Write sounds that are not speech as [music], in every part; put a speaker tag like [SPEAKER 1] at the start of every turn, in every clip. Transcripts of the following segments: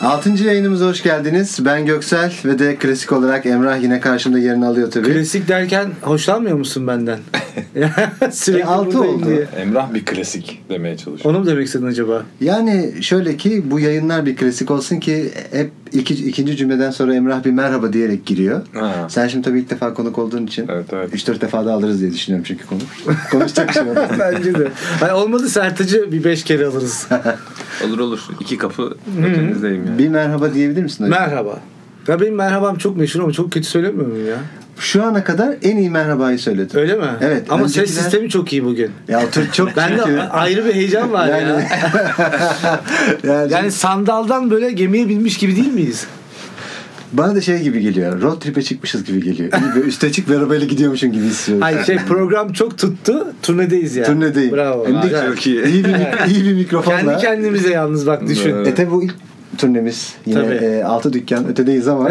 [SPEAKER 1] Altıncı yayınımıza hoş geldiniz. Ben Göksel ve de klasik olarak Emrah yine karşımda yerini alıyor tabii.
[SPEAKER 2] Klasik derken hoşlanmıyor
[SPEAKER 1] [laughs]
[SPEAKER 2] musun benden? Sürekli
[SPEAKER 1] E, altı
[SPEAKER 2] buradayım
[SPEAKER 1] oldu.
[SPEAKER 2] diye.
[SPEAKER 3] Emrah bir klasik demeye çalışıyor.
[SPEAKER 2] Onu mu demek
[SPEAKER 1] [laughs]
[SPEAKER 2] istedin acaba?
[SPEAKER 1] Yani şöyle ki bu yayınlar bir klasik olsun ki hep iki, ikinci cümleden sonra Emrah bir merhaba diyerek giriyor.
[SPEAKER 3] Ha.
[SPEAKER 1] Sen şimdi tabii ilk defa konuk olduğun için
[SPEAKER 3] Evet, evet.
[SPEAKER 1] 3-4 defa da alırız diye düşünüyorum çünkü
[SPEAKER 3] [laughs]
[SPEAKER 1] konu. Konuşacak şey yok.
[SPEAKER 2] Bence de. Hani olmadı sertıcı bir beş kere alırız.
[SPEAKER 3] Olur olur. İki kapı ötenizdeyim yani.
[SPEAKER 1] Bir merhaba diyebilir misin? hocam?
[SPEAKER 2] Merhaba. Ya benim merhabam çok meşhur ama çok kötü söylemiyor muyum ya?
[SPEAKER 1] Şu ana kadar en iyi merhabayı söyledim.
[SPEAKER 2] Öyle mi?
[SPEAKER 1] Evet,
[SPEAKER 2] Ama
[SPEAKER 1] öncekiler-
[SPEAKER 2] ses sistemi çok iyi bugün.
[SPEAKER 1] Ya Türk çok
[SPEAKER 2] Bende
[SPEAKER 1] çünkü-
[SPEAKER 3] [laughs]
[SPEAKER 2] ayrı bir heyecan var
[SPEAKER 1] yani,
[SPEAKER 2] ya.
[SPEAKER 1] yani,
[SPEAKER 2] Yani sandaldan böyle gemiye binmiş gibi değil miyiz?
[SPEAKER 1] bana da şey gibi geliyor. Road trip'e çıkmışız gibi geliyor. İyi bir üste çık bir arabayla gidiyormuşum gibi hissediyorum.
[SPEAKER 2] Hayır şey program çok tuttu. Turnedeyiz yani.
[SPEAKER 1] Turnedeyim.
[SPEAKER 2] Bravo.
[SPEAKER 1] Hem de
[SPEAKER 2] Güzel. [laughs]
[SPEAKER 3] Çok iyi.
[SPEAKER 1] iyi, bir, mik- iyi bir mikrofonla.
[SPEAKER 2] Kendi kendimize yalnız bak düşün.
[SPEAKER 1] E tabi bu ilk turnemiz. Yine
[SPEAKER 2] Tabii.
[SPEAKER 1] e, altı dükkan ötedeyiz ama.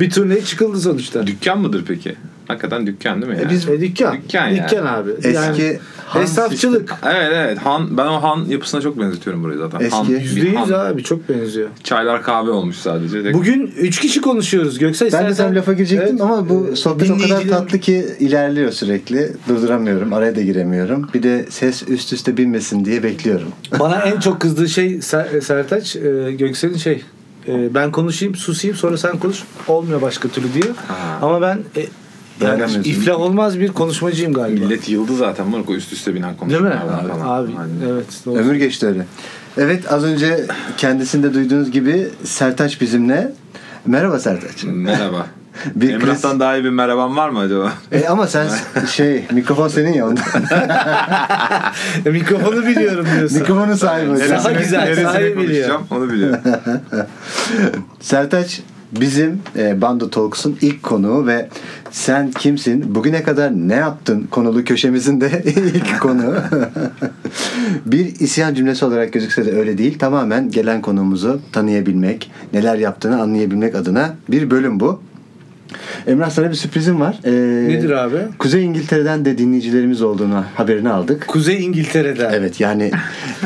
[SPEAKER 2] bir turneye çıkıldı sonuçta.
[SPEAKER 3] Dükkan mıdır peki? Hakikaten dükkan değil mi?
[SPEAKER 1] E,
[SPEAKER 3] Yani?
[SPEAKER 1] biz-
[SPEAKER 2] E, dükkan.
[SPEAKER 3] Dükkan yani.
[SPEAKER 2] dükkan abi.
[SPEAKER 1] Eski han
[SPEAKER 2] esnafçılık.
[SPEAKER 3] Evet evet. Han, ben o han yapısına çok benzetiyorum burayı zaten.
[SPEAKER 1] Eski.
[SPEAKER 3] Han,
[SPEAKER 2] Yüzde
[SPEAKER 3] bir
[SPEAKER 2] yüz
[SPEAKER 3] han.
[SPEAKER 2] abi çok benziyor.
[SPEAKER 3] Çaylar kahve olmuş sadece. Tek-
[SPEAKER 2] Bugün üç kişi konuşuyoruz
[SPEAKER 1] [laughs] Ben
[SPEAKER 2] Göksel.
[SPEAKER 1] de
[SPEAKER 2] istersen-
[SPEAKER 1] tam lafa girecektim
[SPEAKER 2] Evet.
[SPEAKER 1] ama bu
[SPEAKER 2] Ee,
[SPEAKER 1] sohbet o kadar
[SPEAKER 2] dinleyicilerin-
[SPEAKER 1] tatlı ki ilerliyor sürekli. Durduramıyorum. Araya da giremiyorum. Bir de ses üst üste binmesin diye bekliyorum.
[SPEAKER 2] [laughs] Bana en çok kızdığı şey Ser- Sertaç, e, Göksel'in şey. e, ben konuşayım, susayım sonra sen konuş. Olmuyor başka türlü diyor.
[SPEAKER 3] Ha.
[SPEAKER 2] Ama ben e, yani
[SPEAKER 1] Dayanamıyorsun.
[SPEAKER 2] iflah olmaz bir konuşmacıyım galiba.
[SPEAKER 3] Millet yıldı zaten Marco üst üste binen
[SPEAKER 2] Değil mi?
[SPEAKER 3] konuşmalardan
[SPEAKER 2] Abi,
[SPEAKER 3] falan. Hani
[SPEAKER 2] abi,
[SPEAKER 3] Aynen.
[SPEAKER 2] evet. doğru.
[SPEAKER 1] Ömür geçti öyle. Evet az önce kendisinde duyduğunuz gibi Sertaç bizimle. Merhaba Sertaç.
[SPEAKER 3] Merhaba.
[SPEAKER 1] Bir
[SPEAKER 3] Emrah'tan daha iyi bir merhabam var mı acaba?
[SPEAKER 1] E ama sen şey mikrofon senin ya ondan.
[SPEAKER 2] E, Mikrofonu biliyorum diyorsun.
[SPEAKER 1] Mikrofonun sahibi. hocam.
[SPEAKER 2] [laughs] Daha güzel,
[SPEAKER 3] Neresini
[SPEAKER 2] daha iyi biliyor.
[SPEAKER 3] konuşacağım, Onu biliyorum.
[SPEAKER 2] [laughs]
[SPEAKER 1] Sertaç bizim e, Bando Talks'un ilk konuğu ve sen kimsin, bugüne kadar ne yaptın konulu köşemizin de [laughs] ilk konuğu. bir isyan cümlesi olarak gözükse de öyle değil. Tamamen gelen konuğumuzu tanıyabilmek, neler yaptığını anlayabilmek adına bir bölüm bu. Emrah sana bir sürprizim var. E,
[SPEAKER 2] Nedir abi?
[SPEAKER 1] Kuzey İngiltere'den de dinleyicilerimiz olduğunu haberini aldık.
[SPEAKER 2] Kuzey İngiltere'den.
[SPEAKER 1] Evet yani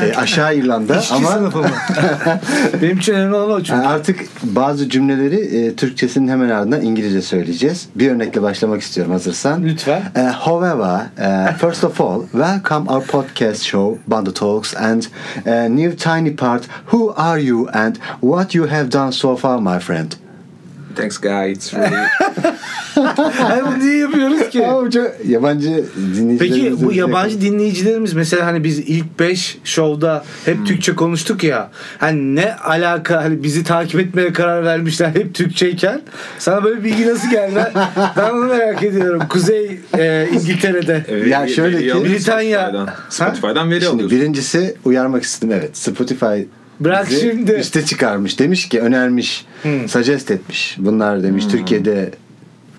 [SPEAKER 1] e, aşağı İrlanda
[SPEAKER 2] [laughs] İşçi
[SPEAKER 1] ama [laughs]
[SPEAKER 2] sınıfı mı? Benim için önemli olan o çünkü.
[SPEAKER 1] Yani artık bazı cümleleri e, Türkçesinin hemen ardından İngilizce söyleyeceğiz. Bir örnekle başlamak istiyorum hazırsan.
[SPEAKER 2] Lütfen.
[SPEAKER 1] E, however, e, first of all, welcome our podcast show, Banda Talks and e, new tiny part, who are you and what you have done so far my friend.
[SPEAKER 3] Thanks guy. It's really...
[SPEAKER 2] Ay bunu niye yapıyoruz ki?
[SPEAKER 1] Aa, bu çok- yabancı dinleyicilerimiz. şey
[SPEAKER 2] Peki bu yabancı dinleyicilerimiz mesela hani biz ilk 5 şovda hep Türkçe konuştuk ya. Hani ne alaka hani bizi takip etmeye karar vermişler hep Türkçeyken. Sana böyle bilgi nasıl geldi? Ben- ben onu merak ediyorum. Kuzey e, İngiltere'de.
[SPEAKER 3] Evet,
[SPEAKER 1] Ya
[SPEAKER 3] veri-
[SPEAKER 1] şöyle
[SPEAKER 3] veri
[SPEAKER 1] ki-
[SPEAKER 3] alıyorsun
[SPEAKER 2] Britanya-
[SPEAKER 3] Spotify'dan.
[SPEAKER 2] Ha?
[SPEAKER 3] Spotify'dan veri
[SPEAKER 1] Şimdi
[SPEAKER 3] alıyorsun.
[SPEAKER 1] birincisi uyarmak istedim evet. Spotify
[SPEAKER 2] Bırak
[SPEAKER 1] bizi
[SPEAKER 2] şimdi. Hmm.
[SPEAKER 1] üste çıkarmış. Demiş ki önermiş, suggest etmiş. Bunlar demiş Türkiye'de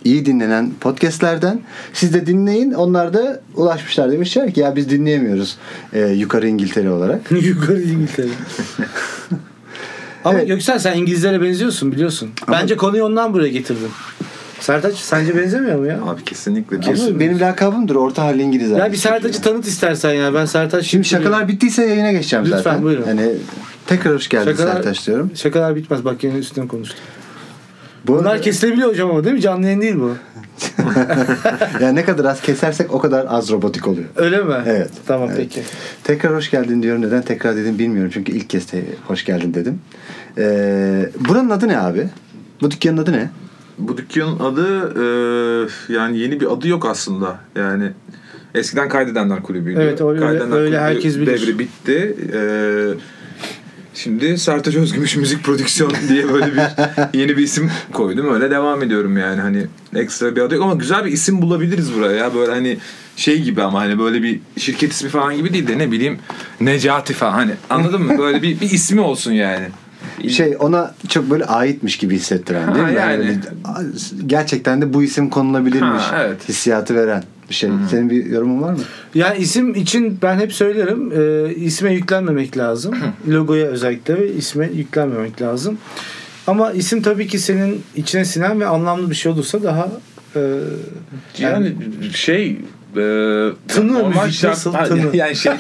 [SPEAKER 1] iyi dinlenen podcastlerden siz de dinleyin. Onlar da ulaşmışlar demişler ki ya biz dinleyemiyoruz e, yukarı İngiltere olarak.
[SPEAKER 2] [laughs] Yukarı İngiltere. Ama
[SPEAKER 1] Evet.
[SPEAKER 2] Göksel sen İngilizlere benziyorsun biliyorsun. Bence konuyu ondan buraya getirdim. Sertaç sence benzemiyor mu ya?
[SPEAKER 3] Abi kesinlikle.
[SPEAKER 1] Ama benim lakabımdır orta halli İngiliz.
[SPEAKER 2] Ya
[SPEAKER 1] abi.
[SPEAKER 2] bir Sertaç'ı tanıt istersen ya. Ben Sertaç
[SPEAKER 1] Şimdi şakalar bittiyse yayına geçeceğim
[SPEAKER 2] Lütfen,
[SPEAKER 1] zaten.
[SPEAKER 2] buyurun.
[SPEAKER 1] Yani tekrar hoş geldin Sertaç diyorum.
[SPEAKER 2] Şakalar bitmez. Bak yine üstüne konuştum.
[SPEAKER 1] Bu [laughs]
[SPEAKER 2] Bunlar kesilebiliyor hocam ama değil mi? Canlı yayın değil bu.
[SPEAKER 1] yani ne kadar az kesersek o kadar az robotik oluyor.
[SPEAKER 2] Öyle mi?
[SPEAKER 1] Evet.
[SPEAKER 2] Tamam
[SPEAKER 1] Evet.
[SPEAKER 2] peki.
[SPEAKER 1] Tekrar hoş geldin diyorum. Neden tekrar dedim bilmiyorum. Çünkü ilk kez te- hoş geldin dedim. Ee, buranın adı ne abi? Bu dükkanın adı ne?
[SPEAKER 3] Bu dükkanın adı e, yani yeni bir adı yok aslında. Yani eskiden Kaydedenler Kulübü'ydü.
[SPEAKER 2] Evet, öyle-
[SPEAKER 3] Kaydedenler
[SPEAKER 2] öyle herkes bilir.
[SPEAKER 3] Devri bitti. E, şimdi Sertaç Özgümüş Müzik Prodüksiyon [laughs] diye böyle bir yeni bir isim koydum. Öyle devam ediyorum yani hani ekstra bir adı yok ama güzel bir isim bulabiliriz buraya ya. Böyle hani şey gibi ama hani böyle bir şirket ismi falan gibi değil de ne bileyim Necati falan hani anladın mı? Böyle bir, bir ismi olsun yani.
[SPEAKER 1] Şey ona çok böyle aitmiş gibi hissettiren değil
[SPEAKER 3] Ha,
[SPEAKER 1] mi?
[SPEAKER 3] yani.
[SPEAKER 1] bir- gerçekten de bu isim konulabilirmiş
[SPEAKER 3] Ha, evet.
[SPEAKER 1] hissiyatı veren bir şey. Senin bir yorumun var mı?
[SPEAKER 2] Yani isim için ben hep söylerim. e, isme yüklenmemek lazım. Logoya özellikle ve isme yüklenmemek lazım. Ama isim tabii ki senin içine sinen ve anlamlı bir şey olursa daha e,
[SPEAKER 3] Yani şey e,
[SPEAKER 2] Tını,
[SPEAKER 3] normal
[SPEAKER 2] müzik
[SPEAKER 3] şart-
[SPEAKER 2] nasıl,
[SPEAKER 3] Ha,
[SPEAKER 2] tını?
[SPEAKER 3] [laughs] Yani şeyde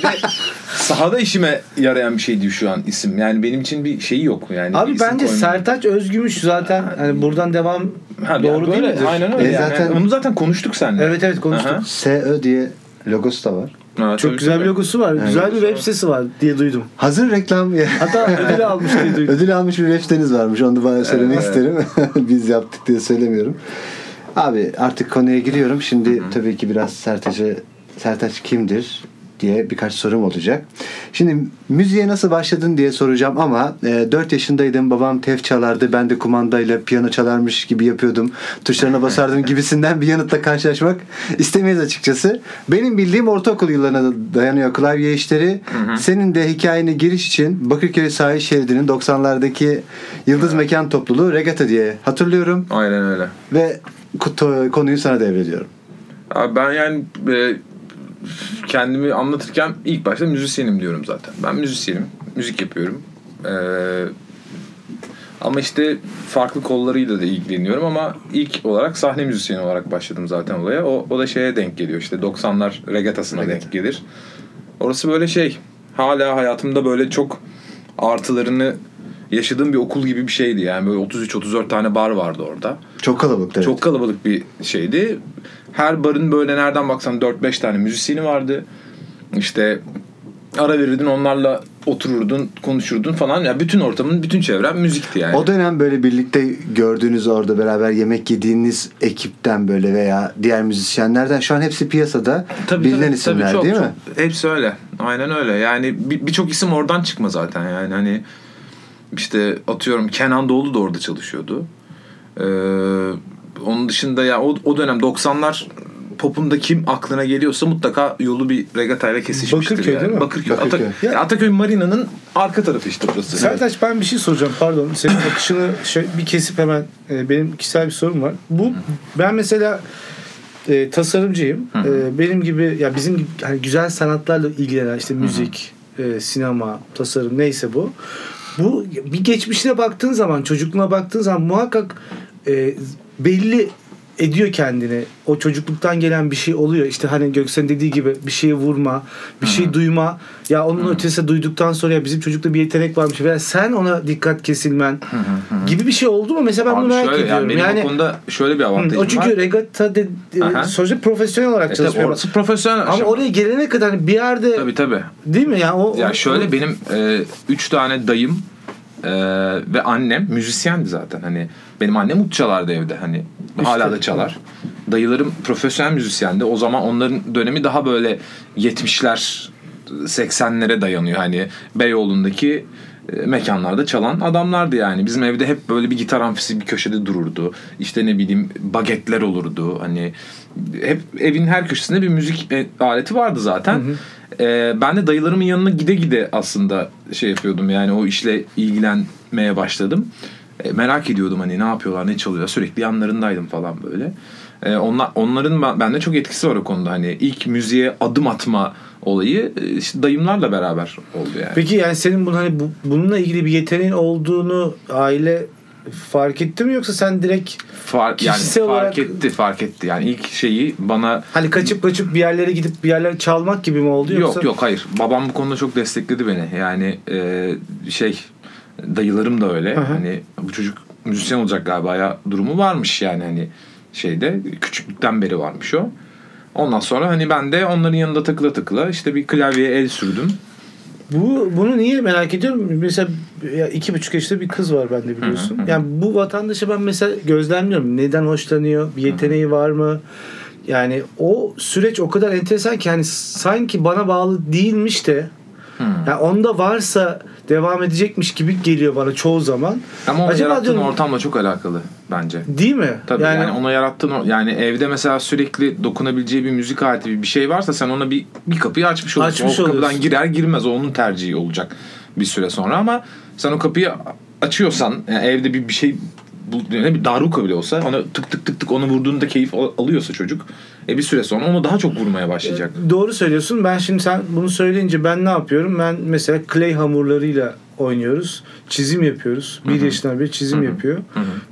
[SPEAKER 3] sahada işime yarayan bir şeydi şu an isim. Yani benim için bir şeyi yok. Yani bir
[SPEAKER 2] Abi
[SPEAKER 3] isim
[SPEAKER 2] bence
[SPEAKER 3] koyma-
[SPEAKER 2] Sertaç Özgümüş zaten hani buradan devam
[SPEAKER 3] Ha,
[SPEAKER 2] doğru
[SPEAKER 3] yani
[SPEAKER 2] değil
[SPEAKER 3] böyle,
[SPEAKER 2] midir?
[SPEAKER 3] Aynen öyle.
[SPEAKER 1] E,
[SPEAKER 3] yani.
[SPEAKER 1] zaten-
[SPEAKER 3] Onu zaten konuştuk seninle.
[SPEAKER 2] Evet evet konuştuk.
[SPEAKER 3] Aha.
[SPEAKER 1] SE diye logosu da var.
[SPEAKER 3] Ha,
[SPEAKER 2] Çok
[SPEAKER 3] tabii,
[SPEAKER 2] güzel
[SPEAKER 3] tabii.
[SPEAKER 2] bir logosu var. Güzel bir web sitesi var diye duydum.
[SPEAKER 1] Hazır reklam
[SPEAKER 2] Hatta
[SPEAKER 3] [laughs]
[SPEAKER 2] ödül
[SPEAKER 1] [laughs]
[SPEAKER 2] almış diye duydum.
[SPEAKER 1] ödül almış bir web siteniz varmış. Onu da bana söylemek isterim. [laughs] Biz yaptık diye söylemiyorum. Abi artık konuya giriyorum. Şimdi tabii ki biraz Sertaç'ı Sertaç kimdir diye birkaç sorum olacak. Şimdi müziğe nasıl başladın diye soracağım ama e, 4 yaşındaydım babam tef çalardı ben de kumandayla piyano çalarmış gibi yapıyordum
[SPEAKER 3] [laughs]
[SPEAKER 1] tuşlarına basardım gibisinden bir yanıtla karşılaşmak istemeyiz açıkçası. Benim bildiğim ortaokul yıllarına da dayanıyor klavye işleri. Senin de hikayene giriş için Bakırköy sahil şeridinin 90'lardaki Yıldız Mekan topluluğu Regatta diye hatırlıyorum
[SPEAKER 4] Aynen öyle.
[SPEAKER 1] ve kutu- konuyu sana devrediyorum.
[SPEAKER 3] Abi ben yani e, kendimi anlatırken ilk başta müzisyenim diyorum zaten. Ben müzisyenim. Müzik yapıyorum. E, ama işte farklı kollarıyla da ilgileniyorum ama ilk olarak sahne müzisyeni olarak başladım zaten olaya. O, o da şeye denk geliyor işte 90'lar regatasına denk gelir. Orası böyle şey hala hayatımda böyle çok artılarını yaşadığım bir okul gibi bir şeydi. Yani böyle 33-34 tane bar vardı orada.
[SPEAKER 1] Çok kalabalık evet.
[SPEAKER 3] Çok kalabalık bir şeydi. Her barın böyle nereden baksan 4-5 tane müzisyeni vardı. İşte ara verirdin onlarla otururdun, konuşurdun falan. Ya bütün ortamın, bütün çevren müzikti yani.
[SPEAKER 1] O dönem böyle birlikte gördüğünüz orada beraber yemek yediğiniz ekipten böyle veya diğer müzisyenlerden şu an hepsi piyasada bilinen isimler
[SPEAKER 3] çok,
[SPEAKER 1] değil mi?
[SPEAKER 3] çok. Hepsi öyle. Aynen öyle. Yani bir- birçok isim oradan çıkma zaten. Yani hani işte atıyorum Kenan Doğulu da orada çalışıyordu. Ee, onun dışında ya o, o dönem 90'lar popunda kim aklına geliyorsa mutlaka yolu bir regatayla kesişmiştir.
[SPEAKER 2] Bakırköy
[SPEAKER 3] yani.
[SPEAKER 2] değil mi?
[SPEAKER 3] Bakırköy.
[SPEAKER 1] Bakırköy.
[SPEAKER 3] Ata- ya Ataköy Marina'nın arka tarafı işte burası.
[SPEAKER 2] Sertaç ben bir şey soracağım pardon senin bakışını şöyle bir kesip hemen e, benim kişisel bir sorum var. Bu ben mesela e, tasarımcıyım. E, benim gibi ya bizim gibi hani güzel sanatlarla ilgilenen işte müzik, e, sinema, tasarım neyse bu. Bu bir geçmişine baktığın zaman, çocukluğuna baktığın zaman muhakkak e, belli ediyor kendini. O çocukluktan gelen bir şey oluyor. İşte hani Göksel'in dediği gibi bir şeyi vurma, bir şey duyma. Ya onun ötesi duyduktan sonra ya bizim çocukta bir yetenek varmış veya sen ona dikkat kesilmen gibi bir şey oldu mu? Mesela ben
[SPEAKER 3] Abi
[SPEAKER 2] bunu merak
[SPEAKER 3] şöyle, yani
[SPEAKER 2] ediyorum.
[SPEAKER 3] benim
[SPEAKER 2] Yani,
[SPEAKER 3] o konuda şöyle bir avantajım
[SPEAKER 2] o çünkü
[SPEAKER 3] var.
[SPEAKER 2] regatta de, e,
[SPEAKER 3] Aha.
[SPEAKER 2] sonuçta profesyonel olarak
[SPEAKER 3] E tabii
[SPEAKER 2] çalışıyor.
[SPEAKER 3] orası profesyonel
[SPEAKER 2] Ama
[SPEAKER 3] aşama.
[SPEAKER 2] oraya gelene kadar hani bir yerde
[SPEAKER 3] Tabii tabii.
[SPEAKER 2] değil mi ya o
[SPEAKER 3] Ya
[SPEAKER 2] o-
[SPEAKER 3] şöyle benim e, üç tane dayım e, ve annem müzisyendi zaten hani benim annem ut çalardı evde hani hala da çalar. Dayılarım profesyonel müzisyendi. O zaman onların dönemi daha böyle 70'ler 80'lere dayanıyor hani Beyoğlu'ndaki e, mekanlarda çalan adamlardı yani. Bizim evde hep böyle bir gitar amfisi bir köşede dururdu. İşte ne bileyim bagetler olurdu. Hani hep evin her köşesinde bir müzik e, aleti vardı zaten. E, ben de dayılarımın yanına gide gide aslında şey yapıyordum yani o işle ilgilenmeye başladım. E, merak ediyordum hani ne yapıyorlar ne çalıyorlar sürekli yanlarındaydım falan böyle. E, onlar, onların ben- bende çok etkisi var o konuda hani ilk müziğe adım atma olayı e, işte dayımlarla beraber oldu yani.
[SPEAKER 2] Peki yani senin bunu hani bu- bununla ilgili bir yeteneğin olduğunu aile fark etti mi yoksa sen direkt
[SPEAKER 3] Fark, yani
[SPEAKER 2] Kişisel
[SPEAKER 3] fark
[SPEAKER 2] olarak-
[SPEAKER 3] etti fark etti yani ilk şeyi bana
[SPEAKER 2] hani kaçıp kaçıp bir yerlere gidip bir yerlere çalmak gibi mi oldu yoksa?
[SPEAKER 3] yok yok hayır babam bu konuda çok destekledi beni yani e, şey dayılarım da öyle hani bu çocuk müzisyen olacak galiba ya durumu varmış yani hani şeyde küçüklükten beri varmış o ondan sonra hani ben de onların yanında takıla takıla işte bir klavyeye el sürdüm
[SPEAKER 2] Bu bunu niye merak ediyorum? Mesela ya iki buçuk yaşında bir kız var bende biliyorsun. Yani bu vatandaşı ben mesela gözlemliyorum. Neden hoşlanıyor? Bir yeteneği var mı? Yani o süreç o kadar enteresan ki hani sanki bana bağlı değilmiş de yani onda varsa devam edecekmiş gibi geliyor bana çoğu zaman.
[SPEAKER 3] ama onun
[SPEAKER 2] Acaba
[SPEAKER 3] yarattığın
[SPEAKER 2] diyorum-
[SPEAKER 3] ortamla çok alakalı bence
[SPEAKER 2] Değil mi?
[SPEAKER 3] Tabii yani, ona yarattığın o- yani evde mesela sürekli dokunabileceği bir müzik aleti bir şey varsa sen ona bir bir kapıyı açmış olursun.
[SPEAKER 2] Açmış
[SPEAKER 3] o kapıdan
[SPEAKER 2] oluyorsun.
[SPEAKER 3] girer girmez o onun tercihi olacak bir süre sonra ama sen o kapıyı açıyorsan yani evde bir bir şey bul- ne bir daruka bile olsa ona tık tık tık tık onu vurduğunda keyif al- alıyorsa çocuk e bir süre sonra onu daha çok vurmaya başlayacak.
[SPEAKER 2] Doğru söylüyorsun. Ben şimdi sen bunu söyleyince ben ne yapıyorum? Ben mesela clay hamurlarıyla oynuyoruz. Çizim yapıyoruz. Bir yaşından beri çizim yapıyor.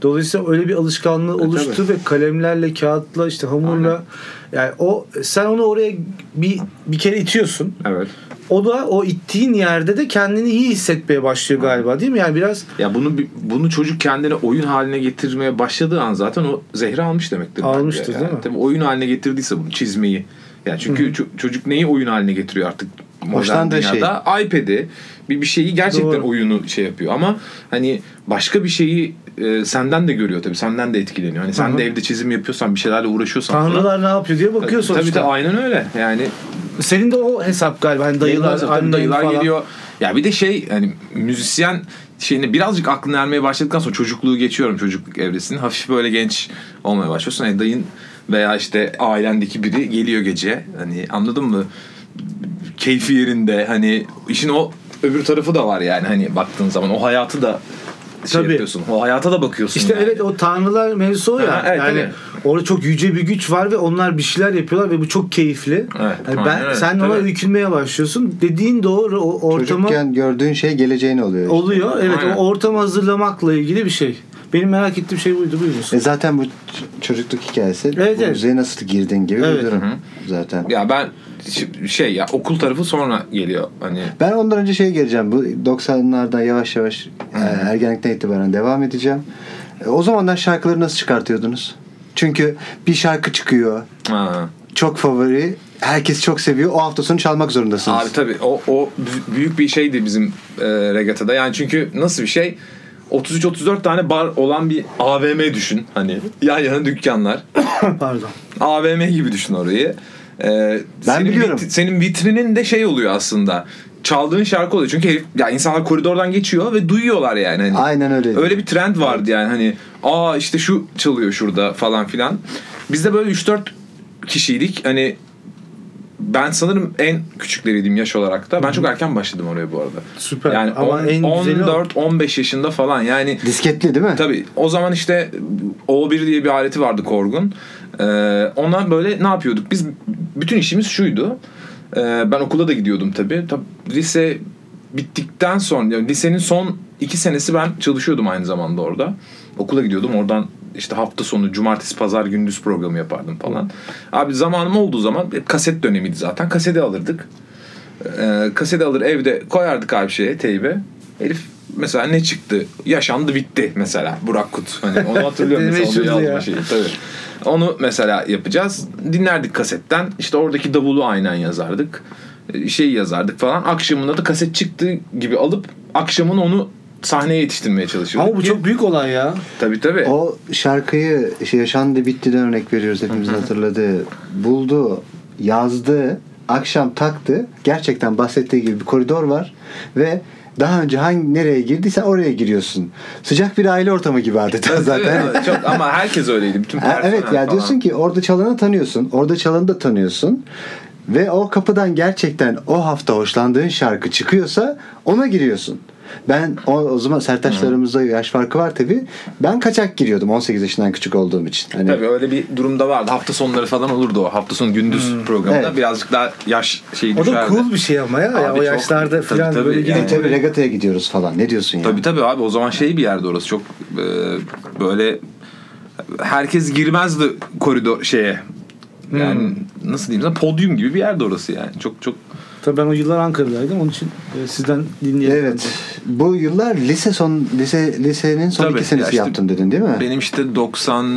[SPEAKER 2] Dolayısıyla öyle bir alışkanlığı
[SPEAKER 3] E,
[SPEAKER 2] oluştu ve kalemlerle, kağıtla, işte hamurla yani o sen onu oraya bir bir kere itiyorsun.
[SPEAKER 4] Evet.
[SPEAKER 2] O da o ittiğin yerde de kendini iyi hissetmeye başlıyor galiba değil mi? Yani biraz
[SPEAKER 3] Ya bunu bi- bunu çocuk kendine oyun haline getirmeye başladığı an zaten o zehri almış demektir. bence.
[SPEAKER 2] Almıştır,
[SPEAKER 3] Yani
[SPEAKER 2] değil mi?
[SPEAKER 3] Tabii oyun haline getirdiyse bunu çizmeyi. Yani çünkü ço- çocuk neyi oyun haline getiriyor artık modern
[SPEAKER 1] Hoşlandığı
[SPEAKER 3] dünyada? iPad'i bir bir şeyi gerçekten
[SPEAKER 2] Doğru.
[SPEAKER 3] oyunu şey yapıyor ama hani başka bir şeyi e, senden de görüyor tabii. Senden de etkileniyor. Hani sen de evde çizim yapıyorsan bir şeylerle uğraşıyorsan falan-
[SPEAKER 2] tanrılar ne yapıyor diye bakıyor sonuçta.
[SPEAKER 3] Tabii de aynen öyle. Yani
[SPEAKER 2] Senin de o hesap galiba. Hani
[SPEAKER 3] dayılar,
[SPEAKER 2] dayılar, annen
[SPEAKER 3] dayılar
[SPEAKER 2] falan.
[SPEAKER 3] geliyor. Ya bir de şey hani müzisyen şeyini birazcık aklına ermeye başladıktan sonra çocukluğu geçiyorum çocukluk evresini. Hafif böyle genç olmaya başlıyorsun. Hani dayın veya işte ailendeki biri geliyor gece. Hani anladın mı? Keyfi yerinde hani işin o öbür tarafı da var yani hani baktığın zaman o hayatı da şey
[SPEAKER 2] Tabii.
[SPEAKER 3] yapıyorsun. O hayata da bakıyorsun.
[SPEAKER 2] İşte
[SPEAKER 3] yani.
[SPEAKER 2] evet o tanrılar mevzusu o ya.
[SPEAKER 3] Ha, evet,
[SPEAKER 2] yani
[SPEAKER 3] tabii.
[SPEAKER 2] orada çok yüce bir güç var ve onlar bir şeyler yapıyorlar ve bu çok keyifli.
[SPEAKER 3] Evet,
[SPEAKER 2] Yani ben
[SPEAKER 3] aynen öyle,
[SPEAKER 2] sen ona
[SPEAKER 3] tabii.
[SPEAKER 2] öykünmeye başlıyorsun. Dediğin doğru o ortama
[SPEAKER 1] Çocukken gördüğün şey geleceğin oluyor. işte.
[SPEAKER 2] oluyor. Evet
[SPEAKER 3] Aynen.
[SPEAKER 2] o ortamı hazırlamakla ilgili bir şey. Benim merak ettiğim şey buydu
[SPEAKER 1] [laughs]
[SPEAKER 2] buyursun.
[SPEAKER 1] E zaten bu ç- çocukluk hikayesi
[SPEAKER 2] Evet,
[SPEAKER 1] bu
[SPEAKER 2] evet.
[SPEAKER 1] müziğe nasıl girdin gibi
[SPEAKER 2] Evet.
[SPEAKER 1] bir durum zaten.
[SPEAKER 3] Ya ben şi- şey ya okul tarafı sonra geliyor hani
[SPEAKER 1] Ben ondan önce şeye geleceğim. Bu 90'lardan yavaş yavaş e, ergenlikten itibaren devam edeceğim. E, O zamanlar şarkıları nasıl çıkartıyordunuz? Çünkü bir şarkı çıkıyor.
[SPEAKER 3] ha.
[SPEAKER 1] Çok favori. Herkes çok seviyor. O hafta sonu çalmak zorundasınız.
[SPEAKER 3] Abi tabii o, o bü- büyük bir şeydi bizim e, regatada. Yani çünkü nasıl bir şey? 33-34 tane bar olan bir AVM düşün. Hani yan yana dükkanlar.
[SPEAKER 2] Pardon.
[SPEAKER 3] AVM gibi düşün orayı. E, senin
[SPEAKER 1] biliyorum.
[SPEAKER 3] vit- senin vitrinin de şey oluyor aslında. Çaldığın şarkı oluyor. Çünkü herif- ya insanlar koridordan geçiyor ve duyuyorlar yani. Hani.
[SPEAKER 1] Aynen öyle.
[SPEAKER 3] Öyle bir trend vardı yani hani aa işte şu çalıyor şurada falan filan. Biz de böyle 3-4 kişiydik. Hani ben sanırım en küçükleriydim yaş olarak da. Ben çok erken başladım oraya bu arada.
[SPEAKER 2] Süper.
[SPEAKER 3] Yani
[SPEAKER 2] Ama
[SPEAKER 3] on-
[SPEAKER 2] en güzeli o.
[SPEAKER 3] 14-15 yaşında falan yani
[SPEAKER 1] Disketli değil mi?
[SPEAKER 3] Tabii o zaman işte O1 diye bir aleti vardı Korgun. Ee, ona böyle ne yapıyorduk? Biz bütün işimiz şuydu. Ee, ben okula da gidiyordum tabii. Tab- lise bittikten sonra yani lisenin son iki senesi ben çalışıyordum aynı zamanda orada. Okula gidiyordum. Oradan işte hafta sonu cumartesi pazar gündüz programı yapardım falan. Abi zamanım olduğu zaman hep kaset dönemiydi zaten. Kaseti alırdık. Ee, kaseti alır evde koyardık abi şeye teybe. Elif mesela ne çıktı? Yaşandı bitti mesela Burak Kut. Hani
[SPEAKER 1] [laughs]
[SPEAKER 3] onu hatırlıyorum mesela
[SPEAKER 2] Meşhurdu
[SPEAKER 3] onu
[SPEAKER 2] ya.
[SPEAKER 3] yazma şeyi tabii. Onu mesela yapacağız. Dinlerdik kasetten. İşte oradaki davulu aynen yazardık. Ee, Şeyi yazardık falan. Akşamında da kaset çıktığı gibi alıp akşamın onu sahneye yetiştirmeye çalışıyorduk.
[SPEAKER 2] Ama bu
[SPEAKER 3] ki-
[SPEAKER 2] çok büyük olay ya.
[SPEAKER 3] Tabii tabii.
[SPEAKER 1] O şarkıyı şey yaşandı bittiden örnek veriyoruz hepimizin hatırladığı. Buldu, yazdı, akşam taktı. Gerçekten bahsettiği gibi bir koridor var ve daha önce hangi nereye girdiysen oraya giriyorsun. Sıcak bir aile ortamı gibi adeta zaten.
[SPEAKER 3] [laughs] Tabii, tabii. çok, ama herkes öyleydi. Bütün
[SPEAKER 1] Ha,
[SPEAKER 3] personel
[SPEAKER 1] evet ya
[SPEAKER 3] falan.
[SPEAKER 1] diyorsun ki orada çalanı tanıyorsun. Orada çalanı da tanıyorsun. Ve o kapıdan gerçekten o hafta hoşlandığın şarkı çıkıyorsa ona giriyorsun. Ben o, o zaman Sertaçlarımızda yaş farkı var tabi. Ben kaçak giriyordum 18 yaşından küçük olduğum için. Hani
[SPEAKER 3] E Tabii öyle bir durumda vardı. Hafta sonları falan olurdu o. Hafta sonu gündüz programında
[SPEAKER 1] Hmm. Evet.
[SPEAKER 3] birazcık daha yaş şeyi
[SPEAKER 2] O
[SPEAKER 3] düşerdi.
[SPEAKER 2] da cool bir şey ama ya. ya
[SPEAKER 3] Abi
[SPEAKER 2] o
[SPEAKER 3] çok-
[SPEAKER 2] yaşlarda
[SPEAKER 3] tabii,
[SPEAKER 2] falan
[SPEAKER 3] tabii
[SPEAKER 2] böyle
[SPEAKER 3] yani.
[SPEAKER 1] bir de
[SPEAKER 2] gidince
[SPEAKER 1] tabii regataya gidiyoruz falan. Ne diyorsun ya?
[SPEAKER 3] Tabii tabii abi o zaman şey bir yerde orası çok e, böyle herkes girmezdi koridor şeye. Yani
[SPEAKER 1] Hmm.
[SPEAKER 3] nasıl diyeyim sana podyum gibi bir yerde orası yani. Çok çok
[SPEAKER 2] Tabii ben o yıllar Ankara'daydım. Onun için e, sizden dinleyelim.
[SPEAKER 1] Evet. Bu yıllar lise son lise lisenin son
[SPEAKER 3] Tabii,
[SPEAKER 1] iki senesi
[SPEAKER 3] ya işte
[SPEAKER 1] şey yaptın dedin değil mi?
[SPEAKER 3] benim işte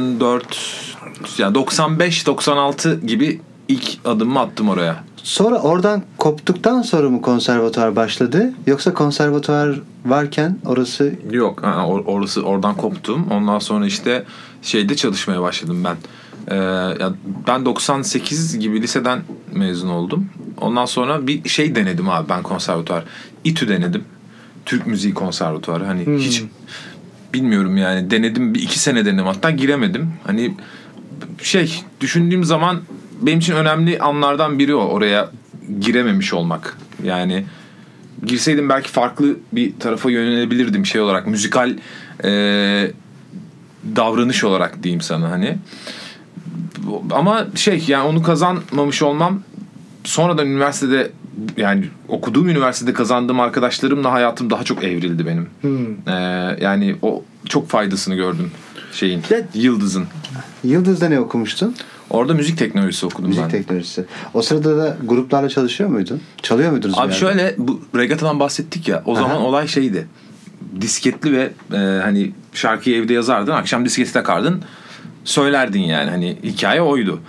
[SPEAKER 3] 94 yani 95 96 gibi ilk adımımı attım oraya.
[SPEAKER 1] Sonra oradan koptuktan sonra mı konservatuvar başladı? Yoksa konservatuvar varken orası
[SPEAKER 3] Yok ha, or- orası oradan koptum. Ondan sonra işte şeyde çalışmaya başladım ben. Ee, ya ben 98 gibi liseden mezun oldum. Ondan sonra bir şey denedim abi ben konservatuvar. İTÜ denedim. Türk Müziği Konservatuvarı. Hani hiç bilmiyorum yani denedim bir iki sene denedim hatta giremedim. Hani şey düşündüğüm zaman benim için önemli anlardan biri o oraya girememiş olmak. Yani girseydim belki farklı bir tarafa yönelebilirdim şey olarak müzikal e, davranış olarak diyeyim sana hani ama şey yani onu kazanmamış olmam sonradan üniversitede yani okuduğum üniversitede kazandığım arkadaşlarımla hayatım daha çok evrildi benim. Ee, yani o çok faydasını gördüm şeyin.
[SPEAKER 2] Ya-
[SPEAKER 3] Yıldız'ın.
[SPEAKER 1] Yıldız'da ne okumuştun?
[SPEAKER 3] Orada müzik teknolojisi okudum
[SPEAKER 1] Müzik
[SPEAKER 3] ben.
[SPEAKER 1] teknolojisi. O sırada da gruplarla çalışıyor muydun? Çalıyor muydunuz? bir
[SPEAKER 3] Abi
[SPEAKER 1] yerde?
[SPEAKER 3] şöyle bu regatadan bahsettik ya. O zaman olay şeydi. Disketli ve e, hani şarkıyı evde yazardın. Akşam disketi takardın. Söylerdin yani. Hani hikaye oydu.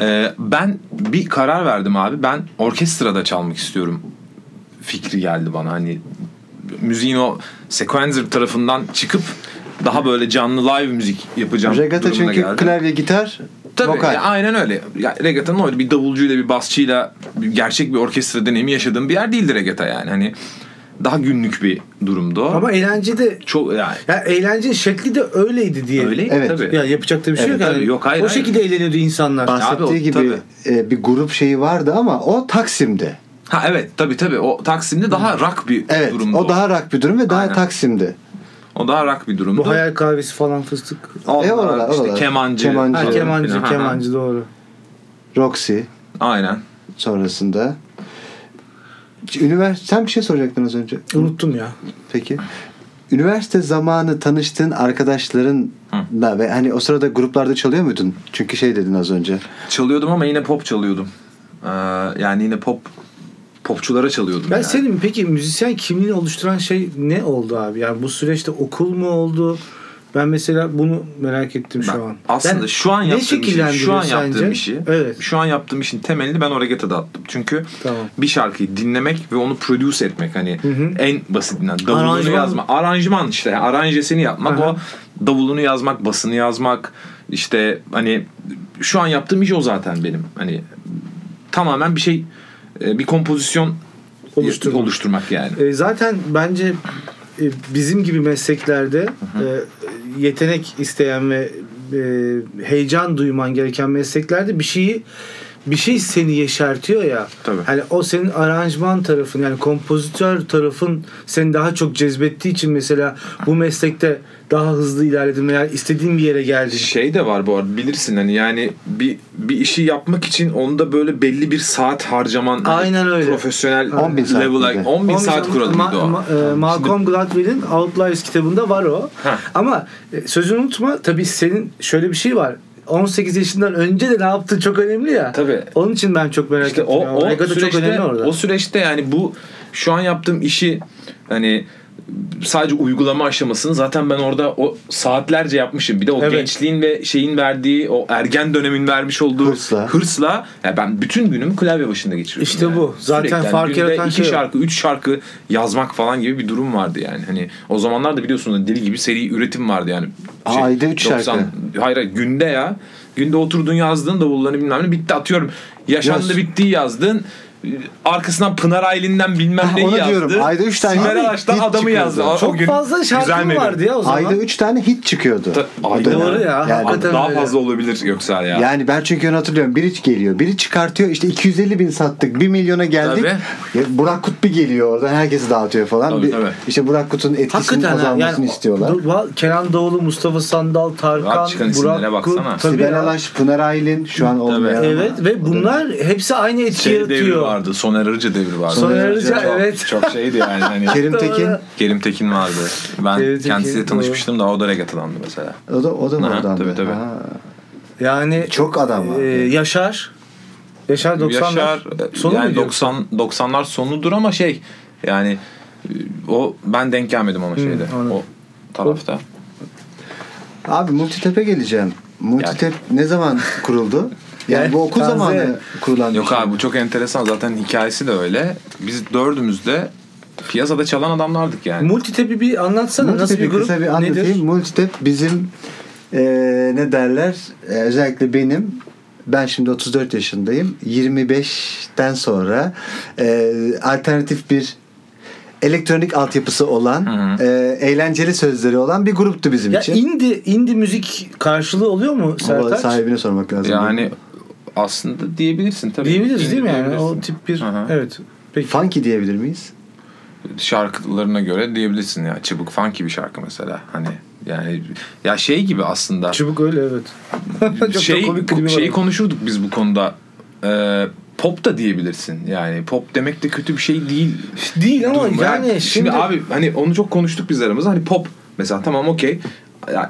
[SPEAKER 3] E, ben bir karar verdim abi. Ben orkestrada çalmak istiyorum. Fikri geldi bana. Hani müziğin o sequencer tarafından çıkıp daha böyle canlı live müzik yapacağım
[SPEAKER 1] Regatta
[SPEAKER 3] durumuna
[SPEAKER 1] çünkü
[SPEAKER 3] geldim.
[SPEAKER 1] klavye, gitar,
[SPEAKER 3] Tabii
[SPEAKER 1] vokal.
[SPEAKER 3] ya, aynen öyle. Ya, reggaeton oydu. Bir davulcuyla bir basçıyla bir gerçek bir orkestra deneyimi yaşadığım bir yer değildi reggaeton yani. Hani daha günlük bir durumdu.
[SPEAKER 2] Ama eğlence de
[SPEAKER 3] çok yani
[SPEAKER 2] ya eğlence şekli de öyleydi diye.
[SPEAKER 3] öyle
[SPEAKER 1] Evet.
[SPEAKER 3] tabii.
[SPEAKER 2] Ya yapacak da bir şey
[SPEAKER 3] Evet,
[SPEAKER 2] yok. yani.
[SPEAKER 3] tabii. Yok, hayır,
[SPEAKER 2] o
[SPEAKER 3] hayır.
[SPEAKER 2] şekilde eğleniyordu insanlar.
[SPEAKER 3] Bas-
[SPEAKER 1] Bahsettiği
[SPEAKER 3] Abi o-
[SPEAKER 1] gibi e, bir grup şeyi vardı ama o Taksim'de.
[SPEAKER 3] Ha evet tabii tabii. O Taksim'de daha rock bir
[SPEAKER 1] Evet.
[SPEAKER 3] durumdu.
[SPEAKER 1] O daha rak bir durum ve daha
[SPEAKER 3] Aynen.
[SPEAKER 1] Taksim'de.
[SPEAKER 3] o daha rock bir durumdu.
[SPEAKER 2] Bu hayal kahvesi falan fıstık.
[SPEAKER 3] Onlar
[SPEAKER 1] E, oralar,
[SPEAKER 3] işte
[SPEAKER 1] oralar.
[SPEAKER 3] kemancı.
[SPEAKER 1] Kemancı.
[SPEAKER 2] Ha,
[SPEAKER 3] falan
[SPEAKER 1] Doğru.
[SPEAKER 2] kemancı,
[SPEAKER 3] filan. Ha, ha.
[SPEAKER 2] kemancı doğru.
[SPEAKER 1] Roxy
[SPEAKER 3] Aynen.
[SPEAKER 1] sonrasında. Üniversite sen bir şey soracaktın az önce.
[SPEAKER 2] Unuttum ya.
[SPEAKER 1] Peki. Üniversite zamanı tanıştığın arkadaşlarınla ve hani o sırada gruplarda çalıyor muydun? Çünkü şey dedin az önce.
[SPEAKER 3] Çalıyordum ama yine pop çalıyordum. Ee, yani yine pop popçulara çalıyordum.
[SPEAKER 2] Ben
[SPEAKER 3] yani.
[SPEAKER 2] senin peki müzisyen kimliğini oluşturan şey ne oldu abi? Yani bu süreçte okul mu oldu? Ben mesela bunu merak ettim şu
[SPEAKER 3] Ben-
[SPEAKER 2] an.
[SPEAKER 3] Aslında
[SPEAKER 2] Ben-
[SPEAKER 3] şu an
[SPEAKER 2] ne
[SPEAKER 3] yaptığım işi, şu an
[SPEAKER 2] şekillendiriyor
[SPEAKER 3] yaptığım
[SPEAKER 2] sence?
[SPEAKER 3] işi,
[SPEAKER 2] Evet.
[SPEAKER 3] şu an yaptığım işin temelini ben Oregata'da attım. Çünkü
[SPEAKER 2] Tamam.
[SPEAKER 3] bir şarkıyı dinlemek ve onu produce etmek hani
[SPEAKER 2] hı.
[SPEAKER 3] en basitinden davulunu
[SPEAKER 2] Aranjman.
[SPEAKER 3] yazma. Aranjman işte yani aranjesini yapmak
[SPEAKER 2] Aha.
[SPEAKER 3] o davulunu yazmak, basını yazmak işte hani şu an yaptığım iş o zaten benim. Hani tamamen bir şey e, bir kompozisyon
[SPEAKER 2] Oluşturma.
[SPEAKER 3] oluşturmak yani.
[SPEAKER 2] E, zaten bence e, bizim gibi mesleklerde e, yetenek isteyen ve e, heyecan duyman gereken mesleklerde bir şeyi bir şey seni yeşertiyor ya.
[SPEAKER 3] Tabii.
[SPEAKER 2] Hani o senin aranjman tarafın yani kompozitör tarafın seni daha çok cezbettiği için mesela bu meslekte daha hızlı ilerledin veya istediğin bir yere geldin.
[SPEAKER 3] Şey de var bu arada bilirsin hani yani bir bir işi yapmak için onda böyle belli bir saat harcaman
[SPEAKER 2] Aynen öyle.
[SPEAKER 3] profesyonel
[SPEAKER 1] 10 bin saat
[SPEAKER 3] level'a-
[SPEAKER 1] gibi.
[SPEAKER 3] 10 bin
[SPEAKER 2] Onun
[SPEAKER 3] saat
[SPEAKER 2] için
[SPEAKER 3] kuralıydı
[SPEAKER 2] şey- Ma-
[SPEAKER 3] o.
[SPEAKER 2] ma- e, Malcolm Gladwell'in Outliers kitabında var o.
[SPEAKER 3] Heh.
[SPEAKER 2] Ama e, sözünü unutma tabii senin şöyle bir şey var. 18 yaşından önce de ne yaptığın çok önemli ya.
[SPEAKER 3] Tabii.
[SPEAKER 2] Onun için ben çok merak
[SPEAKER 3] İşte
[SPEAKER 2] ettim.
[SPEAKER 3] o,
[SPEAKER 2] ya.
[SPEAKER 3] o
[SPEAKER 2] Regata
[SPEAKER 3] süreçte,
[SPEAKER 2] çok önemli orada.
[SPEAKER 3] o süreçte yani bu şu an yaptığım işi hani sadece uygulama aşamasını zaten ben orada o saatlerce yapmışım. Bir de o
[SPEAKER 2] Evet.
[SPEAKER 3] gençliğin ve şeyin verdiği o ergen dönemin vermiş olduğu
[SPEAKER 1] Hırsla.
[SPEAKER 3] hırsla ya ben bütün günümü klavye başında geçiriyorum.
[SPEAKER 2] İşte
[SPEAKER 3] yani.
[SPEAKER 2] bu. Zaten
[SPEAKER 3] Sürekli yani
[SPEAKER 2] fark
[SPEAKER 3] günde
[SPEAKER 2] yaratan
[SPEAKER 3] iki
[SPEAKER 2] şey o.
[SPEAKER 3] şarkı, üç şarkı yazmak falan gibi bir durum vardı yani. Hani o zamanlar da biliyorsunuz deli gibi seri üretim vardı yani. Şey,
[SPEAKER 1] Ayda üç şarkı.
[SPEAKER 3] Hayır hayır, günde ya. Günde oturdun yazdın davullarını bilmem ne bitti atıyorum. Yaşandı
[SPEAKER 1] Yaz.
[SPEAKER 3] bittiği yazdın. Arkasından Pınar Aylin'den bilmem
[SPEAKER 1] Ha,
[SPEAKER 3] neyi
[SPEAKER 1] ona
[SPEAKER 3] yazdı.
[SPEAKER 1] diyorum, ayda üç tane
[SPEAKER 3] Sibel
[SPEAKER 1] hit-
[SPEAKER 3] Ağaç'tan
[SPEAKER 1] hit
[SPEAKER 3] adamı
[SPEAKER 1] çıkıyordu.
[SPEAKER 3] yazdı. O- o
[SPEAKER 2] çok
[SPEAKER 3] gün
[SPEAKER 2] fazla
[SPEAKER 3] güzel
[SPEAKER 2] şarkım
[SPEAKER 3] menü.
[SPEAKER 2] vardı ya o zaman.
[SPEAKER 1] Ayda 3 tane hit çıkıyordu.
[SPEAKER 3] Ta-
[SPEAKER 1] o
[SPEAKER 3] Ayda-
[SPEAKER 1] dönem.
[SPEAKER 2] Doğru ya,
[SPEAKER 1] Yani,
[SPEAKER 2] hakikaten.
[SPEAKER 3] Daha
[SPEAKER 2] öyle.
[SPEAKER 3] fazla olabilir yoksa ya.
[SPEAKER 1] yani ben çünkü onu hatırlıyorum. Biri geliyor. Biri çıkartıyor. İşte 250 bin sattık. 1 milyona geldik. Ya Burak Kutbi geliyor oradan. Herkesi dağıtıyor falan.
[SPEAKER 3] Tabii,
[SPEAKER 1] Bir-
[SPEAKER 3] tabii.
[SPEAKER 1] İşte Burak Kut'un etkisinin
[SPEAKER 2] Hakikaten ha,
[SPEAKER 1] azalmasını
[SPEAKER 2] yani
[SPEAKER 1] istiyorlar.
[SPEAKER 2] Du- Va- Kenan Doğulu, Mustafa Sandal, Tarkan,
[SPEAKER 3] Rahat çıkan isimlere
[SPEAKER 2] Burak
[SPEAKER 3] baksana.
[SPEAKER 2] Kut, tabii
[SPEAKER 1] Sibel
[SPEAKER 2] ya.
[SPEAKER 1] Alaş, Pınar Aylin şu an olmayan.
[SPEAKER 2] Evet ve bunlar hepsi aynı etki
[SPEAKER 3] Şey devri
[SPEAKER 2] yaratıyor.
[SPEAKER 3] vardı. Soner Arıcı devri vardı.
[SPEAKER 2] Soner Arıca,
[SPEAKER 3] Çok-
[SPEAKER 2] evet.
[SPEAKER 3] Çok şeydi yani. Hani
[SPEAKER 1] Kerim
[SPEAKER 2] Doğru.
[SPEAKER 1] Tekin.
[SPEAKER 3] Kerim Tekin vardı. Ben
[SPEAKER 2] Kerim Tekin,
[SPEAKER 3] kendisiyle
[SPEAKER 2] doğru.
[SPEAKER 3] tanışmıştım da o da regatalandı mesela.
[SPEAKER 1] O da, o da mı
[SPEAKER 3] Aha,
[SPEAKER 1] oradan?
[SPEAKER 3] tabii,
[SPEAKER 1] da?
[SPEAKER 3] tabii.
[SPEAKER 1] Ha.
[SPEAKER 2] Yani
[SPEAKER 1] Çok adam var.
[SPEAKER 2] e, Yaşar Yaşar 90'lar
[SPEAKER 3] Yaşar e,
[SPEAKER 2] sonu
[SPEAKER 3] yani
[SPEAKER 2] muydu?
[SPEAKER 3] 90 90'lar sonudur ama şey yani e, o ben denk gelmedim ona şeyde.
[SPEAKER 2] Hmm, anladım.
[SPEAKER 3] o tarafta.
[SPEAKER 1] Abi Multitep'e geleceğim. Multitep ne zaman kuruldu? Yani
[SPEAKER 2] Yani
[SPEAKER 1] bu okul
[SPEAKER 2] taze.
[SPEAKER 1] zamanı kurulan bir
[SPEAKER 3] Yok
[SPEAKER 1] şey.
[SPEAKER 3] abi bu çok enteresan zaten hikayesi de öyle. Biz dördümüz de piyasada çalan adamlardık yani.
[SPEAKER 2] Multitap'i bir anlatsana nasıl
[SPEAKER 1] Multitep'i
[SPEAKER 2] bir grup
[SPEAKER 1] kısa bir anlatayım.
[SPEAKER 2] nedir?
[SPEAKER 1] Multitep bizim eee, ne derler? Eee, özellikle benim ben şimdi 34 yaşındayım. 25'ten sonra eee, alternatif bir elektronik altyapısı olan
[SPEAKER 3] Hı
[SPEAKER 1] eee, eğlenceli sözleri olan bir gruptu bizim
[SPEAKER 2] Ya
[SPEAKER 1] için.
[SPEAKER 2] indi indi müzik karşılığı oluyor mu
[SPEAKER 1] Ama
[SPEAKER 2] Sertaç?
[SPEAKER 1] sahibine sormak lazım.
[SPEAKER 3] Yani aslında diyebilirsin tabii.
[SPEAKER 2] Diyebiliriz değil mi yani? O
[SPEAKER 3] Diyebilirsin.
[SPEAKER 2] tip bir
[SPEAKER 3] Aha.
[SPEAKER 2] evet. Peki.
[SPEAKER 1] funky diyebilir miyiz?
[SPEAKER 3] şarkılarına göre diyebilirsin ya. Çıbık funky bir şarkı mesela. Hani yani ya şey gibi aslında. [laughs]
[SPEAKER 2] Çubuk öyle evet. Çok da
[SPEAKER 3] şey,
[SPEAKER 2] komik
[SPEAKER 3] bu-
[SPEAKER 2] klibi var.
[SPEAKER 3] şeyi konuşurduk biz bu konuda. Ee, pop da diyebilirsin. Yani pop demek de kötü bir şey değil.
[SPEAKER 2] Değil ama
[SPEAKER 3] Durum.
[SPEAKER 2] yani şimdi,
[SPEAKER 3] abi hani onu çok konuştuk biz aramızda. Hani pop mesela tamam okey. Yani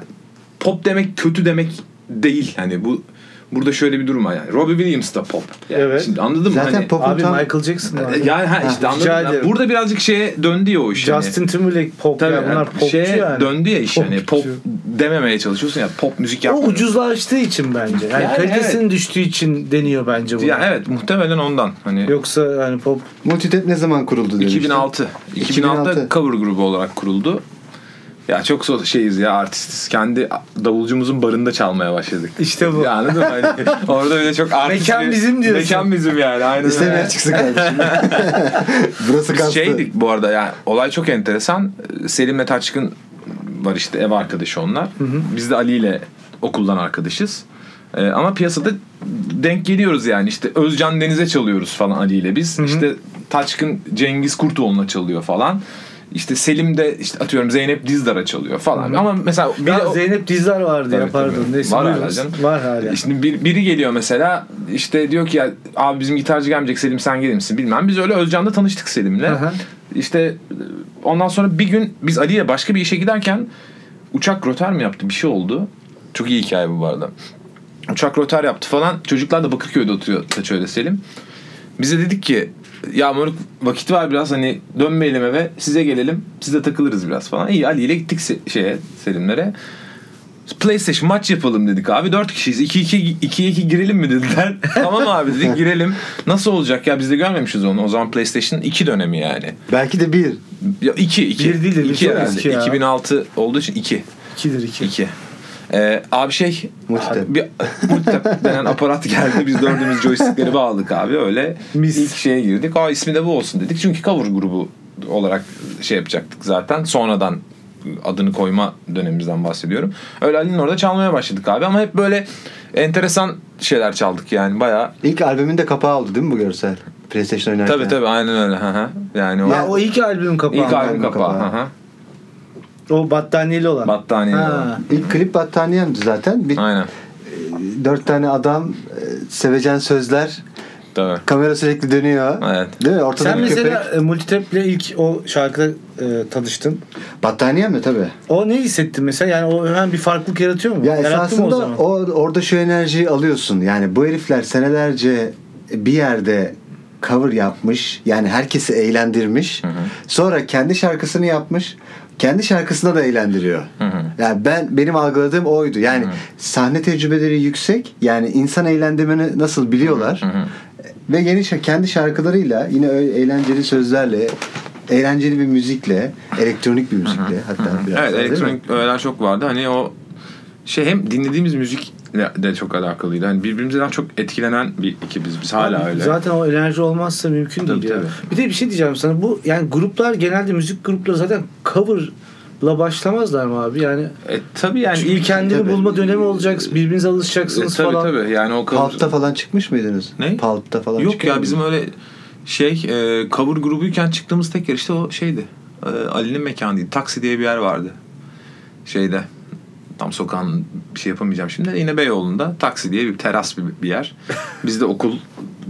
[SPEAKER 3] pop demek kötü demek değil. Hani bu burada şöyle bir durum var yani. Robbie Williams da pop. Yani
[SPEAKER 2] Evet.
[SPEAKER 3] Şimdi anladın mı?
[SPEAKER 1] Zaten
[SPEAKER 3] Hani-
[SPEAKER 1] popun
[SPEAKER 2] abi
[SPEAKER 1] tam
[SPEAKER 2] Michael Jackson var.
[SPEAKER 3] Yani ha
[SPEAKER 2] Ha,
[SPEAKER 3] işte anladın
[SPEAKER 2] rica
[SPEAKER 3] mı?
[SPEAKER 2] ederim.
[SPEAKER 3] Burada birazcık şeye döndü ya o iş. hani.
[SPEAKER 2] Justin Timberlake pop
[SPEAKER 3] Tabii
[SPEAKER 2] ya bunlar
[SPEAKER 3] yani
[SPEAKER 2] popçu
[SPEAKER 3] şeye
[SPEAKER 2] yani.
[SPEAKER 3] döndü ya iş hani pop
[SPEAKER 2] Popçu.
[SPEAKER 3] dememeye çalışıyorsun ya pop müzik
[SPEAKER 2] O
[SPEAKER 3] yapmıyorsun.
[SPEAKER 2] ucuzlaştığı için bence. Yani,
[SPEAKER 3] Yani
[SPEAKER 2] kalitesinin düştüğü için deniyor bence bu.
[SPEAKER 3] Ya evet muhtemelen ondan. Hani
[SPEAKER 2] Yoksa yani pop
[SPEAKER 1] Multitap ne zaman kuruldu demiştim.
[SPEAKER 3] 2006. 2006'da
[SPEAKER 1] 2006.
[SPEAKER 3] cover grubu olarak kuruldu. Ya çok so- şeyiz ya artistiz. Kendi davulcumuzun barında çalmaya başladık.
[SPEAKER 2] işte bu.
[SPEAKER 3] Ya anladın mı? Hani orada öyle çok artist
[SPEAKER 2] Mekan
[SPEAKER 3] bir-
[SPEAKER 2] bizim diyorsun.
[SPEAKER 3] Mekan bizim yani. Aynen
[SPEAKER 1] [laughs]
[SPEAKER 3] öyle.
[SPEAKER 1] İstemeye çıksın
[SPEAKER 3] [laughs]
[SPEAKER 1] kardeşim. Burası
[SPEAKER 3] Biz
[SPEAKER 1] kastı.
[SPEAKER 3] şeydik bu arada yani olay çok enteresan. Selim'le Taçkın var işte ev arkadaşı onlar. Biz de Ali ile okuldan arkadaşız. Ee, ama piyasada denk geliyoruz yani işte Özcan Deniz'e çalıyoruz falan Ali ile biz. İşte Taçkın Cengiz Kurtoğlu'na çalıyor falan. İşte Selim de işte atıyorum Zeynep Dizdar'a çalıyor falan. Ama mesela bir
[SPEAKER 2] Ya
[SPEAKER 3] de o-
[SPEAKER 2] Zeynep Dizdar vardı ya
[SPEAKER 3] Tabii,
[SPEAKER 2] pardon.
[SPEAKER 3] tabii.
[SPEAKER 2] Neyse,
[SPEAKER 3] Var
[SPEAKER 2] buyurun.
[SPEAKER 3] hala canım. E,
[SPEAKER 2] Var hala.
[SPEAKER 3] Şimdi bir- biri geliyor mesela işte diyor ki ya abi bizim gitarcı gelmeyecek Selim sen gelir misin bilmem. Biz öyle Özcan'da tanıştık Selim'le.
[SPEAKER 2] Aha.
[SPEAKER 3] İşte e, ondan sonra bir gün biz Ali'ye başka bir işe giderken uçak rotar mı yaptı bir şey oldu. Çok iyi hikaye bu bu arada. Uçak rotar yaptı falan. Çocuklar da Bakırköy'de oturuyor Taçöre'de Selim. Bize dedik ki ya moruk vakit var biraz hani dönmeyelim eve size gelelim size takılırız biraz falan. İyi Ali ile gittik se- şeye Selimlere. PlayStation maç yapalım dedik abi. Dört kişiyiz. 2-2 2-2 girelim mi dediler. [laughs] tamam abi dedik girelim. Nasıl olacak ya biz de görmemişiz onu. O zaman PlayStation 2 dönemi yani.
[SPEAKER 1] Belki de bir.
[SPEAKER 3] Ya 2 2
[SPEAKER 2] Bir değil de bir çok eski ya.
[SPEAKER 3] 2006 olduğu için 2.
[SPEAKER 2] İkidir iki.
[SPEAKER 3] 2. Ee, abi şey
[SPEAKER 1] Multitap.
[SPEAKER 3] bir multitap denen aparat geldi. Biz dördümüz joystickleri bağladık abi öyle.
[SPEAKER 2] Mis.
[SPEAKER 3] ilk şeye girdik. Aa ismi de bu olsun dedik. Çünkü cover grubu olarak şey yapacaktık zaten. Sonradan adını koyma dönemimizden bahsediyorum. Öyle Ali'nin orada çalmaya başladık abi ama hep böyle enteresan şeyler çaldık yani bayağı.
[SPEAKER 1] İlk albümün de kapağı oldu değil mi bu görsel? PlayStation oynarken.
[SPEAKER 3] Tabii tabii aynen öyle. Hı hı. Yani o
[SPEAKER 2] Ya o ilk albüm kapağı.
[SPEAKER 3] ilk albüm
[SPEAKER 1] albüm
[SPEAKER 3] kapağı.
[SPEAKER 1] kapağı.
[SPEAKER 3] Hı hı.
[SPEAKER 2] O battaniyeli olan.
[SPEAKER 3] Battaniyeli
[SPEAKER 2] Ha.
[SPEAKER 3] olan.
[SPEAKER 1] İlk klip battaniyemdi zaten. Bir,
[SPEAKER 3] Aynen.
[SPEAKER 1] dört tane adam, e, sevecen sözler,
[SPEAKER 3] Tabii.
[SPEAKER 1] kamera sürekli dönüyor.
[SPEAKER 3] Evet.
[SPEAKER 1] Değil mi? Ortada
[SPEAKER 2] Sen
[SPEAKER 1] bir
[SPEAKER 2] mesela
[SPEAKER 1] köpek.
[SPEAKER 2] e, Multitap'le ilk o şarkı e, tanıştın.
[SPEAKER 1] Battaniyem de tabii.
[SPEAKER 2] O ne hissettin mesela? Yani o hemen bir farklılık yaratıyor mu?
[SPEAKER 1] Ya
[SPEAKER 2] Yarattı mı
[SPEAKER 1] esasında
[SPEAKER 2] o zaman?
[SPEAKER 1] o orada şu enerjiyi alıyorsun. Yani bu herifler senelerce bir yerde cover yapmış. Yani herkesi eğlendirmiş. Sonra kendi şarkısını yapmış. Kendi şarkısına da eğlendiriyor. Yani ben benim algıladığım oydu. Yani sahne tecrübeleri yüksek. Yani insan eğlendirmeni nasıl biliyorlar. Ve yeni şa- kendi şarkılarıyla yine öyle eğlenceli sözlerle eğlenceli bir müzikle, elektronik bir müzikle hatta biraz. daha değil
[SPEAKER 3] Evet
[SPEAKER 1] mi?
[SPEAKER 3] elektronik öğeler çok vardı. Hani o şey hem dinlediğimiz müzikle de çok alakalıydı. Hani birbirimizden çok etkilenen bir ekibiz biz hala
[SPEAKER 2] Abi,
[SPEAKER 3] öyle.
[SPEAKER 2] Zaten o enerji olmazsa mümkün
[SPEAKER 3] Tabii,
[SPEAKER 2] değil ya. Bir de bir şey diyeceğim sana. Bu yani gruplar genelde müzik grupları zaten cover'la başlamazlar mı abi? Yani
[SPEAKER 3] E, tabii yani
[SPEAKER 2] çünkü
[SPEAKER 3] ilk E,
[SPEAKER 2] kendini
[SPEAKER 1] tabii.
[SPEAKER 2] bulma dönemi olacak. Birbirinize alışacaksınız
[SPEAKER 3] tabii
[SPEAKER 2] falan.
[SPEAKER 3] tabii yani o cover-
[SPEAKER 1] Palp'ta falan çıkmış mıydınız?
[SPEAKER 3] Ne?
[SPEAKER 1] Palp'ta falan
[SPEAKER 3] Yok
[SPEAKER 1] çıkıyor
[SPEAKER 3] ya bizim
[SPEAKER 1] muydunuz?
[SPEAKER 3] öyle şey e, cover grubuyken çıktığımız tek yer işte o şeydi. E, Ali'nin mekanıydı. Taksi diye bir yer vardı. Şeyde tam sokağın bir şey yapamayacağım şimdi. de Yine Beyoğlu'nda taksi diye bir teras bir,
[SPEAKER 2] [laughs]
[SPEAKER 3] bir yer. Biz de okul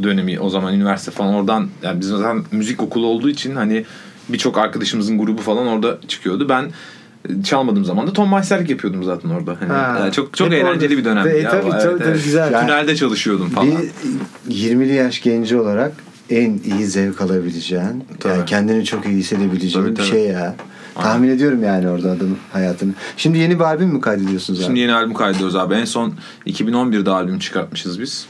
[SPEAKER 3] dönemi o zaman üniversite falan oradan yani bizim zaten müzik okulu olduğu için hani birçok arkadaşımızın grubu falan orada çıkıyordu. Ben e, çalmadığım zaman da Tom Mayserlik yapıyordum zaten orada. Hani,
[SPEAKER 2] Ha.
[SPEAKER 3] e, çok çok
[SPEAKER 2] Hep
[SPEAKER 3] eğlenceli
[SPEAKER 2] orada.
[SPEAKER 3] bir dönemdi.
[SPEAKER 2] E,
[SPEAKER 3] ya.
[SPEAKER 2] tabii,
[SPEAKER 3] Evet,
[SPEAKER 2] tabii, tabii,
[SPEAKER 3] evet.
[SPEAKER 2] güzel.
[SPEAKER 3] Tünelde çalışıyordum falan.
[SPEAKER 1] bir 20'li yaş genci olarak en iyi zevk alabileceğin, yani
[SPEAKER 3] Tabii.
[SPEAKER 1] kendini çok iyi hissedebileceğin
[SPEAKER 3] Tabii,
[SPEAKER 1] bir
[SPEAKER 3] tabii.
[SPEAKER 1] şey ya. Tahmin ediyorum yani orada adamın hayatını. Şimdi yeni bir albüm mü kaydediyorsunuz abi?
[SPEAKER 3] Şimdi yeni albüm kaydediyoruz abi. En son 2011'de albüm çıkartmışız biz.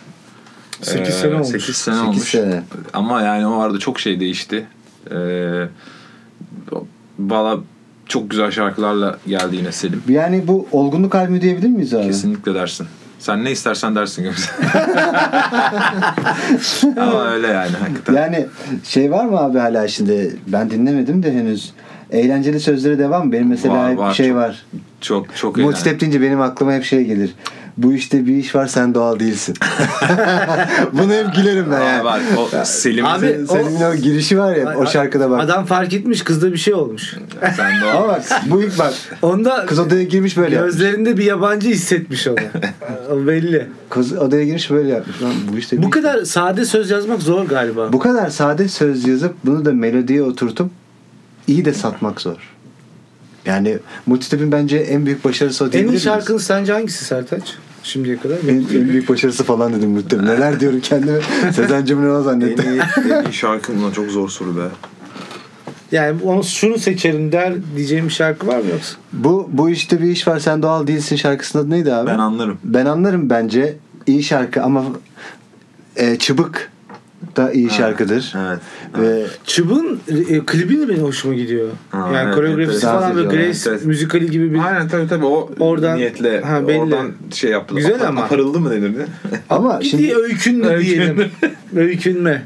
[SPEAKER 2] 8 sene olmuş.
[SPEAKER 3] 8 sene
[SPEAKER 1] Sekiz
[SPEAKER 3] olmuş.
[SPEAKER 1] sene.
[SPEAKER 3] Ama yani o arada çok şey değişti. Ee, Valla çok güzel şarkılarla geldi yine Selim.
[SPEAKER 1] Yani bu olgunluk albümü diyebilir miyiz abi?
[SPEAKER 3] Kesinlikle dersin. Sen ne istersen dersin [laughs] Gökçe. Ama öyle yani hakikaten.
[SPEAKER 1] Yani şey var mı abi hala şimdi ben dinlemedim de henüz Eğlenceli sözlere devam. Benim mesela
[SPEAKER 3] Var,
[SPEAKER 1] hep
[SPEAKER 3] var,
[SPEAKER 1] şey
[SPEAKER 3] çok-
[SPEAKER 1] var.
[SPEAKER 3] Çok çok eğlenceli.
[SPEAKER 1] Multitap deyince benim aklıma hep şey gelir. Bu işte bir iş var sen doğal değilsin. Bunu hep gülerim ben
[SPEAKER 3] Aa,
[SPEAKER 1] yani.
[SPEAKER 3] var. O Selim
[SPEAKER 2] Abi,
[SPEAKER 1] Senin, senin o, girişi var ya o şarkıda bak.
[SPEAKER 2] Adam fark etmiş kızda bir şey olmuş.
[SPEAKER 3] sen de
[SPEAKER 1] Ama
[SPEAKER 3] o.
[SPEAKER 1] bak bu ilk bak.
[SPEAKER 2] Onda
[SPEAKER 1] Kız odaya girmiş böyle yapmış.
[SPEAKER 2] gözlerinde bir yabancı
[SPEAKER 1] [laughs]
[SPEAKER 2] hissetmiş onu. O belli.
[SPEAKER 1] Kız odaya girmiş böyle yapmış. Lan bu işte bir
[SPEAKER 2] Bu
[SPEAKER 1] iş
[SPEAKER 2] kadar sade söz yazmak zor galiba.
[SPEAKER 1] Bu kadar sade söz yazıp bunu da melodiye oturtup iyi de satmak zor. Yani Multitap'in bence en büyük başarısı o
[SPEAKER 2] en
[SPEAKER 1] diyebilir
[SPEAKER 2] iyi
[SPEAKER 1] miyiz?
[SPEAKER 2] şarkın sence hangisi Sertaç? Şimdiye kadar.
[SPEAKER 1] en, en büyük başarısı falan dedim Multitap. Neler diyorum
[SPEAKER 2] [laughs]
[SPEAKER 1] kendime. Sezen Cemil'i
[SPEAKER 4] [laughs] En
[SPEAKER 1] zannettim.
[SPEAKER 4] iyi, en iyi şarkım lan çok zor soru be.
[SPEAKER 2] Yani onu şunu seçerim der diyeceğim bir şarkı var mı yoksa?
[SPEAKER 1] Bu, bu işte bir iş var sen doğal değilsin şarkısının adı neydi abi?
[SPEAKER 4] Ben anlarım.
[SPEAKER 1] Ben anlarım bence. iyi şarkı ama e, Çıbık da iyi şarkıdır.
[SPEAKER 4] Evet.
[SPEAKER 1] Ve
[SPEAKER 2] Çıbın e, klibi de benim hoşuma gidiyor.
[SPEAKER 4] Ha,
[SPEAKER 2] yani
[SPEAKER 4] evet,
[SPEAKER 2] koreografisi
[SPEAKER 1] evet, evet.
[SPEAKER 2] falan
[SPEAKER 1] Dans
[SPEAKER 2] böyle
[SPEAKER 1] ediyorlar.
[SPEAKER 2] Grace
[SPEAKER 4] Evet.
[SPEAKER 2] müzikali gibi bir
[SPEAKER 4] Aynen tabii tabii o
[SPEAKER 2] Oradan-
[SPEAKER 4] niyetle
[SPEAKER 2] Ha, belli.
[SPEAKER 4] oradan şey yaptı.
[SPEAKER 2] Güzel
[SPEAKER 4] Apar-
[SPEAKER 2] ama.
[SPEAKER 4] Aparıldı
[SPEAKER 2] [laughs]
[SPEAKER 4] mı denirdi?
[SPEAKER 1] ama
[SPEAKER 2] Gidiyor
[SPEAKER 1] şimdi [laughs]
[SPEAKER 2] öykünme diyelim. öykünme.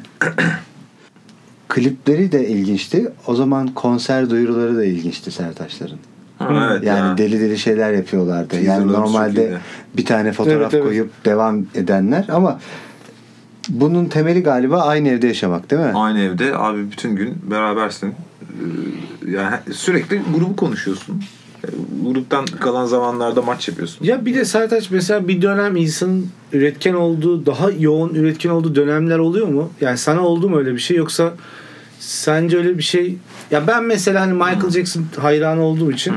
[SPEAKER 1] klipleri de ilginçti. O zaman konser duyuruları da ilginçti Sertaçların.
[SPEAKER 4] Ha, evet
[SPEAKER 1] Yani
[SPEAKER 4] ya.
[SPEAKER 1] deli deli şeyler yapıyorlardı. yani
[SPEAKER 4] Teaserlarımız çok
[SPEAKER 1] normalde
[SPEAKER 4] iyiydi.
[SPEAKER 1] bir tane fotoğraf
[SPEAKER 2] Evet, evet.
[SPEAKER 1] koyup devam edenler ama bunun temeli galiba aynı evde yaşamak değil mi?
[SPEAKER 4] Aynı evde abi bütün gün berabersin. Ee, Yani sürekli grubu konuşuyorsun. Ee, Gruptan kalan zamanlarda maç yapıyorsun.
[SPEAKER 2] Ya bir de Sertaç mesela bir dönem insanın üretken olduğu, daha yoğun üretken olduğu dönemler oluyor mu? Yani sana oldu mu öyle bir şey yoksa sence öyle bir şey? Ya ben mesela hani Michael Jackson hayranı olduğum için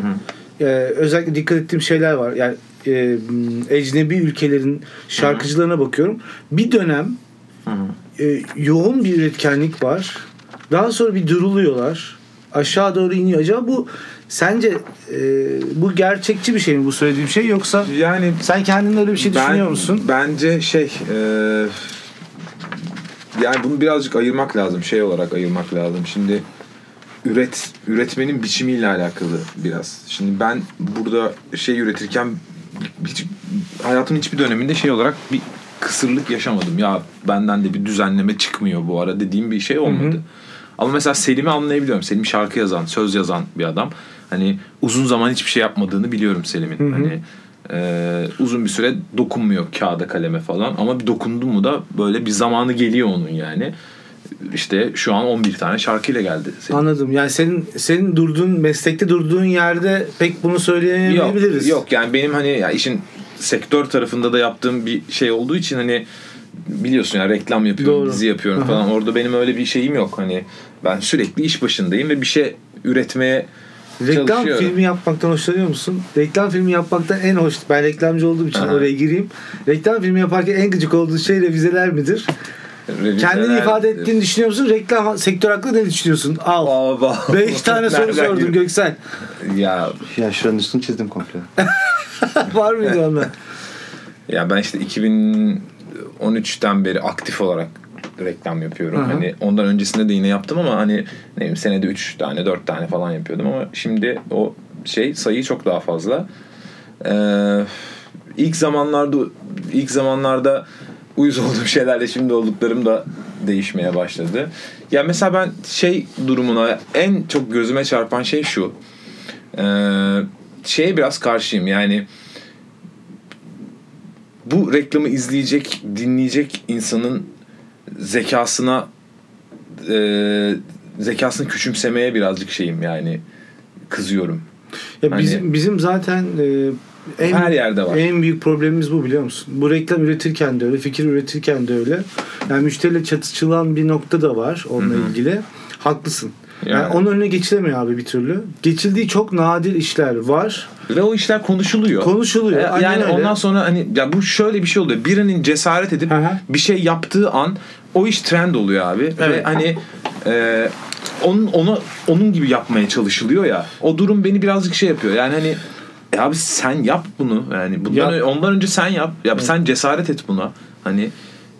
[SPEAKER 2] e, özellikle dikkat ettiğim şeyler var. Yani e, ecnebi ülkelerin şarkıcılarına bakıyorum. Bir dönem e, yoğun bir üretkenlik var. Daha sonra bir duruluyorlar. Aşağı doğru iniyor. Acaba bu sence e, bu gerçekçi bir şey mi bu söylediğim şey yoksa
[SPEAKER 4] Yani
[SPEAKER 2] sen kendin öyle bir şey
[SPEAKER 4] ben-
[SPEAKER 2] düşünüyor musun?
[SPEAKER 4] Bence şey e, yani bunu birazcık ayırmak lazım. Şey olarak ayırmak lazım. Şimdi üret üretmenin biçimiyle alakalı biraz. Şimdi ben burada şey üretirken hiç,
[SPEAKER 3] Hayatımın hiçbir döneminde şey olarak bir kısırlık yaşamadım. Ya benden de bir düzenleme çıkmıyor bu ara dediğim bir şey olmadı. Ama mesela Selim'i anlayabiliyorum. Selim şarkı yazan, söz yazan bir adam. Hani uzun zaman hiçbir şey yapmadığını biliyorum Selim'in. Hani e, uzun bir süre dokunmuyor kağıda kaleme falan ama bir dokundu mu da böyle bir zamanı geliyor onun yani. İşte şu an 11 tane şarkıyla geldi Selim.
[SPEAKER 2] Anladım. Yani senin senin durduğun meslekte durduğun yerde pek bunu söyleyemeyebiliriz.
[SPEAKER 3] Yok, yok yani benim hani ya işin sektör tarafında da yaptığım bir şey olduğu için hani biliyorsun ya reklam yapıyorum,
[SPEAKER 2] Doğru.
[SPEAKER 3] dizi yapıyorum falan. Orada benim öyle bir şeyim yok hani. Ben sürekli iş başındayım ve bir şey üretmeye
[SPEAKER 2] Reklam
[SPEAKER 3] çalışıyorum.
[SPEAKER 2] filmi yapmaktan hoşlanıyor musun? Reklam filmi yapmaktan en hoş. Ben reklamcı olduğum için
[SPEAKER 3] Aha.
[SPEAKER 2] oraya gireyim. Reklam filmi yaparken en gıcık olduğu şey revizeler midir?
[SPEAKER 3] Revizeler-
[SPEAKER 2] Kendini ifade ettiğini düşünüyor musun? Reklam sektör hakkında ne düşünüyorsun? Al.
[SPEAKER 3] Aa, bak.
[SPEAKER 2] 5 tane soru
[SPEAKER 3] Nereden
[SPEAKER 2] sordum
[SPEAKER 3] giriyor?
[SPEAKER 2] Göksel. [laughs]
[SPEAKER 3] Ya
[SPEAKER 1] Ya şuranın üstünü çizdim komple.
[SPEAKER 2] Var mıydı onda?
[SPEAKER 3] Ya ben işte 2013'ten beri aktif olarak reklam yapıyorum. Hani ondan öncesinde de yine yaptım ama hani ne bileyim senede 3 tane 4 tane falan yapıyordum ama şimdi o şey sayı çok daha fazla. Ee, ilk zamanlarda ilk zamanlarda uyuz olduğum [laughs] şeylerle şimdi olduklarım da değişmeye başladı. Ya mesela ben şey durumuna en çok gözüme çarpan şey şu. Ee, şeye biraz karşıyım yani bu reklamı izleyecek, dinleyecek insanın zekasına e, zekasını küçümsemeye birazcık şeyim yani kızıyorum.
[SPEAKER 2] Ya
[SPEAKER 3] Hani-
[SPEAKER 2] bizim bizim zaten e, en
[SPEAKER 3] Her yerde var.
[SPEAKER 2] En büyük problemimiz bu biliyor musun? Bu reklam üretirken de öyle, fikir üretirken de öyle. Yani müşteriyle çatışılan bir nokta da var onunla ilgili. Haklısın. Yani.
[SPEAKER 3] Yani.
[SPEAKER 2] onun önüne geçilemiyor abi bir türlü. Geçildiği çok nadir işler var.
[SPEAKER 3] Ve o işler konuşuluyor.
[SPEAKER 2] Konuşuluyor.
[SPEAKER 3] E,
[SPEAKER 2] Aynen
[SPEAKER 3] yani
[SPEAKER 2] öyle.
[SPEAKER 3] ondan sonra hani ya bu şöyle bir şey oluyor. Birinin cesaret edip
[SPEAKER 2] Hı hı.
[SPEAKER 3] bir şey yaptığı an o iş trend oluyor abi. Ve
[SPEAKER 2] Evet.
[SPEAKER 3] hani e, onun ona onun gibi yapmaya çalışılıyor ya. O durum beni birazcık şey yapıyor. Yani hani e abi sen yap bunu. Yani bundan
[SPEAKER 2] Yap.
[SPEAKER 3] ö- ondan önce sen yap. Ya sen cesaret et buna. Hani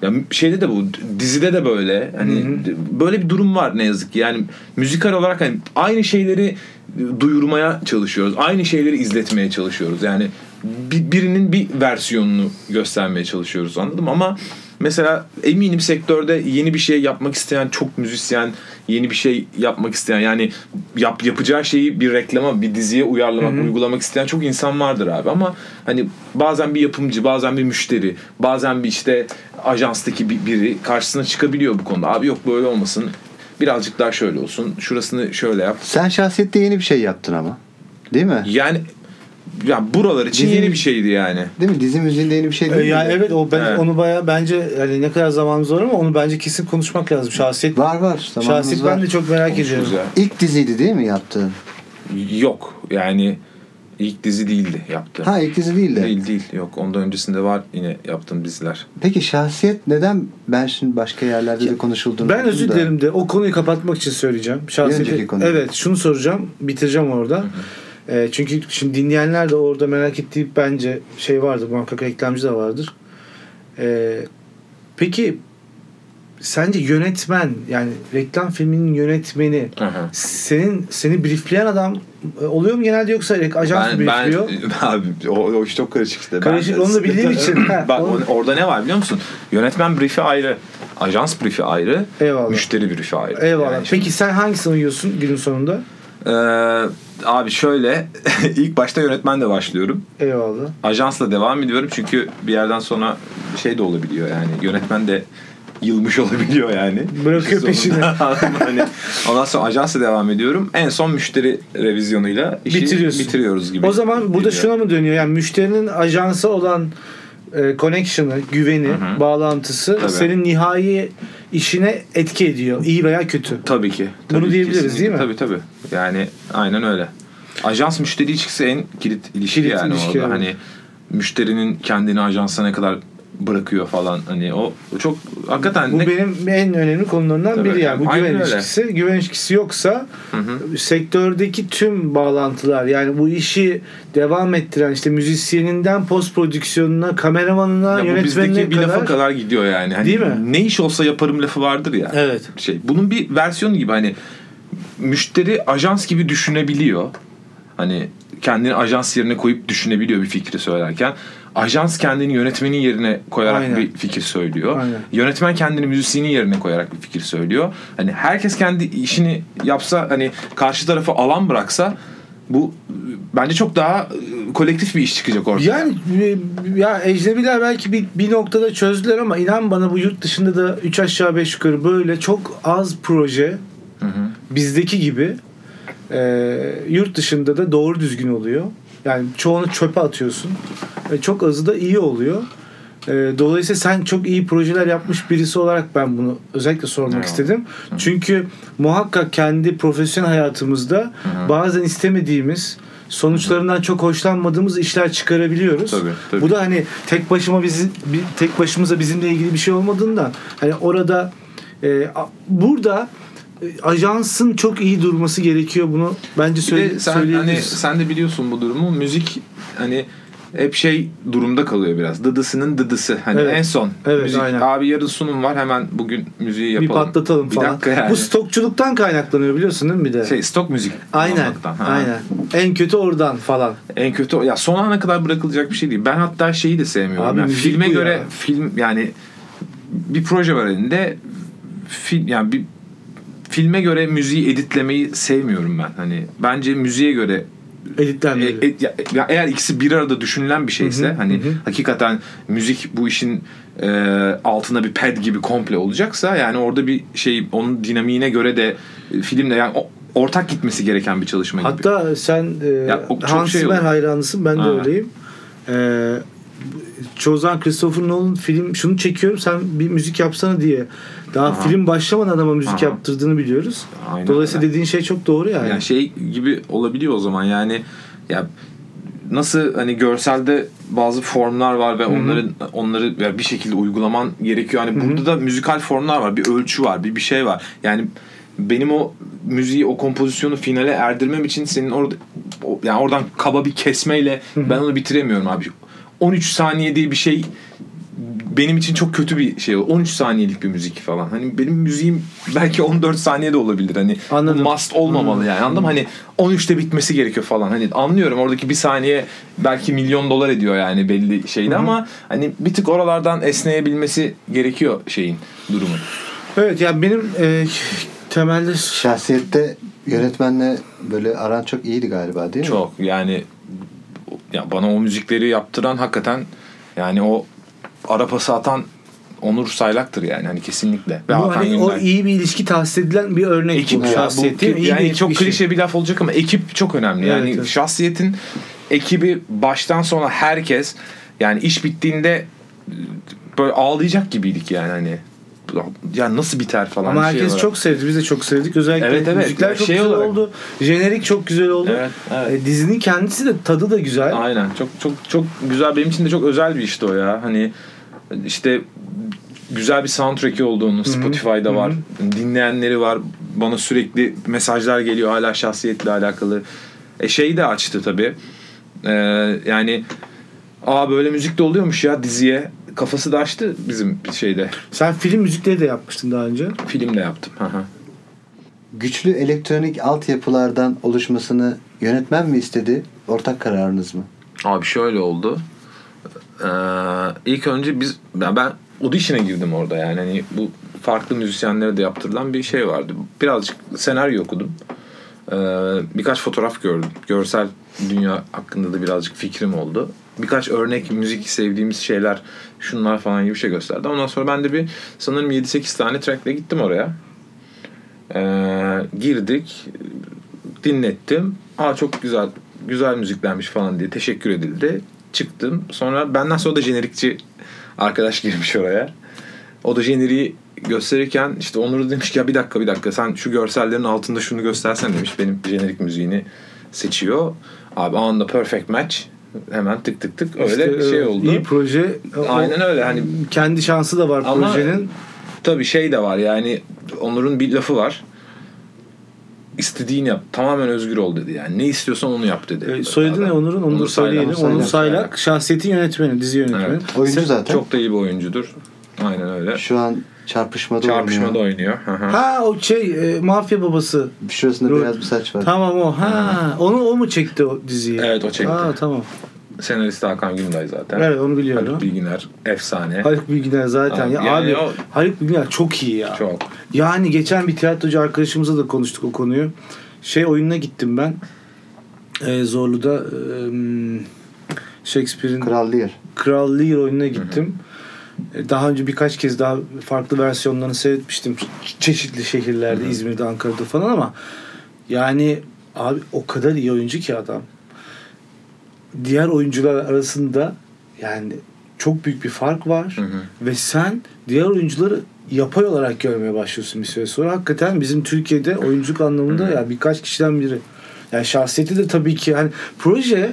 [SPEAKER 3] ya şeyde de bu dizide de böyle hani d- böyle bir durum var ne yazık ki. Yani müzikal olarak hani aynı şeyleri e, duyurmaya çalışıyoruz. Aynı şeyleri izletmeye çalışıyoruz. Yani bi- birinin bir versiyonunu göstermeye çalışıyoruz anladım ama mesela eminim sektörde yeni bir şey yapmak isteyen çok müzisyen, yeni bir şey yapmak isteyen yani yap yapacağı şeyi bir reklama, bir diziye uyarlamak, uygulamak isteyen çok insan vardır abi ama hani bazen bir yapımcı, bazen bir müşteri, bazen bir işte ajanstaki bir- biri karşısına çıkabiliyor bu konuda. Abi yok böyle olmasın. Birazcık daha şöyle olsun. Şurasını şöyle yap.
[SPEAKER 1] Sen şahsiyette yeni bir şey yaptın ama. Değil mi?
[SPEAKER 3] Yani ya buralar için
[SPEAKER 1] Bizim-
[SPEAKER 3] yeni bir şeydi yani.
[SPEAKER 1] Değil mi? Dizi müziğinde yeni bir şey
[SPEAKER 2] E,
[SPEAKER 1] değil
[SPEAKER 2] ya
[SPEAKER 1] mi?
[SPEAKER 2] evet o ben
[SPEAKER 3] Evet.
[SPEAKER 2] onu baya bence hani ne kadar zamanımız var ama onu bence kesin konuşmak lazım. Şahsiyet
[SPEAKER 1] Var var. Zamanımız
[SPEAKER 2] şahsiyet
[SPEAKER 1] var.
[SPEAKER 2] ben de çok merak ediyorum.
[SPEAKER 3] Konuşuruz ya.
[SPEAKER 1] İlk diziydi değil mi yaptığın?
[SPEAKER 3] Yok yani ilk dizi değildi yaptığım.
[SPEAKER 1] Ha ilk dizi değil de.
[SPEAKER 3] Değil değil yok ondan öncesinde var yine yaptığım diziler.
[SPEAKER 1] Peki şahsiyet neden ben şimdi başka yerlerde de konuşulduğunu
[SPEAKER 2] Ben
[SPEAKER 1] duydum
[SPEAKER 2] özür
[SPEAKER 1] da.
[SPEAKER 2] dilerim de o konuyu kapatmak için söyleyeceğim.
[SPEAKER 1] önceki
[SPEAKER 2] Şahsiyeti,
[SPEAKER 1] konuyu.
[SPEAKER 2] evet şunu soracağım. Bitireceğim orada. E, çünkü şimdi dinleyenler de orada merak ettiği bence şey vardır. Muhakkak reklamcı da vardır. E, peki sence yönetmen yani reklam filminin yönetmeni senin seni briefleyen adam e, oluyor mu genelde yoksa direkt ajans mı
[SPEAKER 3] ben, ben,
[SPEAKER 2] briefliyor?
[SPEAKER 3] [laughs] abi o, o iş çok karışık işte. Ben-
[SPEAKER 2] Karışık, onu da
[SPEAKER 3] [laughs]
[SPEAKER 2] bildiğim için. Ha,
[SPEAKER 3] Bak
[SPEAKER 2] onu-
[SPEAKER 3] orada ne var biliyor musun? Yönetmen briefi ayrı, ajans briefi ayrı,
[SPEAKER 2] Eyvallah.
[SPEAKER 3] müşteri briefi ayrı.
[SPEAKER 2] Eyvallah.
[SPEAKER 3] Yani şimdi-
[SPEAKER 2] Peki sen hangisini uyuyorsun günün sonunda?
[SPEAKER 3] Ee, abi şöyle [laughs] ilk başta yönetmenle başlıyorum.
[SPEAKER 2] Eyvallah.
[SPEAKER 3] ajansla devam ediyorum çünkü bir yerden sonra şey de olabiliyor yani yönetmen de yılmış [laughs] olabiliyor yani.
[SPEAKER 2] Bırakıyor
[SPEAKER 3] Sonunda- [laughs]
[SPEAKER 2] peşini.
[SPEAKER 3] hani ondan sonra ajansla devam ediyorum. En son müşteri revizyonuyla işi
[SPEAKER 2] Bitiriyorsun.
[SPEAKER 3] bitiriyoruz gibi.
[SPEAKER 2] O zaman burada
[SPEAKER 3] geliyor.
[SPEAKER 2] şuna mı dönüyor? Yani müşterinin ajansa olan e, connection'ı, güveni, bağlantısı
[SPEAKER 3] Tabii.
[SPEAKER 2] senin nihai işine etki ediyor. iyi veya kötü.
[SPEAKER 3] tabii ki.
[SPEAKER 2] Bunu
[SPEAKER 3] tabii,
[SPEAKER 2] diyebiliriz
[SPEAKER 3] kesinlikle.
[SPEAKER 2] değil mi?
[SPEAKER 3] Tabii tabii. Yani aynen öyle. Ajans müşteri ilişkisi en kilit ilişki
[SPEAKER 2] Kilit
[SPEAKER 3] yani
[SPEAKER 2] ilişki,
[SPEAKER 3] orada.
[SPEAKER 2] evet.
[SPEAKER 3] Hani müşterinin kendini ajansa ne kadar bırakıyor falan hani o çok hakikaten
[SPEAKER 2] Bu
[SPEAKER 3] ne
[SPEAKER 2] benim en önemli konularından
[SPEAKER 3] Tabii.
[SPEAKER 2] biri yani. Bu
[SPEAKER 3] Aynen
[SPEAKER 2] güven
[SPEAKER 3] öyle.
[SPEAKER 2] ilişkisi. Güven ilişkisi yoksa sektördeki tüm bağlantılar yani bu işi devam ettiren işte müzisyeninden post prodüksiyonuna, kameramanına,
[SPEAKER 3] Ya bu
[SPEAKER 2] yönetmenine
[SPEAKER 3] bizdeki bir
[SPEAKER 2] kadar.
[SPEAKER 3] lafa kadar gidiyor yani. Hani
[SPEAKER 2] Değil mi?
[SPEAKER 3] Ne iş olsa yaparım lafı vardır ya.
[SPEAKER 2] Evet.
[SPEAKER 3] Şey, bunun bir versiyonu gibi hani müşteri ajans gibi düşünebiliyor. Hani kendini ajans yerine koyup düşünebiliyor bir fikri söylerken. Ajans kendini yönetmenin yerine koyarak
[SPEAKER 2] Aynen.
[SPEAKER 3] bir fikir söylüyor.
[SPEAKER 2] Aynen.
[SPEAKER 3] Yönetmen kendini müzisyenin yerine koyarak bir fikir söylüyor. Hani herkes kendi işini yapsa hani karşı tarafa alan bıraksa bu e, bence çok daha e, kolektif bir iş çıkacak ortaya.
[SPEAKER 2] Yani e, ya ecnebiler belki bir, bir noktada çözdüler ama inan bana bu yurt dışında da 3 aşağı 5 yukarı böyle çok az proje bizdeki gibi e, yurt dışında da doğru düzgün oluyor. Yani çoğunu çöpe atıyorsun. E, çok azı da iyi oluyor. E, dolayısıyla sen çok iyi projeler yapmış birisi olarak ben bunu özellikle sormak
[SPEAKER 3] Eyvallah.
[SPEAKER 2] istedim. Çünkü muhakkak kendi profesyonel hayatımızda bazen istemediğimiz sonuçlarından çok hoşlanmadığımız işler çıkarabiliyoruz.
[SPEAKER 3] Tabii, tabii.
[SPEAKER 2] Bu da hani tek başıma bizi bi- tek başımıza bizimle ilgili bir şey olmadığından hani orada e, a- burada e, ajansın çok iyi durması gerekiyor bunu bence
[SPEAKER 3] Bir de
[SPEAKER 2] söyle,
[SPEAKER 3] sen hani
[SPEAKER 2] söyleyebiliriz.
[SPEAKER 3] sen de biliyorsun bu durumu. Müzik hani hep şey durumda kalıyor biraz. Dıdısının dıdısı. Hani
[SPEAKER 2] Evet.
[SPEAKER 3] en son
[SPEAKER 2] Evet,
[SPEAKER 3] müzik
[SPEAKER 2] aynen.
[SPEAKER 3] abi yarın sunum var hemen bugün müziği yapalım.
[SPEAKER 2] bir patlatalım
[SPEAKER 3] Bir
[SPEAKER 2] falan.
[SPEAKER 3] dakika yani.
[SPEAKER 2] Bu stokçuluktan kaynaklanıyor biliyorsun değil mi bir de?
[SPEAKER 3] şey stok müzik.
[SPEAKER 2] aynen.
[SPEAKER 3] olmaktan. Ha.
[SPEAKER 2] Aynen. En kötü oradan falan.
[SPEAKER 3] En kötü o- ya son ana kadar bırakılacak bir şey değil. Ben hatta şeyi de sevmiyorum.
[SPEAKER 2] Abi
[SPEAKER 3] Yani
[SPEAKER 2] müzik
[SPEAKER 3] filme
[SPEAKER 2] bu
[SPEAKER 3] göre
[SPEAKER 2] ya.
[SPEAKER 3] film yani bir proje var elinde. Film yani bir filme göre müziği editlemeyi sevmiyorum ben. Hani bence müziğe göre
[SPEAKER 2] Editlenmeli.
[SPEAKER 3] E- e- ya- ya eğer ikisi bir arada düşünülen bir şeyse
[SPEAKER 2] Hı hı,
[SPEAKER 3] hani
[SPEAKER 2] hı hı.
[SPEAKER 3] hakikaten müzik bu işin e, altına bir pad gibi komple olacaksa yani orada bir şey onun dinamiğine göre de e, filmle yani o- ortak gitmesi gereken bir çalışma gibi.
[SPEAKER 2] Hatta sen e,
[SPEAKER 3] Ya, o çok
[SPEAKER 2] Hans
[SPEAKER 3] şey
[SPEAKER 2] Zimmer
[SPEAKER 3] olur.
[SPEAKER 2] hayranısın. Ben de
[SPEAKER 3] Ha.
[SPEAKER 2] öyleyim. E, Çozan Christopher Nolan film şunu çekiyorum sen bir müzik yapsana diye. Daha
[SPEAKER 3] Aha.
[SPEAKER 2] film başlamadan adama müzik
[SPEAKER 3] Aha.
[SPEAKER 2] yaptırdığını biliyoruz.
[SPEAKER 3] Aynen
[SPEAKER 2] Dolayısıyla
[SPEAKER 3] öyle.
[SPEAKER 2] dediğin şey çok doğru yani.
[SPEAKER 3] Yani şey gibi olabiliyor o zaman yani ya nasıl hani görselde bazı formlar var ve onların onları ya bir şekilde uygulaman gerekiyor. Hani burada da müzikal formlar var, bir ölçü var, bir bir şey var. Yani benim o müziği o kompozisyonu finale erdirmem için senin orada o- yani oradan kaba bir kesmeyle ben onu bitiremiyorum abi. 13 saniye diye bir şey benim için çok kötü bir şey. 13 saniyelik bir müzik falan. Hani benim müziğim belki 14 saniyede olabilir. Hani bu
[SPEAKER 2] Anladım. Hmm.
[SPEAKER 3] must olmamalı yani. Anladın mı? Hani 13'te bitmesi gerekiyor falan. Hani anlıyorum oradaki bir saniye belki milyon dolar ediyor yani belli şeyde ama hani bir tık oralardan esneyebilmesi gerekiyor şeyin durumu.
[SPEAKER 2] Evet yani benim e, temelde s-
[SPEAKER 1] Şahsiyette yönetmenle böyle aran çok iyiydi galiba değil mi?
[SPEAKER 3] Çok yani ya bana o müzikleri yaptıran hakikaten yani o ara pası atan Onur Saylak'tır yani hani kesinlikle. Ve
[SPEAKER 2] bu
[SPEAKER 3] Hakan
[SPEAKER 2] hani o
[SPEAKER 3] Günday.
[SPEAKER 2] iyi bir ilişki tahsis edilen bir örnek
[SPEAKER 3] ekip
[SPEAKER 2] bu şahsiyet
[SPEAKER 3] bu-
[SPEAKER 2] değil mi? İyi bir şey.
[SPEAKER 3] yani
[SPEAKER 2] ekip
[SPEAKER 3] çok
[SPEAKER 2] işi.
[SPEAKER 3] klişe bir laf olacak ama ekip çok önemli. Yani
[SPEAKER 2] Evet, evet.
[SPEAKER 3] şahsiyetin ekibi baştan sona herkes yani iş bittiğinde e, böyle ağlayacak gibiydik yani hani ya nasıl biter falan
[SPEAKER 2] Ama
[SPEAKER 3] şey
[SPEAKER 2] herkes
[SPEAKER 3] olarak.
[SPEAKER 2] çok sevdi. Biz de çok sevdik. Özellikle
[SPEAKER 3] Evet, evet.
[SPEAKER 2] müzikler
[SPEAKER 3] Ya
[SPEAKER 2] çok
[SPEAKER 3] şey
[SPEAKER 2] güzel
[SPEAKER 3] olarak-
[SPEAKER 2] oldu. Jenerik çok güzel oldu.
[SPEAKER 3] Evet, evet.
[SPEAKER 2] E, dizinin kendisi de tadı da güzel.
[SPEAKER 3] Aynen. Çok çok çok güzel benim için de çok özel bir işti o ya. Hani işte güzel bir soundtrack'i olduğunu Spotify'da var. Dinleyenleri var. Bana sürekli mesajlar geliyor hala şahsiyetle alakalı. E şeyi de açtı tabii. Ee, yani aa böyle müzik de oluyormuş ya diziye. Kafası da açtı bizim şeyde.
[SPEAKER 2] Sen film müzikleri de yapmıştın daha önce.
[SPEAKER 3] Filmle yaptım. Hı hı.
[SPEAKER 1] Güçlü elektronik altyapılardan oluşmasını yönetmen mi istedi? Ortak kararınız mı?
[SPEAKER 3] Abi şöyle oldu. Ee, ilk önce biz ya ben audition'a girdim orada yani hani bu farklı müzisyenlere de yaptırılan bir şey vardı. Birazcık senaryo okudum. Ee, birkaç fotoğraf gördüm. Görsel dünya hakkında da birazcık fikrim oldu. Birkaç örnek müzik sevdiğimiz şeyler şunlar falan gibi bir şey gösterdi. Ondan sonra ben de bir sanırım 7-8 tane trackle gittim oraya. Ee, girdik dinlettim. Aa çok güzel güzel müziklenmiş falan diye teşekkür edildi. Çıktım. Sonra benden sonra da jenerikçi arkadaş girmiş oraya. O da jeneriği gösterirken işte Onur da demiş ki ya bir dakika bir dakika sen şu görsellerin altında şunu göstersen demiş. Benim jenerik müziğini seçiyor. Abi anında perfect match. Hemen tık tık tık öyle
[SPEAKER 2] İşte,
[SPEAKER 3] şey
[SPEAKER 2] e,
[SPEAKER 3] oldu.
[SPEAKER 2] İyi proje. O-
[SPEAKER 3] Aynen öyle hani
[SPEAKER 2] Kendi şansı da var
[SPEAKER 3] Ama-
[SPEAKER 2] projenin.
[SPEAKER 3] Tabii şey de var yani Onur'un bir lafı var. İstediğini yap. Tamamen özgür ol dedi yani. Ne istiyorsan onu yap dedi.
[SPEAKER 2] E, soyadı ne
[SPEAKER 3] Adam.
[SPEAKER 2] Onur'un? Onu
[SPEAKER 3] Onur
[SPEAKER 2] Onur
[SPEAKER 3] Saylak.
[SPEAKER 2] söyleyelim.
[SPEAKER 1] Saylak.
[SPEAKER 2] Onur Saylak şahsiyetin yönetmeni, dizi yönetmeni.
[SPEAKER 3] Evet.
[SPEAKER 1] Oyuncu zaten.
[SPEAKER 3] Çok da iyi bir oyuncudur. Aynen öyle.
[SPEAKER 1] Şu an çarpışmada
[SPEAKER 3] Çarpışmada
[SPEAKER 1] oynuyor.
[SPEAKER 3] oynuyor. Hı hı.
[SPEAKER 2] Ha o şey e, mafya babası.
[SPEAKER 1] Şurasında
[SPEAKER 2] Dur.
[SPEAKER 1] biraz bir saç var.
[SPEAKER 2] Tamam o. Ha onu o mu çekti o diziyi?
[SPEAKER 3] Evet, o çekti.
[SPEAKER 2] Ha tamam.
[SPEAKER 3] Senarist Hakan Günday zaten.
[SPEAKER 2] Evet onu biliyorum.
[SPEAKER 3] Haluk Bilginer efsane.
[SPEAKER 2] Haluk Bilginer zaten
[SPEAKER 3] Abi,
[SPEAKER 2] ya
[SPEAKER 3] yani
[SPEAKER 2] abi
[SPEAKER 3] o-
[SPEAKER 2] Haluk Bilginer çok iyi ya.
[SPEAKER 3] Çok.
[SPEAKER 2] Yani geçen bir tiyatrocu arkadaşımızla da konuştuk o konuyu. Şey oyununa gittim ben. Ee, Zorlu'da em, Shakespeare'in
[SPEAKER 1] Kral Lear.
[SPEAKER 2] Kral Lear oyununa gittim. E, Daha önce birkaç kez daha farklı versiyonlarını seyretmiştim. Ç- Çeşitli şehirlerde, İzmir'de, Ankara'da falan ama yani abi o kadar iyi oyuncu ki adam. Diğer oyuncular arasında yani çok büyük bir fark var ve sen diğer oyuncuları yapay olarak görmeye başlıyorsun bir süre sonra. Hakikaten bizim Türkiye'de oyunculuk anlamında ya birkaç kişiden biri. Yani şahsiyeti de tabii ki hani proje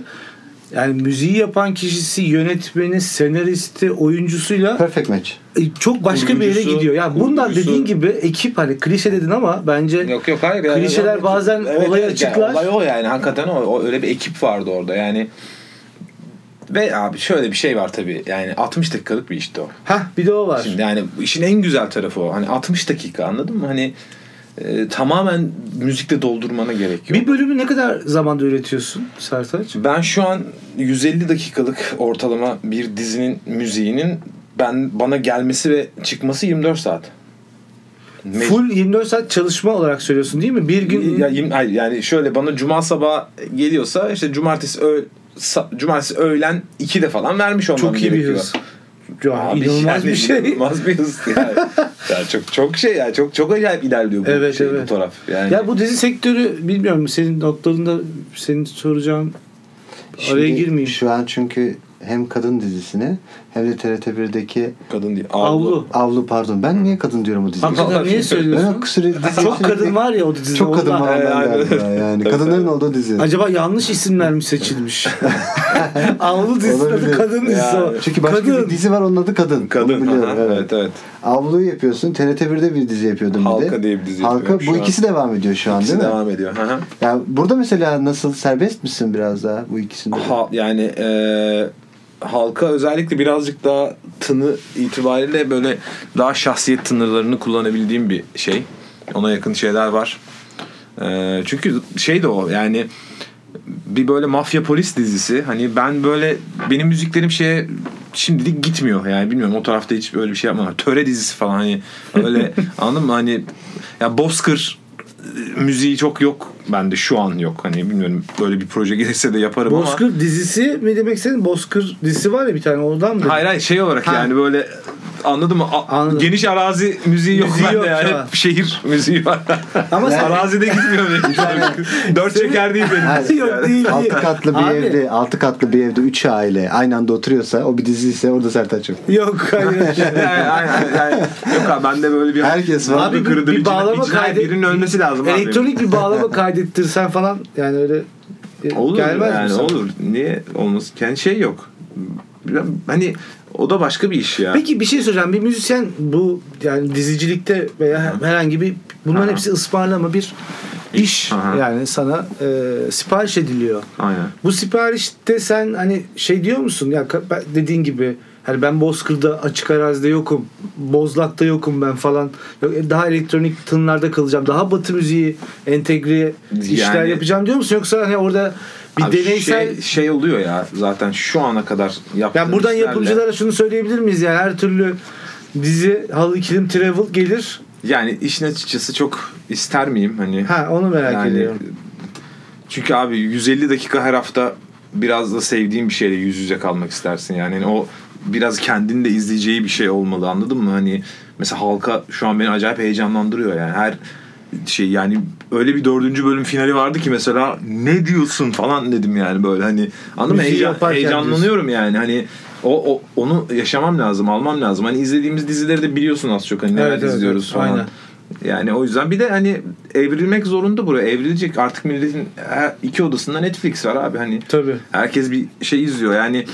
[SPEAKER 2] yani müziği yapan kişisi, yönetmeni, senaristi, oyuncusuyla
[SPEAKER 1] Perfect match.
[SPEAKER 2] e, çok başka bir yere
[SPEAKER 3] Kurgucusu,
[SPEAKER 2] gidiyor. Yani bundan
[SPEAKER 3] kurgucusu.
[SPEAKER 2] dediğin gibi ekip hani klişe dedin ama bence
[SPEAKER 3] Yok yok hayır. yani-
[SPEAKER 2] Klişeler bazen olayı açıklar.
[SPEAKER 3] Yani, olay o yani hakikaten o, o öyle bir ekip vardı orada yani. Ve abi şöyle bir şey var tabii yani 60 dakikalık bir işti o.
[SPEAKER 2] ha bir de o var.
[SPEAKER 3] Şimdi yani bu işin en güzel tarafı o. Hani 60 dakika anladın mı? Hani e, tamamen müzikle doldurmana gerek yok.
[SPEAKER 2] bir bölümü ne kadar zamanda üretiyorsun Sertaç?
[SPEAKER 3] Ben şu an 150 dakikalık ortalama bir dizinin müziğinin ben bana gelmesi ve çıkması 24 saat. Me-
[SPEAKER 2] Full 24 saat çalışma olarak söylüyorsun değil mi? Bir gün
[SPEAKER 3] Ya yirmi- hayır, yani şöyle bana cuma sabah geliyorsa işte cumartesi öğ sa- cumartesi öğlen 2'de falan vermiş olmam
[SPEAKER 2] çok iyi bir
[SPEAKER 3] gerekiyor.
[SPEAKER 2] hız. Ya,
[SPEAKER 3] Abi
[SPEAKER 2] inanılmaz
[SPEAKER 3] yani
[SPEAKER 1] [laughs]
[SPEAKER 2] bir şey.
[SPEAKER 3] İnanılmaz bir hız yani. Ya çok çok şey ya çok çok acayip ilerliyor bu
[SPEAKER 2] Evet,
[SPEAKER 3] şey bu
[SPEAKER 2] evet.
[SPEAKER 3] taraf.
[SPEAKER 2] [laughs]
[SPEAKER 3] Yani
[SPEAKER 2] Ya bu dizi sektörü bilmiyorum senin notlarında senin soracağın araya
[SPEAKER 1] Şimdi
[SPEAKER 2] girmeyeyim.
[SPEAKER 1] Şu an çünkü hem kadın dizisini hem de TRT1'deki
[SPEAKER 3] kadın diye
[SPEAKER 2] Avlu.
[SPEAKER 1] Avlu pardon. Ben niye kadın diyorum o diziye?
[SPEAKER 2] Hakikaten niye
[SPEAKER 1] şey Ben
[SPEAKER 2] söylüyorsun?
[SPEAKER 1] o süre dizi
[SPEAKER 2] Çok kadın var ya o dizide.
[SPEAKER 1] Çok kadın
[SPEAKER 2] ondan.
[SPEAKER 1] var
[SPEAKER 3] Evet,
[SPEAKER 1] ondan
[SPEAKER 3] aynen.
[SPEAKER 1] galiba yani.
[SPEAKER 3] Tabii,
[SPEAKER 1] Kadınların
[SPEAKER 3] tabii.
[SPEAKER 1] olduğu dizi.
[SPEAKER 2] Acaba yanlış isimler
[SPEAKER 1] [laughs]
[SPEAKER 2] mi seçilmiş? [laughs] Avlu dizisi adı
[SPEAKER 1] Olabilir.
[SPEAKER 2] kadın dizisi o.
[SPEAKER 1] Çünkü başka
[SPEAKER 2] kadın.
[SPEAKER 1] bir dizi var onun adı Kadın. Onu
[SPEAKER 3] Kadın.
[SPEAKER 1] biliyorum,
[SPEAKER 3] Aha,
[SPEAKER 1] evet.
[SPEAKER 3] evet evet.
[SPEAKER 1] Avluyu yapıyorsun. TRT1'de bir dizi yapıyordum bir de.
[SPEAKER 3] Halka diye bir dizi
[SPEAKER 1] Halka.
[SPEAKER 3] yapıyorum
[SPEAKER 1] Bu
[SPEAKER 3] şu an.
[SPEAKER 1] ikisi devam ediyor şu an
[SPEAKER 3] İkisi
[SPEAKER 1] değil mi?
[SPEAKER 3] devam ediyor. Hı hı.
[SPEAKER 1] Yani burada mesela nasıl serbest misin biraz daha bu ikisinde? de?
[SPEAKER 3] Ha, yani e, halka özellikle birazcık daha t- tını itibariyle böyle daha şahsiyet tınırlarını kullanabildiğim bir şey. Ona yakın şeyler var. Ee, çünkü şey de o yani bir böyle mafya polis dizisi. Hani ben böyle benim müziklerim şeye şimdilik gitmiyor yani bilmiyorum o tarafta hiç böyle bir şey yapmam. Töre dizisi falan hani öyle anladın mı hani ya Bozkır e, müziği çok yok bende şu an yok hani bilmiyorum böyle bir proje gelirse de yaparım ama
[SPEAKER 2] Bozkır dizisi mi demek istedin? Bozkır dizisi var ya bir tane oradan mı? dedin?
[SPEAKER 3] Hayır hayır şey olarak
[SPEAKER 2] Ha.
[SPEAKER 3] yani böyle anladın mı? A-
[SPEAKER 2] Anladım.
[SPEAKER 3] Geniş arazi müziği yok
[SPEAKER 2] Müziği
[SPEAKER 3] bende
[SPEAKER 2] yok
[SPEAKER 3] yani.
[SPEAKER 2] şu an.
[SPEAKER 3] Hep şehir
[SPEAKER 2] [laughs]
[SPEAKER 3] müziği var.
[SPEAKER 2] Ama sen-
[SPEAKER 3] Arazide gitmiyor benim. Dört çeker değil benim.
[SPEAKER 1] Hayır.
[SPEAKER 2] [laughs] Yok değil.
[SPEAKER 1] Altı katlı bir
[SPEAKER 2] Abi.
[SPEAKER 1] evde, altı katlı bir evde üç aile aynı anda oturuyorsa o bir dizi ise orada Sertaç yok.
[SPEAKER 2] Yok hayır.
[SPEAKER 1] [laughs]
[SPEAKER 3] Yani- yani- yani- Yok abi bende böyle bir
[SPEAKER 1] Herkes var.
[SPEAKER 3] Abi, kırdı, bir cina- bir cina- birinin ölmesi lazım abi.
[SPEAKER 2] Elektronik bir
[SPEAKER 3] [laughs]
[SPEAKER 2] bağlama kaydettirsen falan yani öyle e,
[SPEAKER 3] olur
[SPEAKER 2] gelmez mi
[SPEAKER 3] yani
[SPEAKER 2] sana?
[SPEAKER 3] olur. Niye olmaz? Kendi şey yok. Hani o da başka bir iş ya.
[SPEAKER 2] Peki bir şey soracağım. Bir müzisyen bu yani dizicilikte veya herhangi bir bunların
[SPEAKER 3] Aha.
[SPEAKER 2] hepsi ısmarlama bir iş
[SPEAKER 3] Aha.
[SPEAKER 2] yani sana e, sipariş ediliyor.
[SPEAKER 3] Aynen.
[SPEAKER 2] Bu siparişte sen hani şey diyor musun ya ka- ben- dediğin gibi hani ben Bozkır'da açık arazide yokum. Bozlak'ta yokum ben falan. Yok, e, Daha elektronik tınlarda kalacağım. Daha batı müziği entegre işler
[SPEAKER 3] Yani-
[SPEAKER 2] yapacağım diyor musun? Yoksa hani orada bir
[SPEAKER 3] Abi
[SPEAKER 2] deneysel
[SPEAKER 3] şey, şey oluyor ya zaten şu ana kadar yaptığım
[SPEAKER 2] yani buradan
[SPEAKER 3] işlerle-
[SPEAKER 2] yapımcılara şunu söyleyebilir miyiz yani her türlü dizi halı kilim travel gelir.
[SPEAKER 3] yani işin açıkçası çok ister miyim hani
[SPEAKER 2] Ha onu merak ediyorum.
[SPEAKER 3] Çünkü abi 150 dakika her hafta biraz da sevdiğin bir şeyle yüz yüze kalmak istersin yani. Yani o biraz kendini de izleyeceği bir şey olmalı anladın mı? Hani mesela halka şu an beni acayip heyecanlandırıyor yani her şey yani öyle bir dördüncü bölüm finali vardı ki mesela ne diyorsun falan dedim yani böyle hani anladın mı?
[SPEAKER 2] Müziği
[SPEAKER 3] Heyecan-
[SPEAKER 2] yaparken
[SPEAKER 3] heyecanlanıyorum yani hani o, o onu yaşamam lazım almam lazım hani izlediğimiz dizileri de biliyorsun az çok hani neler
[SPEAKER 2] Evet, evet,
[SPEAKER 3] izliyoruz
[SPEAKER 2] evet.
[SPEAKER 3] falan.
[SPEAKER 2] Aynen.
[SPEAKER 3] Yani o yüzden bir de hani evrilmek zorunda buraya. Evrilecek artık milletin her- iki odasında Netflix var abi hani.
[SPEAKER 2] Tabii.
[SPEAKER 3] Herkes bir şey izliyor yani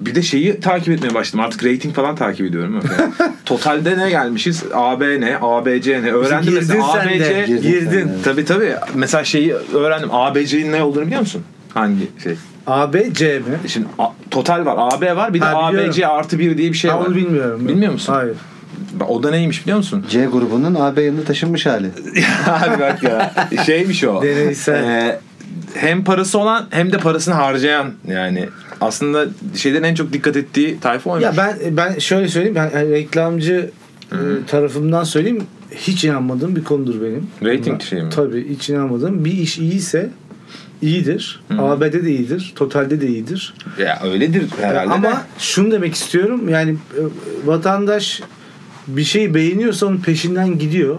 [SPEAKER 3] bir de şeyi takip etmeye başladım. Artık rating falan takip ediyorum.
[SPEAKER 2] [laughs]
[SPEAKER 3] Yani Totalde ne gelmişiz? AB ne? ABC ne? Öğrendim
[SPEAKER 2] girdin
[SPEAKER 3] mesela.
[SPEAKER 2] sen de.
[SPEAKER 3] ABC.
[SPEAKER 1] Girdin sen de, evet.
[SPEAKER 3] Tabii tabii. Mesela şeyi öğrendim. ABC'nin ne olduğunu biliyor musun? Hangi şey?
[SPEAKER 2] A, B, C mi?
[SPEAKER 3] Şimdi A- total var. AB var. Bir de
[SPEAKER 2] Ha, biliyorum.
[SPEAKER 3] ABC artı 1 diye bir şey
[SPEAKER 2] Ha,
[SPEAKER 3] var.
[SPEAKER 2] onu bilmiyorum. ben.
[SPEAKER 3] Bilmiyor musun?
[SPEAKER 2] Hayır.
[SPEAKER 3] O da neymiş biliyor musun?
[SPEAKER 1] C grubunun AB yanına taşınmış hali.
[SPEAKER 3] [laughs] Abi bak ya. Şeymiş o.
[SPEAKER 2] Deneysel.
[SPEAKER 3] Ee, hem parası olan hem de parasını harcayan yani. Aslında şeyden en çok dikkat ettiği tayfa oymuş.
[SPEAKER 2] Ya ben ben şöyle söyleyeyim ben yani reklamcı e, tarafımdan söyleyeyim hiç inanmadığım bir konudur benim.
[SPEAKER 3] Rating
[SPEAKER 2] Buna-
[SPEAKER 3] şeyi mi?
[SPEAKER 2] Tabii hiç inanmadığım. Bir iş iyiyse iyidir. AB'de de iyidir. Totalde de iyidir.
[SPEAKER 3] Ya öyledir herhalde
[SPEAKER 2] Ee, Ama
[SPEAKER 3] de.
[SPEAKER 2] şunu demek istiyorum. Yani e, vatandaş bir şeyi beğeniyorsa onun peşinden gidiyor.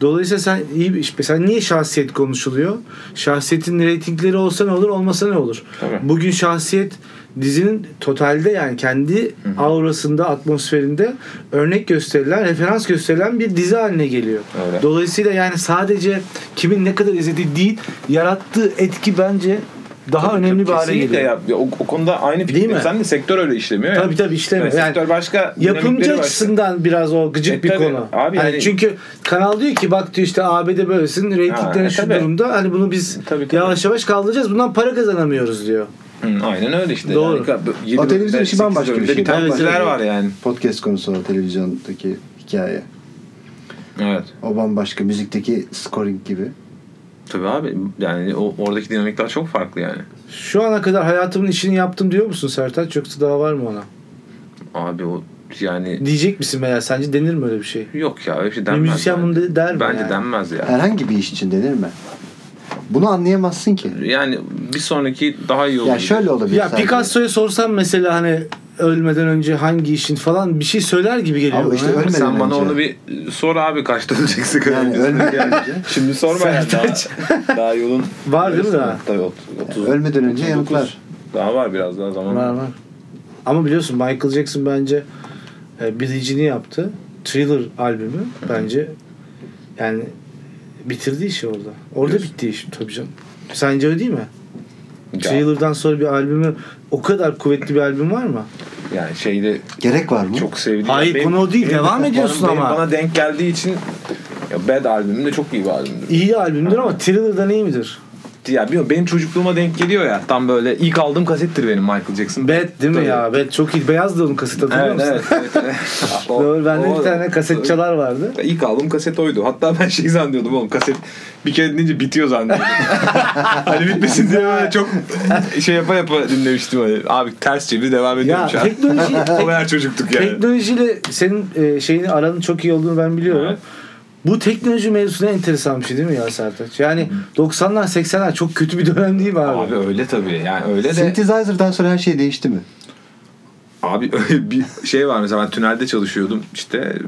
[SPEAKER 2] Dolayısıyla sen iyi bir iş. Mesela niye şahsiyet konuşuluyor? Şahsiyetin reytingleri olsa ne olur, olmasa ne olur?
[SPEAKER 3] Tabii.
[SPEAKER 2] Bugün şahsiyet dizinin totalde yani kendi aurasında, atmosferinde örnek gösterilen, referans gösterilen bir dizi haline geliyor.
[SPEAKER 3] Öyle.
[SPEAKER 2] Dolayısıyla yani sadece kimin ne kadar izlediği değil, yarattığı etki bence daha önemli bir hale
[SPEAKER 3] Kesinlikle
[SPEAKER 2] geliyor.
[SPEAKER 3] ya. Ya O, o konuda aynı
[SPEAKER 2] Değil
[SPEAKER 3] fikrim.
[SPEAKER 2] mi?
[SPEAKER 3] Sen de sektör öyle işlemiyor ya.
[SPEAKER 2] Tabii tabii işleme.
[SPEAKER 3] Yani
[SPEAKER 2] Yani
[SPEAKER 3] sektör başka. dinamikleri
[SPEAKER 2] yapımcı
[SPEAKER 3] başka.
[SPEAKER 2] açısından biraz o gıcık
[SPEAKER 3] E
[SPEAKER 2] bir
[SPEAKER 3] tabii,
[SPEAKER 2] konu.
[SPEAKER 3] abi
[SPEAKER 2] hani
[SPEAKER 3] yani-
[SPEAKER 2] çünkü kanal diyor ki bak diyor işte ABD böylesin, reytinglerin
[SPEAKER 3] e
[SPEAKER 2] şu
[SPEAKER 3] tabii. E,
[SPEAKER 2] durumda. Hani bunu biz
[SPEAKER 3] Tabii, tabii.
[SPEAKER 2] yavaş yavaş kaldıracağız. Bundan para kazanamıyoruz diyor.
[SPEAKER 3] Hı, aynen öyle işte.
[SPEAKER 2] Doğru.
[SPEAKER 3] Yani,
[SPEAKER 1] O televizyon işi bambaşka bir şey.
[SPEAKER 3] Biten
[SPEAKER 1] Evet,
[SPEAKER 3] diziler
[SPEAKER 1] evet.
[SPEAKER 3] var yani.
[SPEAKER 1] Podcast konusu o televizyondaki hikaye.
[SPEAKER 3] Evet.
[SPEAKER 1] O bambaşka müzikteki scoring gibi.
[SPEAKER 3] Tabii abi. Yani o, oradaki dinamikler çok farklı yani.
[SPEAKER 2] Şu ana kadar hayatımın işini yaptım diyor musun Sertaç? Yoksa daha var mı ona?
[SPEAKER 3] Abi o yani
[SPEAKER 2] Diyecek misin veya sence denir mi öyle bir şey?
[SPEAKER 3] Yok ya öyle bir şey
[SPEAKER 2] Bir
[SPEAKER 3] denmez.
[SPEAKER 2] müzisyen bunu
[SPEAKER 3] bence.
[SPEAKER 2] de- der mi
[SPEAKER 3] Bence
[SPEAKER 2] yani?
[SPEAKER 3] denmez ya.
[SPEAKER 1] Herhangi bir iş için denir mi? Bunu anlayamazsın ki.
[SPEAKER 3] Yani bir sonraki daha iyi olur.
[SPEAKER 1] Ya şöyle olabilir.
[SPEAKER 2] Ya
[SPEAKER 1] sadece.
[SPEAKER 2] Picasso'ya sorsam mesela hani ölmeden önce hangi işin falan bir şey söyler gibi geliyor.
[SPEAKER 1] Ama işte
[SPEAKER 2] bana.
[SPEAKER 1] öyle- ölmeden
[SPEAKER 3] Sen
[SPEAKER 1] önce.
[SPEAKER 3] bana onu bir sor abi kaçta öleceksin. [laughs]
[SPEAKER 1] Yani ölmeden önce.
[SPEAKER 3] Şimdi sorma ya daha, [laughs] daha yolun.
[SPEAKER 2] Var değil mi daha?
[SPEAKER 3] Tabii ot- otuz-
[SPEAKER 1] Ölmeden önce
[SPEAKER 3] 39.
[SPEAKER 1] yanıklar.
[SPEAKER 3] Daha var biraz daha zaman.
[SPEAKER 2] Var var. Ama biliyorsun Michael Jackson bence e, biricini yaptı. Thriller albümü bence yani bitirdi işi orada. Orada
[SPEAKER 3] Diyorsun.
[SPEAKER 2] bitti iş tabii canım. Sence öyle değil mi?
[SPEAKER 3] Ya,
[SPEAKER 2] Thriller'dan sonra bir albümü o kadar kuvvetli bir albüm var mı?
[SPEAKER 3] Yani şeyde
[SPEAKER 1] Gerek var mı?
[SPEAKER 3] çok sevdiğim.
[SPEAKER 2] Hayır, konu o değil. Devam
[SPEAKER 3] bana-
[SPEAKER 2] ediyorsun
[SPEAKER 3] benim
[SPEAKER 2] ama.
[SPEAKER 3] Bana denk geldiği için ya Bad albümü de çok iyi bir albümdür.
[SPEAKER 2] İyi albümdür ama Thriller'dan iyi midir?
[SPEAKER 3] kasetti ya. Bilmiyorum benim çocukluğuma denk geliyor ya. Tam böyle ilk aldığım kasettir benim Michael Jackson.
[SPEAKER 2] Bet değil mi
[SPEAKER 3] Tabii.
[SPEAKER 2] ya? Bet çok iyi. Beyazdı onun kaseti hatırlıyor
[SPEAKER 3] Evet,
[SPEAKER 2] musun?
[SPEAKER 3] evet, evet, evet. O-
[SPEAKER 2] Doğru. Bende
[SPEAKER 3] o-
[SPEAKER 2] bir tane kaset çalar vardı.
[SPEAKER 3] İlk aldığım kaset oydu. Hatta ben şey zannediyordum oğlum kaset bir kere dinleyince bitiyor zannediyordum. [laughs] hani bitmesin diye böyle çok şey yapa yapa dinlemiştim. Hani. Abi ters çevir devam
[SPEAKER 2] Ya
[SPEAKER 3] ediyormuş abi.
[SPEAKER 2] teknoloji, [laughs]
[SPEAKER 3] O kadar çocuktuk yani.
[SPEAKER 2] teknolojiyle senin e, şeyin aranın çok iyi olduğunu ben biliyorum.
[SPEAKER 3] Evet.
[SPEAKER 2] Bu teknoloji mevzusuna enteresan bir şey değil mi ya Sertaç? Yani 90'lar 80'ler çok kötü bir dönem değil mi abi?
[SPEAKER 3] Abi öyle tabii yani öyle de.
[SPEAKER 1] Synthesizer'dan sonra her şey değişti mi?
[SPEAKER 3] Abi [laughs] öyle bir şey var mesela ben tünelde çalışıyordum işte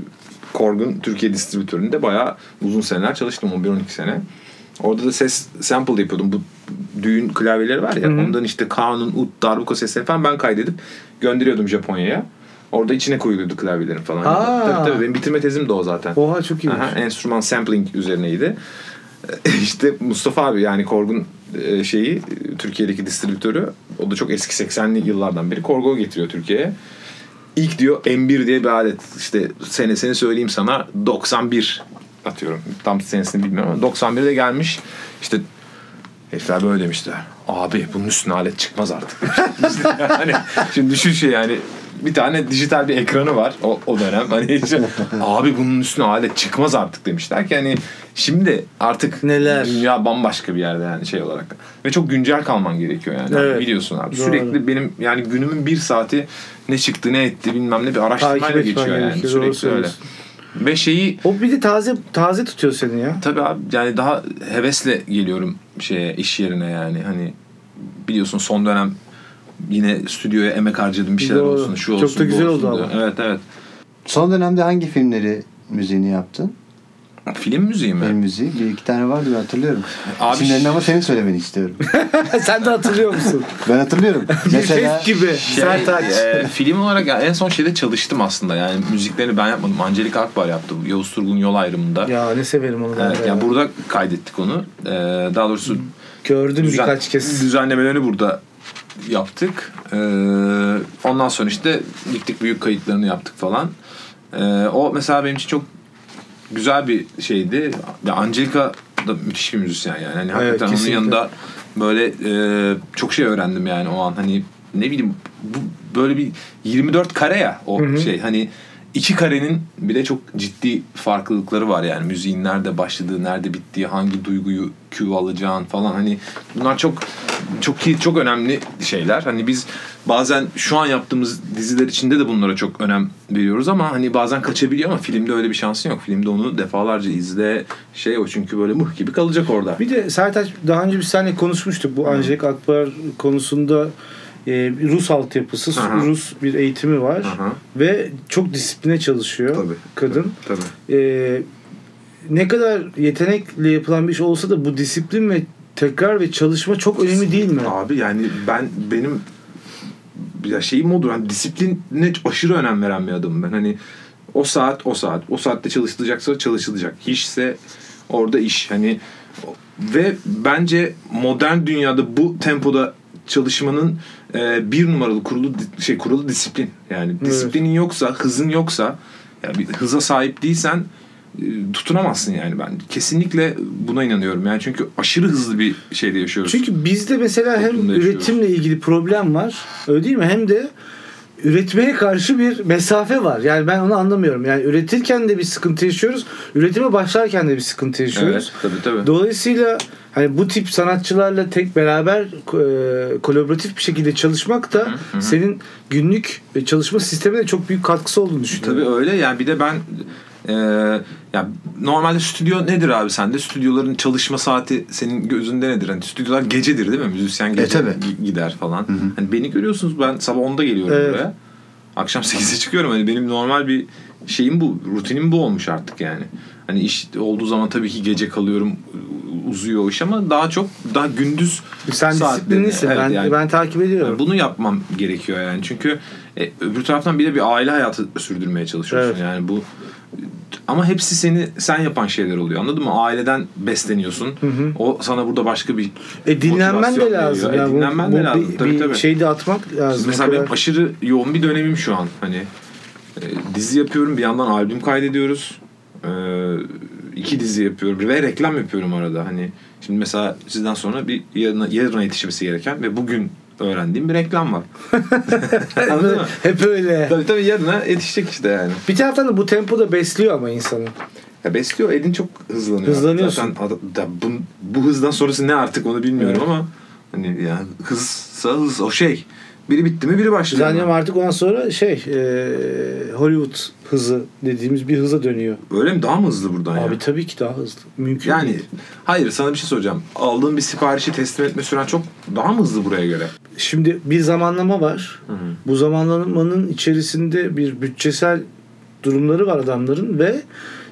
[SPEAKER 3] Korg'un Türkiye distribütöründe bayağı uzun seneler çalıştım 11-12 sene. Orada da ses sample yapıyordum. Bu düğün klavyeleri var ya
[SPEAKER 2] Hı hı.
[SPEAKER 3] ondan işte kanun, ut, darbuka sesleri falan ben kaydedip gönderiyordum Japonya'ya. Orada içine koyuluyordu klavyelerin falan.
[SPEAKER 2] Aa.
[SPEAKER 3] Tabii tabii benim bitirme tezim de o zaten.
[SPEAKER 2] Oha çok iyi.
[SPEAKER 3] Aha, enstrüman sampling üzerineydi. [laughs] işte Mustafa abi yani Korg'un e, şeyi e, Türkiye'deki distribütörü o da çok eski 80'li yıllardan beri Korg'u getiriyor Türkiye'ye. İlk diyor M1 diye bir alet işte senesini söyleyeyim sana 91 atıyorum. Tam senesini bilmiyorum ama 91'de gelmiş. İşte herifler böyle demişler. Abi bunun üstüne alet çıkmaz artık. [laughs] hani şimdi düşün şey yani bir tane dijital bir ekranı var o, o dönem. Hani [laughs] işte, abi bunun üstüne alet çıkmaz artık demişler ki hani şimdi artık
[SPEAKER 2] Neler?
[SPEAKER 3] dünya bambaşka bir yerde yani şey olarak. Ve çok güncel kalman gerekiyor yani.
[SPEAKER 2] Evet.
[SPEAKER 3] Biliyorsun abi.
[SPEAKER 2] Doğru.
[SPEAKER 3] Sürekli benim yani günümün bir saati ne çıktı ne etti bilmem ne bir
[SPEAKER 2] Takip
[SPEAKER 3] araştırmayla
[SPEAKER 2] etmen
[SPEAKER 3] geçiyor yani.
[SPEAKER 2] gerekiyor, doğru
[SPEAKER 3] Sürekli öyle.
[SPEAKER 2] söylüyorsun.
[SPEAKER 3] Ve şeyi
[SPEAKER 2] O bir de taze taze tutuyor seni ya. [laughs]
[SPEAKER 3] Tabii abi yani daha hevesle geliyorum şeye iş yerine yani hani biliyorsun son dönem yine stüdyoya emek harcadım bir şeyler
[SPEAKER 2] Doğru.
[SPEAKER 3] olsun şu
[SPEAKER 2] Çok
[SPEAKER 3] olsun
[SPEAKER 2] da
[SPEAKER 3] bu
[SPEAKER 2] güzel
[SPEAKER 3] olsun
[SPEAKER 2] oldu
[SPEAKER 3] diye.
[SPEAKER 2] ama.
[SPEAKER 3] Evet evet.
[SPEAKER 1] Son dönemde hangi filmleri müziğini yaptın?
[SPEAKER 3] Film müziği mi?
[SPEAKER 1] Film müziği. Bir iki tane vardı ben hatırlıyorum.
[SPEAKER 3] Abi-
[SPEAKER 1] İsimlerini ama senin söylemeni istiyorum.
[SPEAKER 2] Sen de hatırlıyor musun?
[SPEAKER 1] Ben
[SPEAKER 3] [laughs]
[SPEAKER 1] hatırlıyorum. Mesela
[SPEAKER 2] Ses gibi.
[SPEAKER 3] Şey,
[SPEAKER 2] Sertaç.
[SPEAKER 3] e, film olarak ya en son şeyde çalıştım aslında yani müziklerini ben yapmadım. Angelika Akbar yaptı. bu Yavuz Turgul'un yol ayrımında.
[SPEAKER 2] Ya ne severim onu ben.
[SPEAKER 3] e, Evet,
[SPEAKER 2] de ya.
[SPEAKER 3] yani burada kaydettik onu. Ee, daha doğrusu
[SPEAKER 2] Gördüm
[SPEAKER 3] Düzen-
[SPEAKER 2] birkaç kez.
[SPEAKER 3] Düzenlemelerini burada yaptık. Ee, ondan sonra işte diktik büyük kayıtlarını yaptık falan. Ee, o mesela benim için çok güzel bir şeydi. Ya Angelica da müthiş bir müzisyen yani. Hani hakikaten onun
[SPEAKER 2] kesinlikle.
[SPEAKER 3] yanında böyle e, çok şey öğrendim yani o an. Hani ne bileyim bu böyle bir 24 kare ya o
[SPEAKER 2] Hı hı.
[SPEAKER 3] şey. Hani iki karenin bile çok ciddi farklılıkları var yani. Müziğin nerede başladığı, nerede bittiği, hangi duyguyu Q alacağın falan. Hani bunlar çok çok ki- çok önemli şeyler. Hani biz bazen şu an yaptığımız diziler içinde de bunlara çok önem veriyoruz ama hani bazen kaçabiliyor ama filmde öyle bir şansın yok. Filmde onu defalarca izle şey o çünkü böyle mıh gibi kalacak orada.
[SPEAKER 2] Bir de Sertaç daha önce biz seninle konuşmuştuk. Bu Angelik Akbar konusunda e, bir Rus altyapısı,
[SPEAKER 3] Aha.
[SPEAKER 2] Rus bir eğitimi var.
[SPEAKER 3] Aha.
[SPEAKER 2] Ve çok disipline çalışıyor
[SPEAKER 3] Tabii.
[SPEAKER 2] kadın.
[SPEAKER 3] Tabii.
[SPEAKER 2] E, ne kadar yetenekle yapılan bir iş olsa da bu disiplin ve tekrar ve çalışma çok önemli değil mi?
[SPEAKER 3] Abi yani ben benim ya şeyim odur hani disipline aşırı önem veren bir adamım ben. Hani o saat o saat o saatte çalışılacaksa çalışılacak. İşse orada iş. Hani ve bence modern dünyada bu tempoda çalışmanın e, bir numaralı kurulu di- şey kuralı disiplin. Yani disiplinin yoksa, hızın yoksa ya bir hıza sahip değilsen e, tutunamazsın yani ben kesinlikle buna inanıyorum yani çünkü aşırı hızlı bir şeyde yaşıyoruz.
[SPEAKER 2] Çünkü bizde mesela hem
[SPEAKER 3] Toplumda yaşıyoruz.
[SPEAKER 2] üretimle ilgili problem var. Öyle değil mi? Hem de üretmeye karşı bir mesafe var. Yani ben onu anlamıyorum. Yani üretirken de bir sıkıntı yaşıyoruz. Üretime başlarken de bir sıkıntı yaşıyoruz.
[SPEAKER 3] tabii tabii.
[SPEAKER 2] Dolayısıyla hani bu tip sanatçılarla tek beraber e, kolaboratif bir şekilde çalışmak da senin günlük e, çalışma sistemine çok büyük katkısı olduğunu düşünüyorum.
[SPEAKER 3] tabii öyle yani bir de ben e, ya normalde stüdyo nedir abi sende? Stüdyoların çalışma saati senin gözünde nedir? Hani stüdyolar gecedir değil mi? Müzisyen gece
[SPEAKER 1] tabii.
[SPEAKER 3] gi- gider falan. Hani beni görüyorsunuz ben sabah 10'da geliyorum
[SPEAKER 2] Evet.
[SPEAKER 3] buraya. Akşam 8'e çıkıyorum. Hani benim normal bir şeyim bu. Rutinim bu olmuş artık yani. Hani iş olduğu zaman tabii ki gece kalıyorum uzuyor o iş ama daha çok daha gündüz
[SPEAKER 2] Sen
[SPEAKER 3] saatlerine-
[SPEAKER 2] disiplinlisin.
[SPEAKER 3] Evet
[SPEAKER 2] ben,
[SPEAKER 3] yani.
[SPEAKER 2] ben takip ediyorum.
[SPEAKER 3] Yani bunu yapmam gerekiyor yani. Çünkü e, öbür taraftan bir de bir aile hayatı sürdürmeye çalışıyorsun.
[SPEAKER 2] Evet.
[SPEAKER 3] Yani bu ama hepsi seni sen yapan şeyler oluyor. Anladın mı? Aileden besleniyorsun. O sana burada başka bir
[SPEAKER 2] E dinlenmen
[SPEAKER 3] motivasyon
[SPEAKER 2] de lazım.
[SPEAKER 3] veriyor. E,
[SPEAKER 2] Yani bu-
[SPEAKER 3] dinlenmen
[SPEAKER 2] bu
[SPEAKER 3] de lazım.
[SPEAKER 2] Bir,
[SPEAKER 3] tabii
[SPEAKER 2] bir
[SPEAKER 3] tabii.
[SPEAKER 2] şey de atmak lazım.
[SPEAKER 3] Mesela
[SPEAKER 2] O
[SPEAKER 3] benim
[SPEAKER 2] kadar-
[SPEAKER 3] aşırı yoğun bir dönemim şu an. Hani e, dizi yapıyorum, bir yandan albüm kaydediyoruz. E, iki dizi yapıyorum ve reklam yapıyorum arada. Hani şimdi mesela sizden sonra bir yarına, yarına yetişmesi gereken ve bugün öğrendiğim bir
[SPEAKER 2] [laughs]
[SPEAKER 3] reklam var. Anladın mı?
[SPEAKER 2] Hep öyle.
[SPEAKER 3] Tabii tabii yarına yetişecek işte yani.
[SPEAKER 2] Bir taraftan da bu tempo da besliyor ama insanı.
[SPEAKER 3] Ya besliyor elin çok hızlanıyor.
[SPEAKER 2] Hızlanıyorsun.
[SPEAKER 3] Zaten adam- da bu, bu hızdan sonrası ne artık onu bilmiyorum ama hani ya hızsa hız o şey. Biri bitti mi biri başlıyor.
[SPEAKER 2] Zannediyorum artık ondan sonra şey e, Hollywood hızı dediğimiz bir hıza dönüyor.
[SPEAKER 3] Öyle mi? Daha mı hızlı buradan ya?
[SPEAKER 2] Abi tabii ki daha hızlı. Mümkün
[SPEAKER 3] Yani
[SPEAKER 2] değil.
[SPEAKER 3] hayır sana bir şey soracağım. Aldığın bir siparişi teslim etme süren çok daha mı hızlı buraya göre?
[SPEAKER 2] Şimdi bir zamanlama var. Bu zamanlamanın içerisinde bir bütçesel durumları var adamların ve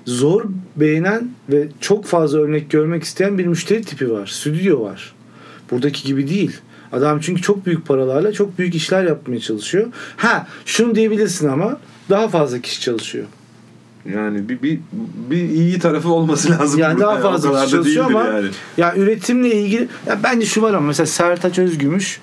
[SPEAKER 2] zor beğenen ve çok fazla örnek görmek isteyen bir müşteri tipi var. Stüdyo var. Buradaki gibi değil. Adam çünkü çok büyük paralarla çok büyük işler yapmaya çalışıyor. Ha şunu diyebilirsin ama daha fazla kişi çalışıyor.
[SPEAKER 3] Yani bir, bir, bir iyi tarafı olması lazım.
[SPEAKER 2] Yani
[SPEAKER 3] burada
[SPEAKER 2] daha
[SPEAKER 3] O
[SPEAKER 2] fazla
[SPEAKER 3] kadar da
[SPEAKER 2] kişi çalışıyor
[SPEAKER 3] değildir
[SPEAKER 2] ama
[SPEAKER 3] yani.
[SPEAKER 2] ya üretimle ilgili ya bence şu var ama mesela Sertaç Özgümüş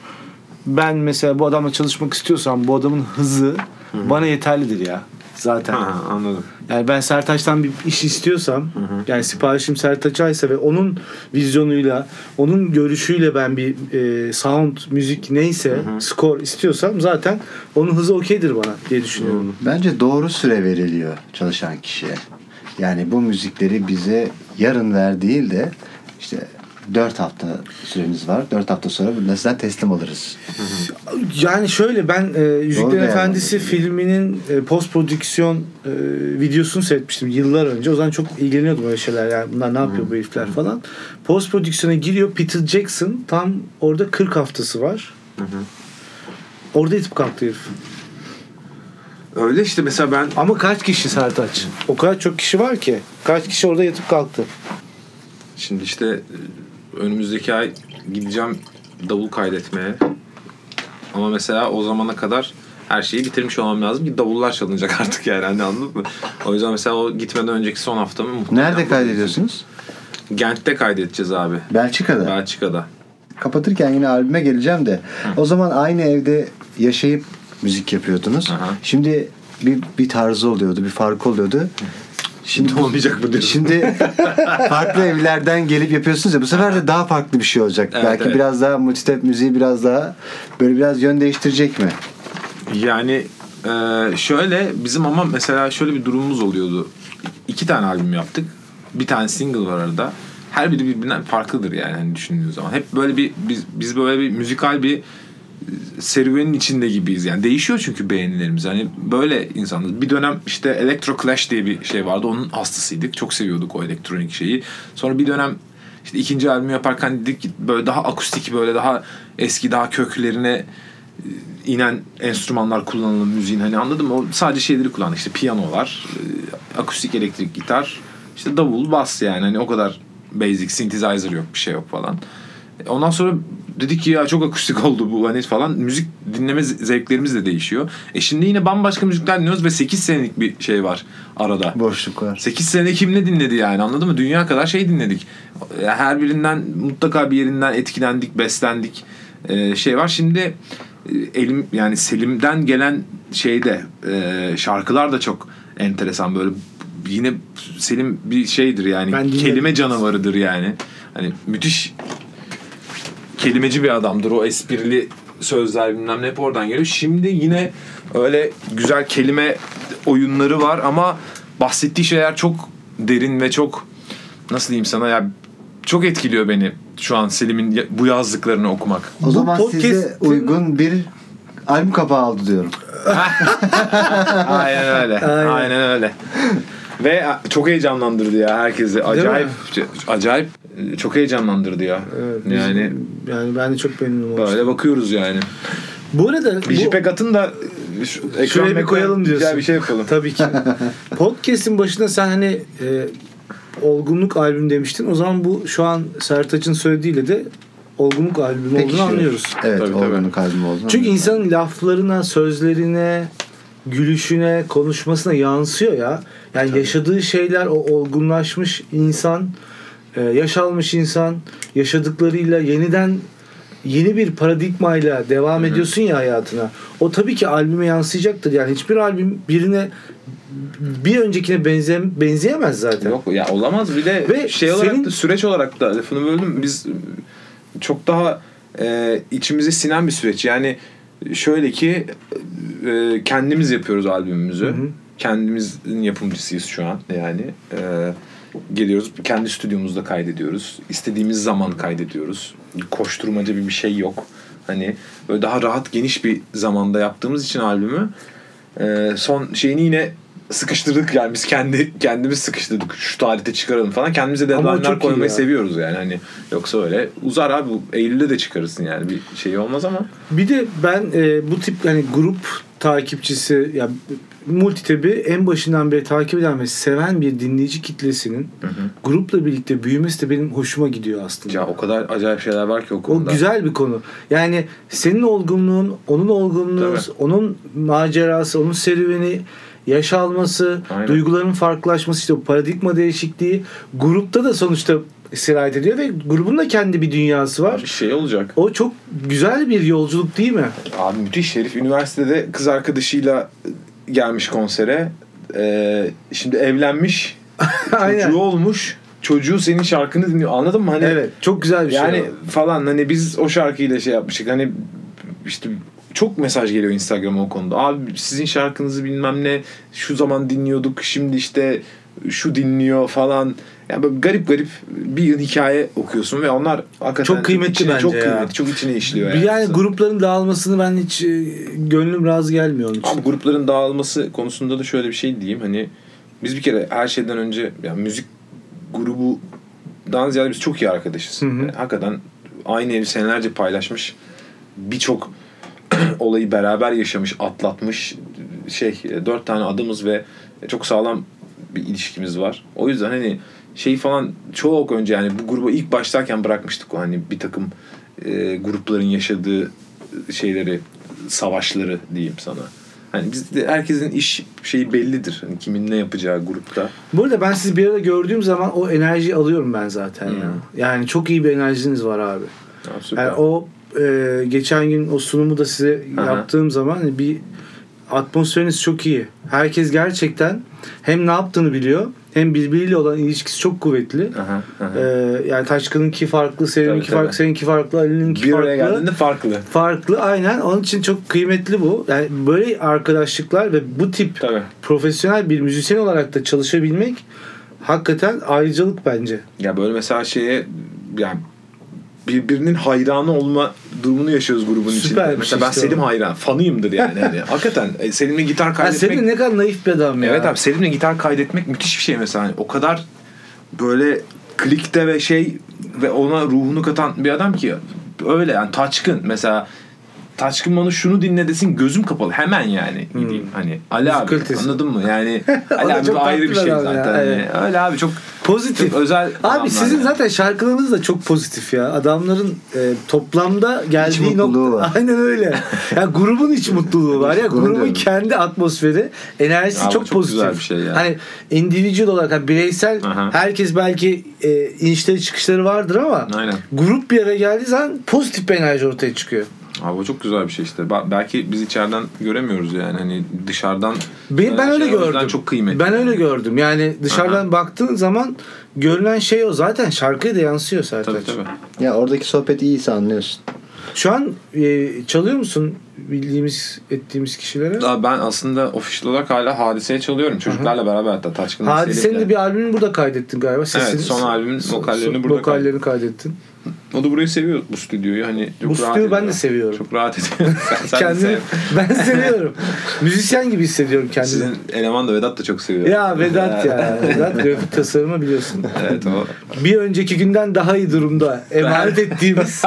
[SPEAKER 2] ben mesela bu adamla çalışmak istiyorsam bu adamın hızı bana yeterlidir ya zaten.
[SPEAKER 3] Ha, anladım.
[SPEAKER 2] Yani ben Sertaç'tan bir iş istiyorsam yani siparişim Sertaç'a ise ve onun vizyonuyla onun görüşüyle ben bir e, sound, müzik neyse score istiyorsam zaten onun hızı okeydir bana diye düşünüyorum.
[SPEAKER 1] Bence doğru süre veriliyor çalışan kişiye. Yani bu müzikleri bize yarın ver değil de işte 4 hafta süremiz var. 4 hafta sonra bundan teslim alırız.
[SPEAKER 2] Yani şöyle ben e, Yüzüklerin
[SPEAKER 1] değerlendirme.
[SPEAKER 2] Efendisi filminin e, post prodüksiyon e, videosunu seyretmiştim yıllar önce. O zaman çok ilgileniyordum öyle şeyler yani bunlar ne yapıyor bu herifler falan. Post prodüksiyona giriyor Peter Jackson tam orada 40 haftası var. Orada itip kalktı herif.
[SPEAKER 3] Öyle işte mesela ben
[SPEAKER 2] Ama kaç kişi Sertaç? O kadar çok kişi var ki. Kaç kişi orada yatıp kalktı.
[SPEAKER 3] şimdi işte e, önümüzdeki ay gideceğim davul kaydetmeye. Ama mesela o zamana kadar her şeyi bitirmiş olmam lazım ki davullar çalınacak [laughs] artık yani hani anladın mı? O yüzden mesela o gitmeden önceki son haftamı muhtemelen
[SPEAKER 1] Nerede kaydediyorsunuz?
[SPEAKER 3] Gent'te kaydedeceğiz abi.
[SPEAKER 1] Belçika'da.
[SPEAKER 3] Belçika'da.
[SPEAKER 1] Kapatırken yine albüme geleceğim de o zaman aynı evde yaşayıp müzik yapıyordunuz.
[SPEAKER 3] Aha.
[SPEAKER 1] Şimdi bir bir tarzı oluyordu, bir farkı oluyordu. Şimdi
[SPEAKER 3] olmayacak mı diyorsun?
[SPEAKER 1] Şimdi farklı evlerden gelip yapıyorsunuz ya bu sefer de daha farklı bir şey olacak.
[SPEAKER 3] Evet,
[SPEAKER 1] Belki
[SPEAKER 3] evet.
[SPEAKER 1] biraz daha multitap müziği biraz daha böyle biraz yön değiştirecek mi?
[SPEAKER 3] Yani e, şöyle bizim ama mesela şöyle bir durumumuz oluyordu. İki tane albüm yaptık. Bir tane single var arada. Her biri birbirinden farklıdır yani hani düşündüğünüz zaman. Hep böyle bir biz, biz böyle bir müzikal bir serüvenin içinde gibiyiz yani. Değişiyor çünkü beğenilerimiz. Hani böyle insanız. Bir dönem işte Electro Clash diye bir şey vardı. Onun hastasıydık. Çok seviyorduk o elektronik şeyi. Sonra bir dönem işte ikinci albümü yaparken dedik ki böyle daha akustik böyle daha eski daha köklerine inen enstrümanlar kullanılan müziğin hani anladın mı? O sadece şeyleri kullandı. İşte piyanolar, e, akustik elektrik gitar, işte davul, bas yani hani o kadar basic synthesizer yok bir şey yok falan. E, Ondan sonra dedik ki ya çok akustik oldu bu hani falan. Müzik dinleme ze- zevklerimiz de değişiyor. E şimdi yine bambaşka müzikler dinliyoruz ve 8 senelik bir şey var arada.
[SPEAKER 1] Boşluk var.
[SPEAKER 3] 8 sene kim ne dinledi yani anladın mı? Dünya kadar şey dinledik. Her birinden mutlaka bir yerinden etkilendik, beslendik. Ee, şey var şimdi e, elim yani Selim'den gelen şeyde e, şarkılar da çok enteresan böyle yine Selim bir şeydir yani
[SPEAKER 2] Ben dinledim.
[SPEAKER 3] kelime canavarıdır yani. Hani müthiş kelimeci bir adamdır. O esprili sözler bilmem ne hep oradan geliyor. Şimdi yine öyle güzel kelime oyunları var ama bahsettiği şeyler çok derin ve çok nasıl diyeyim sana ya çok etkiliyor beni şu an Selim'in ya- bu yazdıklarını okumak.
[SPEAKER 1] O zaman size
[SPEAKER 2] podcast'in-
[SPEAKER 1] uygun bir albüm kapağı aldı diyorum.
[SPEAKER 3] Aynen
[SPEAKER 2] [laughs]
[SPEAKER 3] öyle.
[SPEAKER 2] Aynen. [laughs]
[SPEAKER 3] Aynen, öyle. Ve çok heyecanlandırdı ya herkesi. Acayip acayip çok heyecanlandırdı ya.
[SPEAKER 2] Evet, biz-
[SPEAKER 3] yani
[SPEAKER 2] Yani ben de çok memnunum.
[SPEAKER 3] böyle bakıyoruz yani.
[SPEAKER 2] Bu arada
[SPEAKER 3] Bir
[SPEAKER 2] bu-
[SPEAKER 3] jipek atın da e, şu ekran
[SPEAKER 2] bir
[SPEAKER 3] mekran
[SPEAKER 2] koyalım
[SPEAKER 3] güzel
[SPEAKER 2] diyorsun.
[SPEAKER 3] bir şey yapalım.
[SPEAKER 2] [laughs] Tabii ki. Podcast'in başında sen hani e, olgunluk albüm demiştin. O zaman bu şu an Sertaç'ın söylediğiyle de olgunluk albümü olduğunu şey-
[SPEAKER 1] Pekişiyor.
[SPEAKER 2] anlıyoruz.
[SPEAKER 1] Evet,
[SPEAKER 3] Tabii, tabii.
[SPEAKER 1] olgunluk albümü olduğunu
[SPEAKER 2] Çünkü
[SPEAKER 1] anlıyorum.
[SPEAKER 2] insanın laflarına, sözlerine, gülüşüne, konuşmasına yansıyor ya. Yani yaşadığı şeyler o olgunlaşmış insan, e, yaşalmış insan yaşadıklarıyla yeniden yeni bir paradigmayla devam ediyorsun ya hayatına. O tabii ki albüme yansıyacaktır. Yani hiçbir albüm birine bir öncekine benze, benzeyemez zaten.
[SPEAKER 3] Yok ya olamaz bir de
[SPEAKER 2] Ve
[SPEAKER 3] şey olarak
[SPEAKER 2] senin-
[SPEAKER 3] da süreç olarak da lafını böldüm biz çok daha e, içimize sinen bir süreç yani şöyle ki e, kendimiz yapıyoruz albümümüzü kendimizin yapımcısıyız şu an yani E, geliyoruz kendi stüdyomuzda kaydediyoruz istediğimiz zaman kaydediyoruz koşturmaca bir bir şey yok hani böyle daha rahat geniş bir zamanda yaptığımız için albümü ee, son şeyini yine sıkıştırdık yani biz kendi kendimiz sıkıştırdık şu tarihte çıkaralım falan
[SPEAKER 2] Ama
[SPEAKER 3] kendimize
[SPEAKER 2] o
[SPEAKER 3] deadline'lar
[SPEAKER 2] çok iyi
[SPEAKER 3] koymayı
[SPEAKER 2] ya.
[SPEAKER 3] seviyoruz yani hani yoksa öyle uzar abi bu Eylül'de de çıkarırsın yani bir şey olmaz ama
[SPEAKER 2] Bir de ben e, bu tip hani grup takipçisi ya multitebi en başından beri takip eden ve seven bir dinleyici kitlesinin grupla birlikte büyümesi de benim hoşuma gidiyor aslında.
[SPEAKER 3] ya o kadar acayip şeyler var ki o
[SPEAKER 2] O
[SPEAKER 3] konuda.
[SPEAKER 2] güzel bir konu. Yani senin olgunluğun, onun olgunluğu,
[SPEAKER 3] Tabii.
[SPEAKER 2] onun macerası, onun serüveni, yaş alması,
[SPEAKER 3] Aynen.
[SPEAKER 2] duyguların farklılaşması, işte o paradigma değişikliği grupta da sonuçta sirayet ediyor ve grubun da kendi bir dünyası var.
[SPEAKER 3] Abi şey olacak.
[SPEAKER 2] O çok güzel bir yolculuk değil mi?
[SPEAKER 3] Abi müthiş herif üniversitede kız arkadaşıyla gelmiş konsere. Ee, şimdi evlenmiş.
[SPEAKER 2] [laughs] Aynen.
[SPEAKER 3] Çocuğu olmuş. Çocuğu senin şarkını dinliyor. Anladın mı? Hani
[SPEAKER 2] Evet, çok güzel bir
[SPEAKER 3] yani
[SPEAKER 2] şey.
[SPEAKER 3] falan hani biz o şarkıyla şey yapmıştık hani işte çok mesaj geliyor Instagram'a o konuda. Abi sizin şarkınızı bilmem ne şu zaman dinliyorduk şimdi işte şu dinliyor falan. Yani böyle garip garip bir yıl hikaye okuyorsun ve onlar hakikaten
[SPEAKER 2] Çok kıymetli
[SPEAKER 3] içine-
[SPEAKER 2] bence
[SPEAKER 3] çok
[SPEAKER 2] ya.
[SPEAKER 3] kıymetli, çok içine işliyor
[SPEAKER 2] Yani,
[SPEAKER 3] yani.
[SPEAKER 2] yani grupların dağılmasını ben hiç e, gönlüm razı gelmiyor onun için.
[SPEAKER 3] Abi grupların dağılması konusunda da şöyle bir şey diyeyim. Hani biz bir kere her şeyden önce yani müzik grubundan ziyade biz çok iyi arkadaşız.
[SPEAKER 2] Hı hı.
[SPEAKER 3] Yani hakikaten aynı evi senelerce paylaşmış. Birçok [clears throat] olayı beraber yaşamış, atlatmış şey e, dört tane adımız ve çok sağlam bir ilişkimiz var. O yüzden hani şey falan çok önce yani bu gruba ilk başlarken bırakmıştık o hani bir takım e, grupların yaşadığı şeyleri savaşları diyeyim sana. Hani biz de herkesin iş şeyi bellidir. Hani kimin ne yapacağı grupta.
[SPEAKER 2] Bu arada ben sizi bir arada gördüğüm zaman o enerjiyi alıyorum ben zaten ya. Yani çok iyi bir enerjiniz var abi.
[SPEAKER 3] Ya Hmm. süper.
[SPEAKER 2] Yani o e, geçen gün o sunumu da size
[SPEAKER 3] Aha.
[SPEAKER 2] yaptığım zaman hani bir atmosferiniz çok iyi. Herkes gerçekten hem ne yaptığını biliyor hem birbiriyle olan ilişkisi çok kuvvetli.
[SPEAKER 3] Aha, aha.
[SPEAKER 2] E, yani Taşkın'ınki farklı,
[SPEAKER 3] Tabii,
[SPEAKER 2] Selim'inki
[SPEAKER 3] tabii.
[SPEAKER 2] farklı, seninki farklı, Ali'ninki
[SPEAKER 3] bir
[SPEAKER 2] farklı.
[SPEAKER 3] araya geldiğinde farklı.
[SPEAKER 2] Farklı aynen. Onun için çok kıymetli bu. Yani böyle arkadaşlıklar ve bu tip
[SPEAKER 3] Tabii.
[SPEAKER 2] profesyonel bir müzisyen olarak da çalışabilmek hakikaten ayrıcalık bence.
[SPEAKER 3] Ya böyle mesela şeye yani birbirinin hayranı olma durumunu yaşıyoruz grubun
[SPEAKER 2] Süper
[SPEAKER 3] içinde.
[SPEAKER 2] bir
[SPEAKER 3] Mesela
[SPEAKER 2] şey
[SPEAKER 3] ben
[SPEAKER 2] işte
[SPEAKER 3] Selim
[SPEAKER 2] o.
[SPEAKER 3] hayran, fanıyımdır
[SPEAKER 2] [laughs]
[SPEAKER 3] yani. yani hakikaten e, Selim'le gitar
[SPEAKER 2] Ya
[SPEAKER 3] kaydetmek.
[SPEAKER 2] senin ne kadar naif bir adam ya.
[SPEAKER 3] Evet abi Selim'le gitar kaydetmek müthiş bir şey mesela. Hani o kadar böyle klikte ve şey ve ona ruhunu katan bir adam ki öyle yani Taçkın mesela Taçkın bana şunu dinle desin gözüm kapalı hemen yani gideyim hani Ali
[SPEAKER 2] Müzik
[SPEAKER 3] abi
[SPEAKER 2] kalitesi.
[SPEAKER 3] anladın mı
[SPEAKER 2] [laughs]
[SPEAKER 3] yani
[SPEAKER 2] Hmm. O
[SPEAKER 3] Ali
[SPEAKER 2] da
[SPEAKER 3] abi
[SPEAKER 2] çok
[SPEAKER 3] ayrı bir
[SPEAKER 2] tatlı
[SPEAKER 3] şey
[SPEAKER 2] adam ya,
[SPEAKER 3] zaten hani.
[SPEAKER 2] evet.
[SPEAKER 3] öyle abi çok
[SPEAKER 2] Pozitif.
[SPEAKER 3] çok özel adamlar
[SPEAKER 2] Abi sizin
[SPEAKER 3] yani.
[SPEAKER 2] zaten şarkılarınız da çok pozitif ya. Adamların e, toplamda geldiği
[SPEAKER 1] mutluluğu
[SPEAKER 2] nokta.
[SPEAKER 1] var.
[SPEAKER 2] [laughs] Aynen öyle. ya grubun iç mutluluğu var ya.
[SPEAKER 1] Grubun
[SPEAKER 2] grubun
[SPEAKER 1] diyorum.
[SPEAKER 2] kendi atmosferi, enerjisi
[SPEAKER 3] Abi
[SPEAKER 2] çok,
[SPEAKER 3] çok
[SPEAKER 2] pozitif.
[SPEAKER 3] güzel bir şey ya.
[SPEAKER 2] Hani individual olarak hani bireysel
[SPEAKER 3] Aha.
[SPEAKER 2] herkes belki e, inişleri çıkışları vardır ama
[SPEAKER 3] Aynen.
[SPEAKER 2] grup bir araya geldiği zaman pozitif bir enerji ortaya çıkıyor.
[SPEAKER 3] Abi o çok güzel bir şey işte. Ba- Belki biz içeriden göremiyoruz yani hani dışarıdan.
[SPEAKER 2] Ben, ben
[SPEAKER 3] Şey,
[SPEAKER 2] öyle
[SPEAKER 3] o yüzden
[SPEAKER 2] gördüm.
[SPEAKER 3] Çok kıymetli.
[SPEAKER 2] Ben öyle gördüm. Yani dışarıdan baktığın zaman görünen şey o zaten. Şarkıya da yansıyor zaten.
[SPEAKER 3] Tabii tabii.
[SPEAKER 1] Ya oradaki sohbet iyiyse anlıyorsun.
[SPEAKER 2] Şu an e, çalıyor musun bildiğimiz ettiğimiz kişilere?
[SPEAKER 3] Daha ben aslında official olarak hala hadiseye çalıyorum. Çocuklarla beraber hatta Taşkın'ın
[SPEAKER 2] Hadisenin de bir albümünü burada kaydettin galiba. Sesini,
[SPEAKER 3] Evet, son albümün
[SPEAKER 2] son-
[SPEAKER 3] vokallerini
[SPEAKER 2] son-
[SPEAKER 3] burada
[SPEAKER 2] vokallerini kaydettin.
[SPEAKER 3] O da burayı seviyor bu stüdyoyu. Hani çok
[SPEAKER 2] Bu
[SPEAKER 3] rahat
[SPEAKER 2] stüdyoyu ben
[SPEAKER 3] ediyor.
[SPEAKER 2] de seviyorum.
[SPEAKER 3] Çok
[SPEAKER 2] [laughs]
[SPEAKER 3] rahat ediyor. sen, sen de
[SPEAKER 2] Kendimi
[SPEAKER 3] sev.
[SPEAKER 2] [laughs] ben seviyorum. Müzisyen gibi hissediyorum kendimi.
[SPEAKER 3] Sizin eleman da Vedat da çok seviyor.
[SPEAKER 2] Ya Vedat
[SPEAKER 3] [laughs]
[SPEAKER 2] ya. Vedat grafik tasarımı biliyorsun.
[SPEAKER 3] evet o.
[SPEAKER 2] Bir önceki günden daha iyi durumda emanet
[SPEAKER 3] [laughs]
[SPEAKER 2] ettiğimiz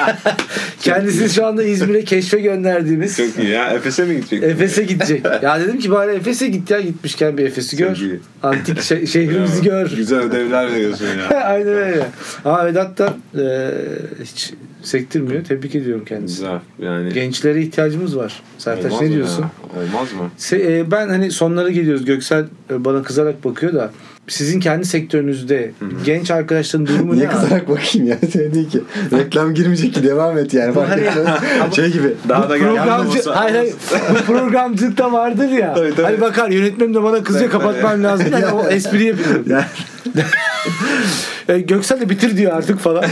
[SPEAKER 2] [laughs] kendisini şu anda İzmir'e keşfe gönderdiğimiz
[SPEAKER 3] Çok iyi ya. Efes'e mi gidecek?
[SPEAKER 2] Efes'e gidecek. Ya dedim ki bari Efes'e git ya gitmişken bir Efes'i gör.
[SPEAKER 3] iyi.
[SPEAKER 2] Antik şe- şehrimizi
[SPEAKER 3] Bravo.
[SPEAKER 2] gör.
[SPEAKER 3] Güzel ödevler veriyorsun ya.
[SPEAKER 2] [laughs] Aynen öyle. Ama Vedat da e, hiç sektirmiyor. Tebrik ediyorum kendisini.
[SPEAKER 3] Güzel yani.
[SPEAKER 2] Gençlere ihtiyacımız var. Sertaç
[SPEAKER 3] Olmaz
[SPEAKER 2] ne
[SPEAKER 3] mı
[SPEAKER 2] diyorsun?
[SPEAKER 3] ya? Olmaz mı?
[SPEAKER 2] Se- e, ben hani sonlara geliyoruz. Göksel e, bana kızarak bakıyor da sizin kendi sektörünüzde genç arkadaşların durumu
[SPEAKER 1] Niye
[SPEAKER 2] ne? abi?
[SPEAKER 1] kızarak bakayım ya? [laughs] Şey değil ki. Reklam girmeyecek ki devam et yani. Fark
[SPEAKER 2] Hani- [laughs]
[SPEAKER 1] etmez. şey gibi.
[SPEAKER 3] Daha da gel.
[SPEAKER 2] Programcı, hayır hayır. Bu programcılıkta vardır ya.
[SPEAKER 3] Tabii, tabii.
[SPEAKER 2] Hani bakar yönetmenim de bana kızıyor kapatmam lazım. Yani o espri yapıyorum.
[SPEAKER 1] Yani-
[SPEAKER 2] E, Göksel de bitir diyor artık falan.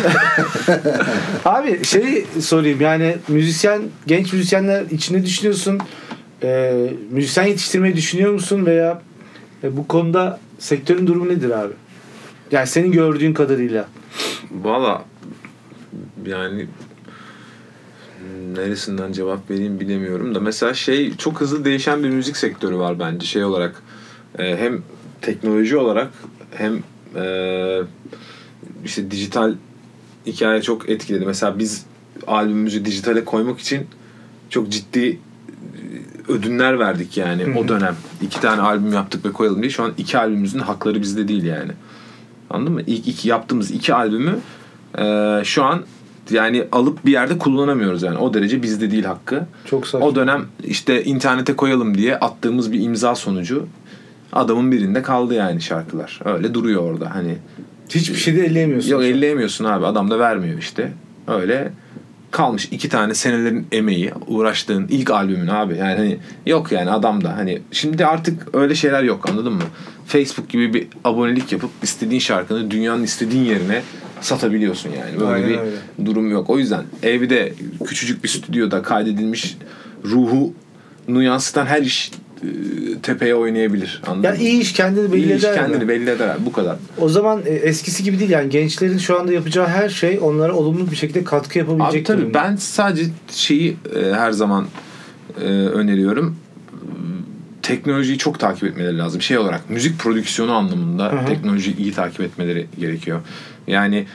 [SPEAKER 2] [laughs] Abi şeyi sorayım yani müzisyen, genç müzisyenler içinde düşünüyorsun. E, müzisyen yetiştirmeyi düşünüyor musun veya e, bu konuda sektörün durumu nedir abi? Yani senin gördüğün kadarıyla.
[SPEAKER 3] Valla yani neresinden cevap vereyim bilemiyorum da mesela şey çok hızlı değişen bir müzik sektörü var bence şey olarak e, hem teknoloji olarak hem e, işte dijital hikaye çok etkiledi. Mesela biz albümümüzü dijitale koymak için çok ciddi e, ödünler verdik yani o dönem. iki tane albüm yaptık ve koyalım diye. Şu an iki albümümüzün hakları bizde değil yani. Anladın mı? İlk iki yaptığımız iki albümü e, şu an yani alıp bir yerde kullanamıyoruz yani. O derece bizde değil hakkı.
[SPEAKER 2] Çok saçma.
[SPEAKER 3] O dönem işte internete koyalım diye attığımız bir imza sonucu adamın birinde kaldı yani şarkılar. Öyle duruyor orada hani.
[SPEAKER 2] Hiçbir şey de elleyemiyorsun.
[SPEAKER 3] Yok elleyemiyorsun abi adam da vermiyor işte. Öyle kalmış iki tane senelerin emeği uğraştığın ilk albümün abi yani hani yok yani adam da hani şimdi artık öyle şeyler yok anladın mı? Facebook gibi bir abonelik yapıp istediğin şarkını dünyanın istediğin yerine satabiliyorsun yani. Böyle
[SPEAKER 2] Aynen
[SPEAKER 3] bir
[SPEAKER 2] öyle.
[SPEAKER 3] durum yok. O yüzden evde küçücük bir stüdyoda kaydedilmiş ruhunu yansıtan her iş e, tepeye oynayabilir. Anladın
[SPEAKER 2] Yani
[SPEAKER 3] mı?
[SPEAKER 2] iyi iş kendini belli
[SPEAKER 3] İyi iş
[SPEAKER 2] eder mi?
[SPEAKER 3] kendini belli eder. Bu kadar.
[SPEAKER 2] O zaman e, eskisi gibi değil yani gençlerin şu anda yapacağı her şey onlara olumlu bir şekilde katkı yapabilecek
[SPEAKER 3] Abi tabii
[SPEAKER 2] durumda.
[SPEAKER 3] ben sadece şeyi e, her zaman e, öneriyorum. Teknolojiyi çok takip etmeleri lazım. Şey olarak müzik prodüksiyonu anlamında
[SPEAKER 2] hı.
[SPEAKER 3] teknolojiyi iyi takip etmeleri gerekiyor. Yani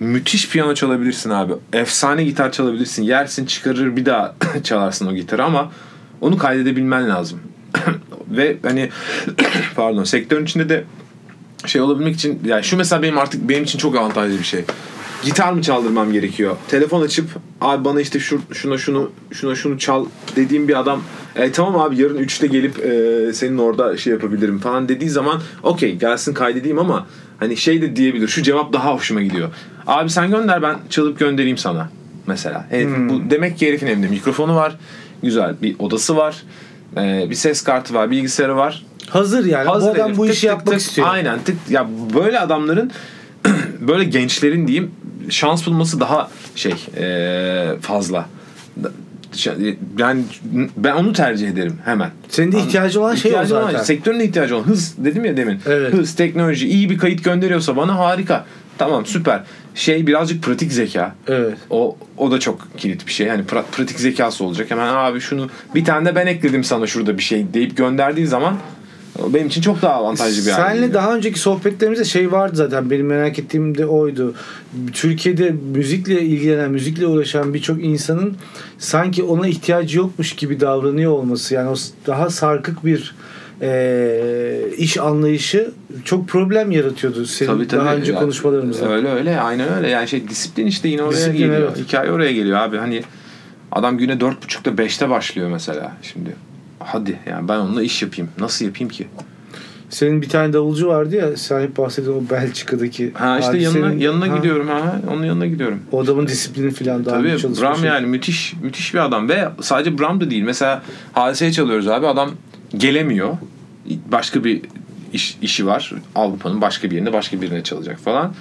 [SPEAKER 3] müthiş piyano çalabilirsin abi. Efsane gitar çalabilirsin. Yersin çıkarır bir daha [coughs] çalarsın o gitarı ama onu kaydedebilmen lazım. [coughs] Ve hani [coughs] pardon sektörün içinde de şey olabilmek için yani şu mesela benim artık benim için çok avantajlı bir şey. Gitar mı çaldırmam gerekiyor? Telefon açıp abi bana işte şu, şuna şunu şuna şunu çal dediğim bir adam e, tamam abi yarın 3'te gelip e, senin orada şey yapabilirim falan dediği zaman okey gelsin kaydedeyim ama hani şey de diyebilir şu cevap daha hoşuma gidiyor. Abi sen gönder ben çalıp göndereyim sana mesela. Evet, bu demek ki herifin evinde mikrofonu var. Güzel bir odası var. e, bir ses kartı var, bilgisayarı var.
[SPEAKER 2] Hazır yani. bu
[SPEAKER 3] Hazır
[SPEAKER 2] adam
[SPEAKER 3] herif.
[SPEAKER 2] bu
[SPEAKER 3] Tık
[SPEAKER 2] işi
[SPEAKER 3] tık
[SPEAKER 2] yapmak
[SPEAKER 3] tık.
[SPEAKER 2] istiyor.
[SPEAKER 3] Aynen tık ya böyle adamların [clears throat] böyle gençlerin diyeyim şans bulması daha şey eee, fazla. Yani ben onu tercih ederim hemen.
[SPEAKER 2] Senin de ihtiyacın olan şey o
[SPEAKER 3] İhtiyacı olan-
[SPEAKER 2] zaten.
[SPEAKER 3] sektörün de ihtiyacı olan hız dedim ya demin.
[SPEAKER 2] Evet.
[SPEAKER 3] Hız, teknoloji iyi bir kayıt gönderiyorsa bana harika. Tamam süper. Şey birazcık pratik zeka.
[SPEAKER 2] Evet.
[SPEAKER 3] O o da çok kilit bir şey. Yani pra- pratik zekası olacak. Hemen abi şunu bir tane de ben ekledim sana şurada bir şey deyip gönderdiği zaman o benim için çok daha avantajlı bir hale
[SPEAKER 2] Senle
[SPEAKER 3] geliyor.
[SPEAKER 2] daha önceki sohbetlerimizde şey vardı zaten benim merak ettiğim de oydu. Türkiye'de müzikle ilgilenen, müzikle uğraşan birçok insanın sanki ona ihtiyacı yokmuş gibi davranıyor olması. Yani o s- daha sarkık bir eee, iş anlayışı çok problem yaratıyordu senin
[SPEAKER 3] Tabii, tabii.
[SPEAKER 2] daha önce
[SPEAKER 3] Ya,
[SPEAKER 2] konuşmalarımızda.
[SPEAKER 3] Öyle öyle aynen öyle. Yani şey disiplin işte yine oraya
[SPEAKER 2] Disiplin,
[SPEAKER 3] geliyor.
[SPEAKER 2] evet.
[SPEAKER 3] Hikaye oraya geliyor abi. Hani adam güne dört buçukta beşte başlıyor mesela şimdi. Hadi yani ben onunla iş yapayım. Nasıl yapayım ki?
[SPEAKER 2] Senin bir tane davulcu vardı ya sen hep bahsediyorsun o Belçika'daki.
[SPEAKER 3] Ha işte
[SPEAKER 2] abi
[SPEAKER 3] yanına
[SPEAKER 2] senin-
[SPEAKER 3] yanına
[SPEAKER 2] ha,
[SPEAKER 3] gidiyorum ha. Onun yanına gidiyorum.
[SPEAKER 2] O adamın disiplini falan daha
[SPEAKER 3] Tabii
[SPEAKER 2] önce çalışmış
[SPEAKER 3] Bram
[SPEAKER 2] şey.
[SPEAKER 3] yani müthiş müthiş bir adam ve sadece Bram da değil. Mesela hadiseye çalıyoruz abi adam gelemiyor. Başka bir iş, işi var. Avrupa'nın başka bir yerine başka birine çalacak falan.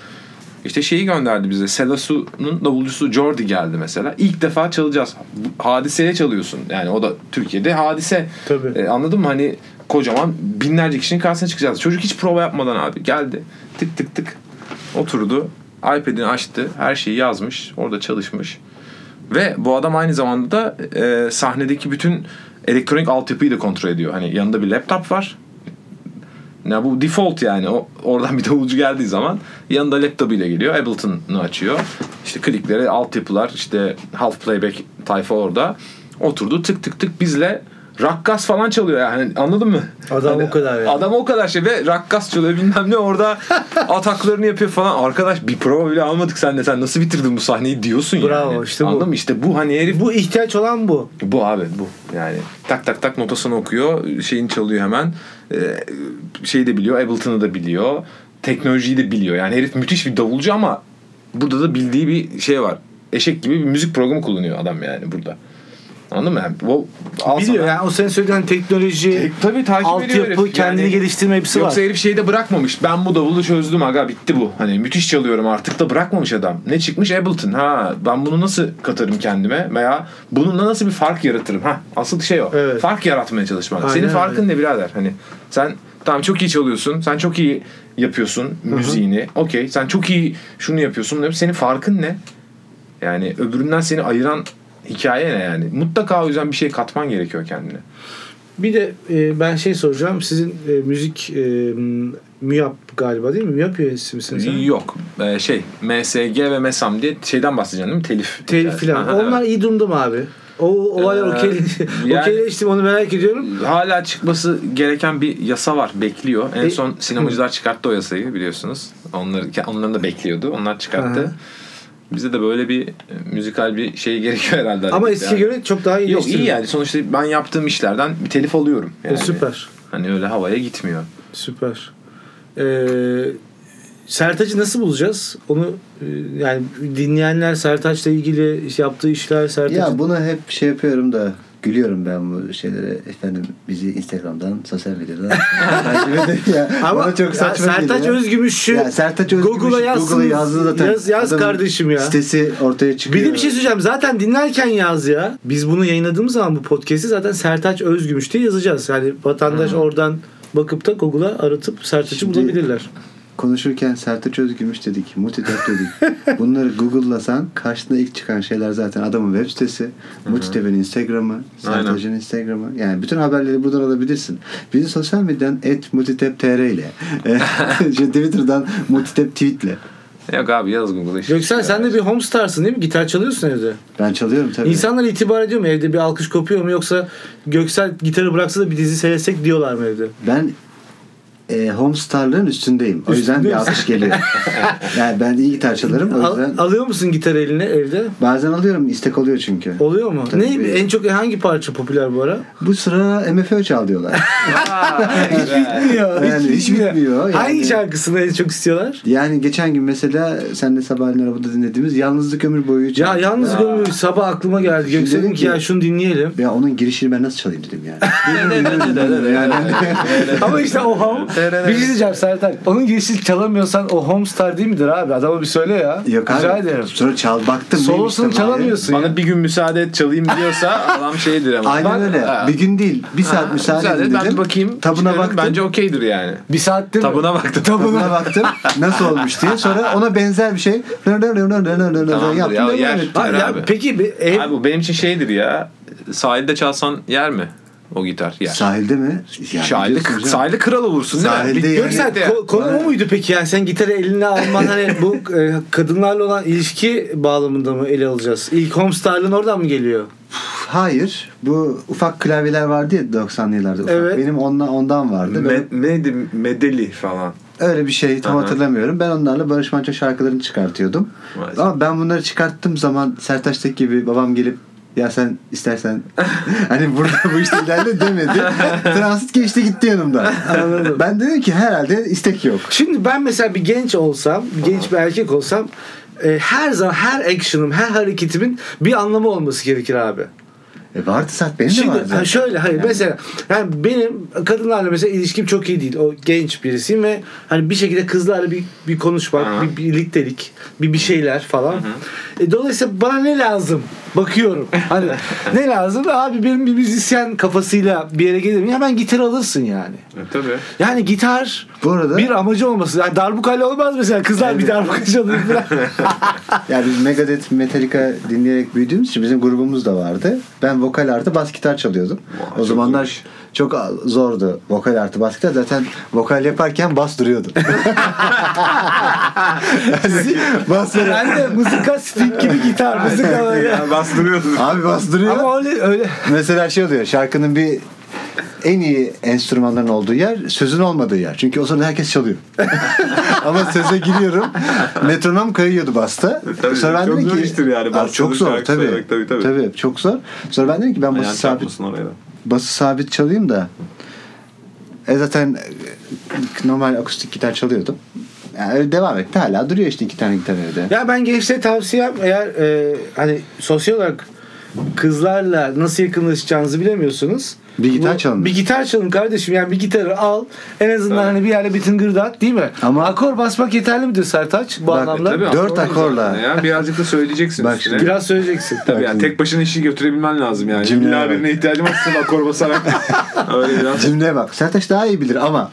[SPEAKER 3] İşte şeyi gönderdi bize. Selasu'nun davulcusu Jordi geldi mesela. İlk defa çalacağız. Hadiseye çalıyorsun. Yani o da Türkiye'de hadise.
[SPEAKER 2] Tabii.
[SPEAKER 3] E, anladın mı? Hani kocaman binlerce kişinin karşısına çıkacağız. Çocuk hiç prova yapmadan abi geldi. Tık tık tık oturdu. iPad'ini açtı. Her şeyi yazmış. Orada çalışmış. Ve bu adam aynı zamanda da e, sahnedeki bütün elektronik altyapıyı da kontrol ediyor. Hani yanında bir laptop var. Ya bu default yani. O, oradan bir davulcu geldiği zaman yanında laptopuyla geliyor. Ableton'u açıyor. İşte klikleri, altyapılar, işte half playback tayfa orada. Oturdu tık tık tık bizle rakkas falan çalıyor yani anladın mı?
[SPEAKER 2] Adam o kadar yani.
[SPEAKER 3] Adam o kadar şey ve rakkas çalıyor bilmem
[SPEAKER 2] [laughs]
[SPEAKER 3] ne orada ataklarını yapıyor falan. Arkadaş bir prova bile almadık senle sen nasıl bitirdin bu sahneyi diyorsun
[SPEAKER 2] Bravo,
[SPEAKER 3] yani.
[SPEAKER 2] işte bu.
[SPEAKER 3] Anladın mı? İşte bu hani herif
[SPEAKER 2] Bu ihtiyaç olan bu.
[SPEAKER 3] bu abi bu yani tak tak tak notasını okuyor şeyini çalıyor hemen e, şeyi de biliyor, Ableton'ı da biliyor, teknolojiyi de biliyor. Yani herif müthiş bir davulcu ama burada da bildiği bir şey var. Eşek gibi bir müzik programı kullanıyor adam yani burada. Anladın mı? Yani, o, al
[SPEAKER 2] Biliyor
[SPEAKER 3] sana-
[SPEAKER 2] yani o senin söylediğin hani teknoloji,
[SPEAKER 3] E, tabii takip ediyor herif.
[SPEAKER 2] altyapı, kendini
[SPEAKER 3] Yani-
[SPEAKER 2] geliştirme hepsi var.
[SPEAKER 3] Yoksa herif şeyi de bırakmamış. Ben bu davulu çözdüm aga bitti bu. Hani müthiş çalıyorum artık da bırakmamış adam. Ne çıkmış Ableton. Ha ben bunu nasıl katarım kendime veya bununla nasıl bir fark yaratırım? Ha asıl şey o.
[SPEAKER 2] Evet.
[SPEAKER 3] Fark yaratmaya çalışmak.
[SPEAKER 2] Aynen
[SPEAKER 3] Senin
[SPEAKER 2] öyle.
[SPEAKER 3] farkın ne birader? Hani sen tamam çok iyi çalıyorsun. Sen çok iyi yapıyorsun müziğini. Okey. Sen çok iyi şunu yapıyorsun. Senin farkın ne? Yani öbüründen seni ayıran hikaye ne yani? Mutlaka o yüzden bir şey katman gerekiyor kendine.
[SPEAKER 2] Bir de e, ben şey soracağım. Sizin e, müzik e, m- MÜYAP galiba değil mi? MÜYAP üyesi misiniz? sen?
[SPEAKER 3] Yok. Ee, şey MSG ve MESAM diye şeyden bahsedeceğim değil mi? Telif.
[SPEAKER 2] Telif filan.
[SPEAKER 3] Aha,
[SPEAKER 2] Onlar iyi durumda mı abi? O olay
[SPEAKER 3] Ee,
[SPEAKER 2] okey.
[SPEAKER 3] yani-
[SPEAKER 2] Okeyleştim onu merak ediyorum.
[SPEAKER 3] evet. Hala çıkması gereken bir yasa var. Bekliyor. En
[SPEAKER 2] E-
[SPEAKER 3] son sinemacılar çıkarttı o yasayı biliyorsunuz. Onları, onların da bekliyordu. Onlar çıkarttı.
[SPEAKER 2] Aha.
[SPEAKER 3] Bize de böyle bir e, müzikal bir şey [laughs] gerekiyor herhalde.
[SPEAKER 2] Ama
[SPEAKER 3] Yani.
[SPEAKER 2] eskiye göre çok daha iyi. E,
[SPEAKER 3] Yok iyi yani. Sonuçta ben yaptığım işlerden bir telif alıyorum. Yani.
[SPEAKER 2] Süper.
[SPEAKER 3] Hani öyle havaya gitmiyor.
[SPEAKER 2] Süper. Ee, Sertaç'ı nasıl bulacağız? Onu e, yani dinleyenler Sertaç'la ilgili iş- yaptığı işler Sertaç.
[SPEAKER 1] Ya buna hep şey yapıyorum da gülüyorum ben bu şeylere. Efendim bizi Instagram'dan, sosyal
[SPEAKER 2] [laughs]
[SPEAKER 1] medyadan takip edin ya.
[SPEAKER 2] Ama
[SPEAKER 1] Bana çok saçma
[SPEAKER 2] ya Sertaç
[SPEAKER 1] geliyor.
[SPEAKER 2] Özgümüş'ü
[SPEAKER 1] Ya Sertaç Özgümüş
[SPEAKER 2] Google'a yazsın.
[SPEAKER 1] Google'a yazdı zaten.
[SPEAKER 2] Yaz, yaz
[SPEAKER 1] Adamın
[SPEAKER 2] kardeşim ya.
[SPEAKER 1] Sitesi ortaya çıkıyor.
[SPEAKER 2] Bir de bir şey söyleyeceğim. Zaten dinlerken yaz ya. Biz bunu yayınladığımız zaman bu podcast'i zaten Sertaç Özgümüş diye yazacağız. Yani vatandaş oradan bakıp da Google'a aratıp Sertaç'ı
[SPEAKER 1] Şimdi-
[SPEAKER 2] bulabilirler.
[SPEAKER 1] Konuşurken Sertaç Özgümüş dedik, Multitap
[SPEAKER 2] [laughs]
[SPEAKER 1] dedik. Bunları Google'lasan karşına ilk çıkan şeyler zaten adamın web sitesi, Multitap'in Instagram'ı, Sertaç'ın Instagram'ı. Yani bütün haberleri buradan alabilirsin. Bizi sosyal medyadan et multitap.tr ile, [laughs] şey, Twitter'dan multitap tweetle.
[SPEAKER 3] Yok abi yaz Google'a. işte.
[SPEAKER 2] Göksel sen de bir homestarsın değil mi? Gitar çalıyorsun evde.
[SPEAKER 1] Ben çalıyorum tabii.
[SPEAKER 2] İnsanlar itibar ediyor mu? Evde bir alkış kopuyor mu? Yoksa Göksel gitarı bıraksa da bir dizi seyretsek diyorlar mı evde?
[SPEAKER 1] Ben e, Homestar'ların üstündeyim. O yüzden
[SPEAKER 2] Üstünde
[SPEAKER 1] bir alkış geliyor.
[SPEAKER 2] [laughs]
[SPEAKER 1] yani ben iyi gitar çalarım. O
[SPEAKER 2] Al-
[SPEAKER 1] yüzden
[SPEAKER 2] alıyor musun gitar eline evde?
[SPEAKER 1] bazen alıyorum. istek oluyor çünkü.
[SPEAKER 2] Oluyor mu?
[SPEAKER 1] Tabii.
[SPEAKER 2] Ne en çok hangi parça popüler bu ara?
[SPEAKER 1] Bu sıra MFÖ çal diyorlar.
[SPEAKER 2] Bitmiyor.
[SPEAKER 1] Yani hiç bitmiyor. Yani-
[SPEAKER 2] Hangi şarkısını en çok istiyorlar?
[SPEAKER 1] Yani geçen gün mesela sen de sabahleyin arabada dinlediğimiz Yalnızlık Ömür Boyu
[SPEAKER 2] Ya
[SPEAKER 1] çaldı.
[SPEAKER 2] yalnız gönül sabah aklıma geldi.
[SPEAKER 1] Şimdi
[SPEAKER 2] Göksel'im
[SPEAKER 1] dedim
[SPEAKER 2] ki ya
[SPEAKER 1] şey ki- [laughs]
[SPEAKER 2] şunu dinleyelim.
[SPEAKER 1] Ya onun girişini ben nasıl çalayım dedim yani.
[SPEAKER 3] [laughs]
[SPEAKER 1] [laughs] yani
[SPEAKER 2] Ama işte o
[SPEAKER 1] [laughs]
[SPEAKER 2] home. bir şey diyeceğim Sertan. Onun girişini çalamıyorsan o Homestar değil midir abi? Adama bir söyle ya.
[SPEAKER 1] yok
[SPEAKER 2] Rica
[SPEAKER 1] abi.
[SPEAKER 2] ederim.
[SPEAKER 1] Sonra çal baktım.
[SPEAKER 2] Solosunu
[SPEAKER 1] neymiş tamam.
[SPEAKER 2] çalamıyorsun. ya.
[SPEAKER 3] Bana bir gün müsaade et çalayım diyorsa [laughs] adam şeydir ama.
[SPEAKER 1] Aynen
[SPEAKER 3] Bak-
[SPEAKER 1] öyle.
[SPEAKER 3] Ha.
[SPEAKER 1] Bir gün değil. Bir saat
[SPEAKER 3] Ha,
[SPEAKER 1] müsaade,
[SPEAKER 3] müsaade
[SPEAKER 1] edin
[SPEAKER 3] et,
[SPEAKER 1] dedim.
[SPEAKER 3] Ben bir bakayım.
[SPEAKER 1] Tabuna
[SPEAKER 3] Çıkarım.
[SPEAKER 1] baktım.
[SPEAKER 3] Bence okeydir yani.
[SPEAKER 2] Bir saattir
[SPEAKER 3] Tabuna baktım.
[SPEAKER 1] Tabuna baktım. Nasıl olmuş diye. Sonra ona benzer bir şey.
[SPEAKER 3] Tamamdır
[SPEAKER 1] Yaptım.
[SPEAKER 3] ya,
[SPEAKER 1] devam
[SPEAKER 3] yer.
[SPEAKER 1] ettim.
[SPEAKER 2] Ha, ya
[SPEAKER 3] Abi.
[SPEAKER 2] peki bir ev
[SPEAKER 3] Abi bu benim için şeydir ya. Sahilde çalsan yer mi? O gitar yer.
[SPEAKER 1] Sahilde mi? Yani
[SPEAKER 3] sahilde,
[SPEAKER 1] biliyorsun canım.
[SPEAKER 3] sahilde kral olursun değil
[SPEAKER 1] Sahilde
[SPEAKER 3] mi?
[SPEAKER 1] yani-
[SPEAKER 2] Göksel
[SPEAKER 3] Bitti.
[SPEAKER 2] ko- konu o muydu peki yani sen gitarı eline alman hani
[SPEAKER 1] [laughs]
[SPEAKER 2] bu e, kadınlarla olan ilişki bağlamında mı ele alacağız? İlk Homestar'ın oradan mı geliyor?
[SPEAKER 1] Hayır. Bu ufak klavyeler vardı ya 90'lı yıllarda. Ufak.
[SPEAKER 2] Evet.
[SPEAKER 1] Benim ondan, ondan vardı. Ben-
[SPEAKER 4] Me- neydi? Medeli falan.
[SPEAKER 1] Öyle bir şey tam
[SPEAKER 4] Aha.
[SPEAKER 1] hatırlamıyorum. Ben onlarla Barış Manço şarkılarını çıkartıyordum.
[SPEAKER 4] Vay.
[SPEAKER 1] Ama ben bunları çıkarttığım zaman Sertaç'taki gibi babam gelip ya sen
[SPEAKER 2] [laughs]
[SPEAKER 1] istersen hani burada bu işte ilerle demedi. Transit geçti gitti yanımdan.
[SPEAKER 2] Anladım.
[SPEAKER 1] Ben dedim ki herhalde istek yok.
[SPEAKER 2] Şimdi ben mesela bir genç olsam, genç bir erkek olsam e, her zaman her action'ım, her hareketimin bir anlamı olması gerekir abi.
[SPEAKER 1] E vardı saat benim de
[SPEAKER 2] Şimdi
[SPEAKER 1] vardı.
[SPEAKER 2] ha, şöyle hayır mesela yani benim kadınlarla mesela ilişkim çok iyi değil. O genç birisiyim ve hani bir şekilde kızlarla bir bir konuşmak,
[SPEAKER 3] Aha.
[SPEAKER 2] bir birliktelik, bir bir şeyler falan. E, dolayısıyla bana ne lazım? Bakıyorum. Hani
[SPEAKER 1] [laughs]
[SPEAKER 2] ne lazım? Abi benim bir müzisyen kafasıyla bir yere gelirim. Hemen gitar alırsın yani.
[SPEAKER 1] E,
[SPEAKER 3] Tabii.
[SPEAKER 2] Yani gitar
[SPEAKER 1] Bu arada
[SPEAKER 2] bir amacı olması. Yani darbukayla olmaz mesela. Kızlar bir darbuka çalıyor falan. [laughs]
[SPEAKER 1] ya biz Megadeth, Metallica dinleyerek büyüdüğümüz için bizim grubumuz da vardı. Ben vokal artı bas gitar çalıyordum.
[SPEAKER 3] Vay,
[SPEAKER 1] o
[SPEAKER 3] çok
[SPEAKER 1] zamanlar
[SPEAKER 3] iyiymiş.
[SPEAKER 1] çok zordu vokal artı bas gitar. Zaten vokal yaparken bas
[SPEAKER 3] [laughs]
[SPEAKER 1] duruyordu. bas duruyor.
[SPEAKER 2] ben de mızıka stik gibi gitar mızıka. böyle.
[SPEAKER 4] Ya bastırıyordun.
[SPEAKER 1] Abi bas duruyor.
[SPEAKER 2] [laughs] Ama öyle öyle.
[SPEAKER 1] Mesela şey oluyor şarkının bir en iyi enstrümanların olduğu yer sözün olmadığı yer. Çünkü o sırada herkes çalıyor. [laughs] Ama söze giriyorum. Metronom kayıyordu basta.
[SPEAKER 4] Tabii,
[SPEAKER 1] Sonra ben
[SPEAKER 4] çok
[SPEAKER 1] dedim
[SPEAKER 4] zor
[SPEAKER 1] ki
[SPEAKER 4] iştir yani
[SPEAKER 1] "Aa,
[SPEAKER 4] bastanın
[SPEAKER 1] çok zor
[SPEAKER 4] şarkı
[SPEAKER 1] tabii.
[SPEAKER 4] söylemek,
[SPEAKER 1] Tabii,
[SPEAKER 4] tabii, tabii.
[SPEAKER 1] çok zor. Sonra ben dedim ki ben bası
[SPEAKER 4] Ayağını
[SPEAKER 1] sabit
[SPEAKER 4] çarpmasın oraya da.
[SPEAKER 1] bası sabit çalayım da E zaten e, normal akustik gitar çalıyordum. Yani öyle devam etti. Hala duruyor işte iki tane gitar evde.
[SPEAKER 2] Ya ben gençlere tavsiyem eğer e, hani sosyal olarak kızlarla nasıl yakınlaşacağınızı bilemiyorsunuz.
[SPEAKER 1] Bir gitar
[SPEAKER 2] Bu-
[SPEAKER 1] çalın.
[SPEAKER 2] Bir gitar çalın kardeşim. Yani bir gitarı al. En azından hani bir yerle bitin gırdat değil mi?
[SPEAKER 1] Ama-
[SPEAKER 2] Ama akor basmak yeterli midir Sertaç bu
[SPEAKER 1] Bak,
[SPEAKER 2] anlamda?
[SPEAKER 1] tabii. Dört
[SPEAKER 4] akorla
[SPEAKER 1] akorla.
[SPEAKER 4] zaten Ya. Birazcık da söyleyeceksin
[SPEAKER 1] Bak
[SPEAKER 4] üstüne.
[SPEAKER 2] Biraz söyleyeceksin.
[SPEAKER 4] Tabii yani tek başına işi götürebilmen lazım yani.
[SPEAKER 1] Cümleye
[SPEAKER 4] İlla
[SPEAKER 1] bak.
[SPEAKER 4] birine ihtiyacın varsa da
[SPEAKER 1] [laughs]
[SPEAKER 4] akor basarak. Öyle biraz.
[SPEAKER 1] Cümleye bak. Sertaç daha iyi bilir ama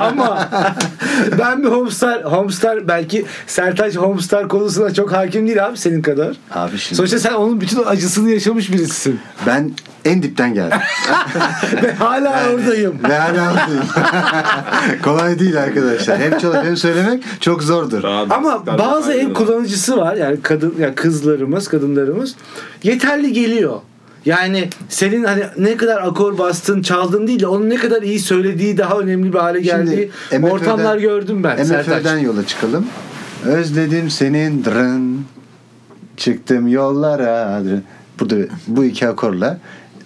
[SPEAKER 2] Ama [laughs] ben bir Homestar, Homestar belki Sertaç Homestar konusuna çok hakim değil abi senin kadar.
[SPEAKER 1] Abi şimdi-
[SPEAKER 2] Sonuçta sen onun bütün acısını yaşamış birisisin. [laughs]
[SPEAKER 1] ben en dipten geldim.
[SPEAKER 2] Ve hala oradayım.
[SPEAKER 1] Ve hala oradayım. [laughs] Kolay değil arkadaşlar. Hem çalıp hem söylemek çok zordur.
[SPEAKER 4] Daha-
[SPEAKER 2] Ama
[SPEAKER 4] daha-
[SPEAKER 2] bazı
[SPEAKER 4] aynen.
[SPEAKER 2] ev kullanıcısı var yani kadın ya kızlarımız, kadınlarımız yeterli geliyor. Yani senin hani ne kadar akor bastın, çaldın değil de onun ne kadar iyi söylediği daha önemli bir hale geldiği
[SPEAKER 1] MFÖ'den
[SPEAKER 2] ortamlar gördüm ben. Sertaç.
[SPEAKER 1] MFÖ'den yola çıkalım. Özledim senin drın. Çıktım yollara. Drın. Burada bu iki akorla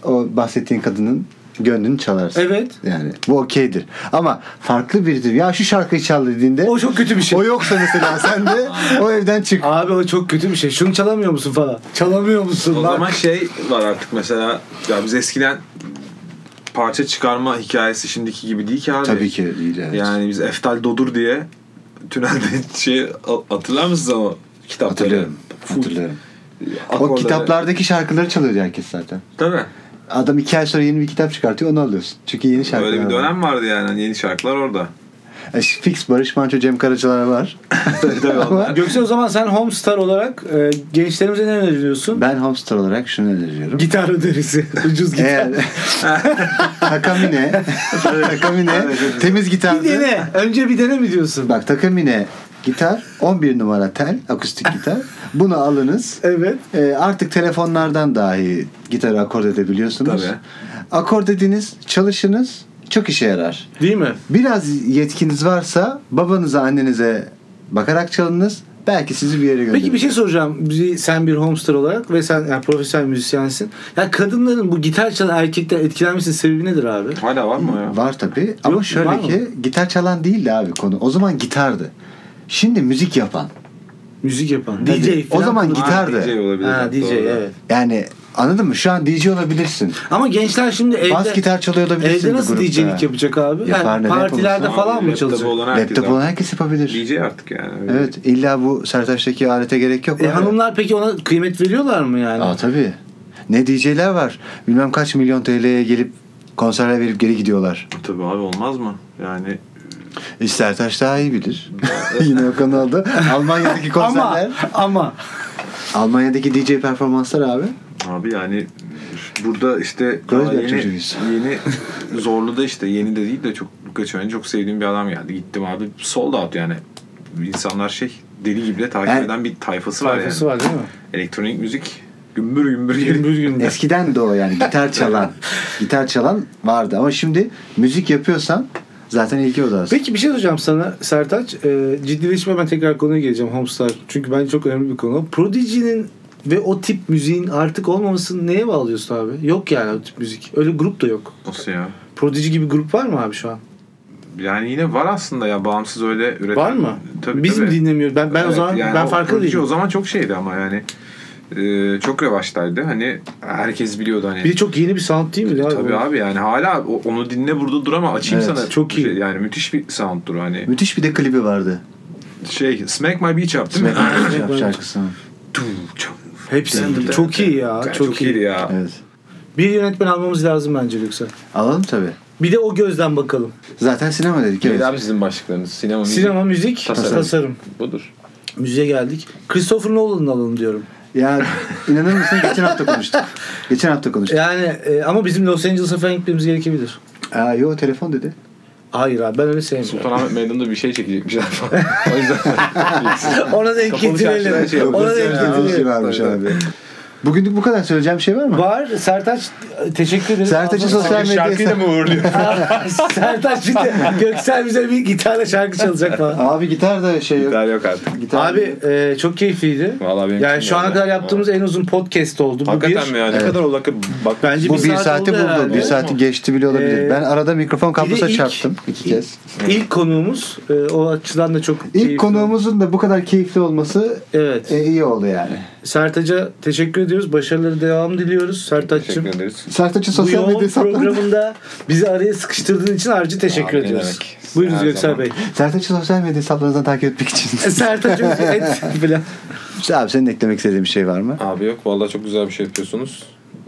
[SPEAKER 1] o bahsettiğin kadının gönlünü çalarsın.
[SPEAKER 2] Evet.
[SPEAKER 1] Yani bu okeydir. Ama farklı biridir. Ya şu şarkıyı çal dediğinde
[SPEAKER 2] O çok kötü bir şey.
[SPEAKER 1] o yoksa mesela sen de o evden çık.
[SPEAKER 2] Abi o çok kötü bir şey. Şunu çalamıyor musun falan. Çalamıyor musun?
[SPEAKER 4] O
[SPEAKER 2] Bak.
[SPEAKER 4] zaman şey var artık mesela ya biz eskiden parça çıkarma hikayesi şimdiki gibi değil ki abi.
[SPEAKER 1] Tabii ki değil. Evet.
[SPEAKER 4] Yani biz Eftal Dodur diye tünelde [laughs] şey hatırlar mısınız ama kitapları?
[SPEAKER 1] hatırlıyorum.
[SPEAKER 4] Full
[SPEAKER 1] Hatırlıyorum. O
[SPEAKER 4] akorları.
[SPEAKER 1] kitaplardaki şarkıları çalıyordu herkes zaten.
[SPEAKER 4] Tabii.
[SPEAKER 1] Adam iki ay sonra yeni bir kitap çıkartıyor onu alıyorsun. Çünkü yeni şarkılar
[SPEAKER 4] Böyle bir
[SPEAKER 1] var.
[SPEAKER 4] dönem vardı yani. Hani Yeni şarkılar orada.
[SPEAKER 1] E, Fix Barış Manço Cem Karacalar var.
[SPEAKER 4] [laughs] Tabii onlar.
[SPEAKER 2] Göksel o zaman sen Homestar olarak e, gençlerimize ne öneriyorsun?
[SPEAKER 1] Ben Homestar olarak şunu öneriyorum.
[SPEAKER 2] Gitar öderisi. [laughs] Ucuz gitar.
[SPEAKER 1] Eğer [laughs] Takamine Takamine temiz
[SPEAKER 2] Bir
[SPEAKER 1] gitardı.
[SPEAKER 2] dene. Önce bir dene mi diyorsun?
[SPEAKER 1] Bak Takamine gitar 11 numara tel akustik gitar. Bunu alınız.
[SPEAKER 2] Evet.
[SPEAKER 1] E, artık telefonlardan dahi gitarı akord edebiliyorsunuz.
[SPEAKER 4] Tabii.
[SPEAKER 1] Akord ediniz, çalışınız. Çok işe yarar.
[SPEAKER 2] Değil mi?
[SPEAKER 1] Biraz yetkiniz varsa babanıza, annenize bakarak çalınız. Belki sizi bir yere götürür.
[SPEAKER 2] Peki bir şey soracağım. Bir- Sen bir homestar olarak ve sen yani profesyonel müzisyensin. Ya kadınların bu gitar çalan erkekler etkilenmesinin sebebi nedir abi?
[SPEAKER 4] Hala var mı o ya?
[SPEAKER 1] Var tabi ama
[SPEAKER 2] Yok, var
[SPEAKER 1] şöyle
[SPEAKER 2] mı?
[SPEAKER 1] ki gitar çalan değildi abi konu. O zaman gitardı. Şimdi müzik yapan.
[SPEAKER 2] Müzik yapan.
[SPEAKER 1] Tabii.
[SPEAKER 2] DJ
[SPEAKER 1] O
[SPEAKER 2] falan.
[SPEAKER 1] zaman
[SPEAKER 2] kullan-
[SPEAKER 1] gitar- Gitardı.
[SPEAKER 4] Ha, DJ olabilir.
[SPEAKER 2] Ha, DJ
[SPEAKER 4] Doğru.
[SPEAKER 2] evet.
[SPEAKER 1] Yani anladın mı? Şu an DJ olabilirsin.
[SPEAKER 2] Ama gençler şimdi evde...
[SPEAKER 1] Bas gitar çalıyor olabilirsin.
[SPEAKER 2] Evde
[SPEAKER 1] bir
[SPEAKER 2] nasıl
[SPEAKER 1] grupta.
[SPEAKER 2] DJ'lik yapacak abi?
[SPEAKER 1] Yapar,
[SPEAKER 2] yani
[SPEAKER 1] neden
[SPEAKER 2] partilerde
[SPEAKER 1] yapılmasın?
[SPEAKER 2] falan mı
[SPEAKER 4] Laptopu
[SPEAKER 2] çalışacak?
[SPEAKER 4] olan herkes
[SPEAKER 1] Laptop
[SPEAKER 4] abi.
[SPEAKER 1] olan herkes yapabilir.
[SPEAKER 4] DJ artık yani.
[SPEAKER 1] Evet illa bu Sertaç'taki alete gerek yok.
[SPEAKER 2] E,
[SPEAKER 1] Var ya.
[SPEAKER 2] hanımlar peki ona kıymet veriyorlar mı yani?
[SPEAKER 1] Aa tabii. Ne DJ'ler var. Bilmem kaç milyon TL'ye gelip konserler verip geri gidiyorlar.
[SPEAKER 4] Tabii abi olmaz mı? Yani
[SPEAKER 1] E, Sertaç daha iyi bilir. [laughs] Yine o konu oldu. Almanya'daki
[SPEAKER 2] ama
[SPEAKER 1] konserler.
[SPEAKER 2] ama
[SPEAKER 1] Almanya'daki DJ performanslar abi.
[SPEAKER 4] Abi yani burada işte
[SPEAKER 1] Göz
[SPEAKER 4] daha
[SPEAKER 1] bebek
[SPEAKER 4] yeni,
[SPEAKER 1] çocuğuyuz.
[SPEAKER 4] yeni Zorlu'da işte yeni de değil de çok birkaç önce çok sevdiğim bir adam geldi. Gittim abi sold out yani. İnsanlar şey deli gibi de takip
[SPEAKER 1] Ben-
[SPEAKER 4] eden bir tayfası var
[SPEAKER 2] Sayfası
[SPEAKER 4] yani.
[SPEAKER 2] var değil mi?
[SPEAKER 4] Elektronik müzik gümbür gümbür yeri.
[SPEAKER 2] Gümbür gümbür.
[SPEAKER 1] Eskiden de o yani gitar çalan. gitar çalan vardı ama şimdi müzik yapıyorsan zaten ilgi odası.
[SPEAKER 2] Peki bir şey soracağım sana Sertaç. Ee, ciddileşme ben tekrar konuya geleceğim Homestar. Çünkü bence çok önemli bir konu. Prodigy'nin ve o tip müziğin artık olmamasını neye bağlıyorsun abi? Yok yani o tip müzik. Öyle grup da yok.
[SPEAKER 4] Nasıl ya?
[SPEAKER 2] Prodigy gibi grup var mı abi şu an?
[SPEAKER 4] Yani yine var aslında ya bağımsız öyle üreten.
[SPEAKER 2] Var mı?
[SPEAKER 4] Tabii,
[SPEAKER 2] Biz mi
[SPEAKER 4] tabii.
[SPEAKER 2] dinlemiyoruz? Ben ben o
[SPEAKER 4] Evet,
[SPEAKER 2] zaman
[SPEAKER 4] yani
[SPEAKER 2] ben
[SPEAKER 4] o
[SPEAKER 2] farklı
[SPEAKER 4] Prodigy
[SPEAKER 2] değilim.
[SPEAKER 4] O zaman çok şeydi ama yani. e, çok revaçtaydı. Hani herkes biliyordu hani.
[SPEAKER 2] Bir de çok yeni bir sound değil mi? ya?
[SPEAKER 4] Tabii abi yani hala o- onu dinle burada dur ama açayım
[SPEAKER 1] Evet,
[SPEAKER 4] sana. şey,
[SPEAKER 2] çok iyi.
[SPEAKER 4] Yani müthiş bir sound duru hani.
[SPEAKER 1] Müthiş bir de klibi vardı.
[SPEAKER 4] Şey Smack My Beach Up değil mi?
[SPEAKER 1] Smack şarkısının.
[SPEAKER 4] Tum, çum.
[SPEAKER 2] Hepsi çok iyi ya.
[SPEAKER 4] Yani
[SPEAKER 2] Çok, iyi.
[SPEAKER 4] iyiydi ya.
[SPEAKER 1] Evet.
[SPEAKER 2] Bir yönetmen almamız lazım bence yoksa.
[SPEAKER 1] Alalım tabii.
[SPEAKER 2] Bir de o gözden bakalım.
[SPEAKER 1] Zaten sinema dedik.
[SPEAKER 3] Neydi
[SPEAKER 1] Evet.
[SPEAKER 3] abi sizin başlıklarınız? Sinema,
[SPEAKER 2] Sinema, müzik,
[SPEAKER 3] Tasarım.
[SPEAKER 2] tasarım.
[SPEAKER 3] müzik budur.
[SPEAKER 2] Müziğe geldik. Christopher Nolan'ı alalım diyorum.
[SPEAKER 1] Ya inanır mısın geçen hafta konuştuk. Geçen hafta konuştuk.
[SPEAKER 2] Yani e, ama bizim Los Angeles'a falan gitmemiz gerekebilir.
[SPEAKER 1] Aa, yo telefon dedi.
[SPEAKER 2] Hayır abi ben
[SPEAKER 1] [laughs]
[SPEAKER 2] öyle sevmiyorum.
[SPEAKER 3] Sultanahmet Meydanı'nda bir şey çekilecekmişler falan. o yüzden.
[SPEAKER 2] Ona denk
[SPEAKER 3] Kapalı çarşıdan
[SPEAKER 2] getirelim.
[SPEAKER 3] şey
[SPEAKER 2] Ona denk
[SPEAKER 1] Yok, bir şey
[SPEAKER 2] getirelim.
[SPEAKER 1] varmış abi. Bugünlük bu kadar söyleyeceğim şey var mı?
[SPEAKER 2] Var. Sertaç teşekkür ederim.
[SPEAKER 1] Sertaç'ı
[SPEAKER 2] Ağzına
[SPEAKER 1] sosyal medyaya...
[SPEAKER 3] Şarkıyla mı uğurluyor?
[SPEAKER 2] sağlık. [laughs] Sertaç şimdi Göksel bize bir gitarla şarkı çalacak falan.
[SPEAKER 1] Abi gitar da şey yok.
[SPEAKER 3] Daha yok artık.
[SPEAKER 1] Gitar
[SPEAKER 2] Abi e, çok keyifliydi.
[SPEAKER 3] Vallahi benim
[SPEAKER 2] Yani
[SPEAKER 3] için
[SPEAKER 2] şu
[SPEAKER 3] de
[SPEAKER 2] ana
[SPEAKER 3] öyle.
[SPEAKER 2] kadar yaptığımız en uzun podcast oldu. Bu
[SPEAKER 3] Hakikaten
[SPEAKER 2] bir.
[SPEAKER 3] mi yani? Ne
[SPEAKER 1] Evet.
[SPEAKER 3] kadar o dakika bak.
[SPEAKER 2] Bence
[SPEAKER 1] bu
[SPEAKER 2] bir,
[SPEAKER 1] bir
[SPEAKER 2] saat
[SPEAKER 1] saati
[SPEAKER 2] oldu
[SPEAKER 1] buldu.
[SPEAKER 2] herhalde.
[SPEAKER 1] Bir saati geçti bile olabilir.
[SPEAKER 2] Ee,
[SPEAKER 1] ben arada mikrofon kablosa
[SPEAKER 2] ilk-
[SPEAKER 1] çarptım iki kez.
[SPEAKER 2] İlk konuğumuz e, o açıdan da çok
[SPEAKER 1] İlk
[SPEAKER 2] keyifli.
[SPEAKER 1] konuğumuzun da bu kadar keyifli olması
[SPEAKER 2] Evet.
[SPEAKER 1] e, iyi oldu yani.
[SPEAKER 2] Sertaç'a teşekkür ediyoruz. Başarıları devam diliyoruz
[SPEAKER 3] Teşekkür
[SPEAKER 2] Sertaç'cığım.
[SPEAKER 3] ederiz.
[SPEAKER 1] Sertaç'ı
[SPEAKER 2] Bu
[SPEAKER 1] sosyal
[SPEAKER 2] yoğun
[SPEAKER 1] medyaya [laughs] sapladın.
[SPEAKER 2] programında bizi araya sıkıştırdığın için harcı teşekkür
[SPEAKER 3] Abi ne
[SPEAKER 2] ediyoruz.
[SPEAKER 3] demek.
[SPEAKER 2] Buyurunuz
[SPEAKER 3] Her
[SPEAKER 2] Göksel
[SPEAKER 3] zaman.
[SPEAKER 2] Bey. E,
[SPEAKER 1] Sertaç'ı sosyal medya hesaplarınızdan takip etmek için.
[SPEAKER 2] Sertaç
[SPEAKER 3] [laughs]
[SPEAKER 2] Özgür et
[SPEAKER 1] [laughs]
[SPEAKER 2] falan.
[SPEAKER 1] Abi senin eklemek istediğin bir şey var mı?
[SPEAKER 3] Abi yok vallahi çok güzel bir şey yapıyorsunuz.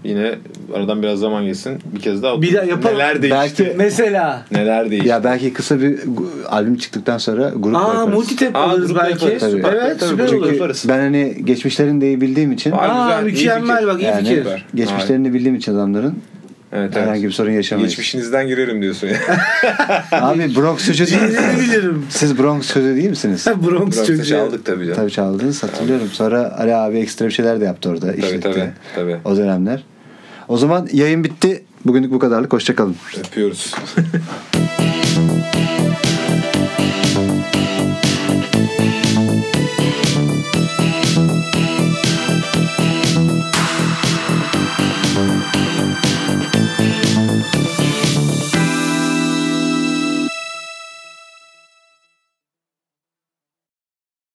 [SPEAKER 3] Yine aradan biraz zaman geçsin. Bir kez daha
[SPEAKER 2] Bir daha yapalım.
[SPEAKER 3] Neler değişti?
[SPEAKER 1] Belki
[SPEAKER 2] Mesela.
[SPEAKER 3] Neler değişti?
[SPEAKER 1] ya belki kısa bir gu- albüm çıktıktan sonra grup
[SPEAKER 2] Aa
[SPEAKER 1] yaparız.
[SPEAKER 2] multitap
[SPEAKER 3] Aa,
[SPEAKER 2] alırız
[SPEAKER 3] grup
[SPEAKER 2] belki.
[SPEAKER 3] yaparız.
[SPEAKER 1] Tabii.
[SPEAKER 2] Evet
[SPEAKER 3] Tabii,
[SPEAKER 2] süper
[SPEAKER 3] grup
[SPEAKER 2] olur.
[SPEAKER 3] yaparız.
[SPEAKER 1] ben hani geçmişlerini de iyi bildiğim için
[SPEAKER 3] Vay,
[SPEAKER 2] Aa
[SPEAKER 3] güzel, iyi
[SPEAKER 2] mükemmel
[SPEAKER 3] fikir.
[SPEAKER 2] bak iyi
[SPEAKER 1] Yani
[SPEAKER 2] fikir.
[SPEAKER 3] süper.
[SPEAKER 1] geçmişlerini bildiğim için adamların
[SPEAKER 3] Evet, evet.
[SPEAKER 1] herhangi bir şey sorun yaşamayız.
[SPEAKER 3] Geçmişinizden girerim diyorsun ya.
[SPEAKER 1] Abi Bronx çocuğu değil
[SPEAKER 2] Dinleri [laughs] bilirim.
[SPEAKER 1] Siz Bronx çocuğu değil misiniz?
[SPEAKER 2] Bronx
[SPEAKER 3] Bıraktık
[SPEAKER 2] çocuğu.
[SPEAKER 3] aldık tabii canım.
[SPEAKER 1] Tabii çaldınız hatırlıyorum. Sonra Ali abi ekstra bir şeyler de yaptı orada.
[SPEAKER 3] Tabii
[SPEAKER 1] işletti.
[SPEAKER 3] tabii. tabii.
[SPEAKER 1] O dönemler. O zaman yayın bitti. Bugünlük bu kadarlık. Hoşçakalın.
[SPEAKER 3] Öpüyoruz.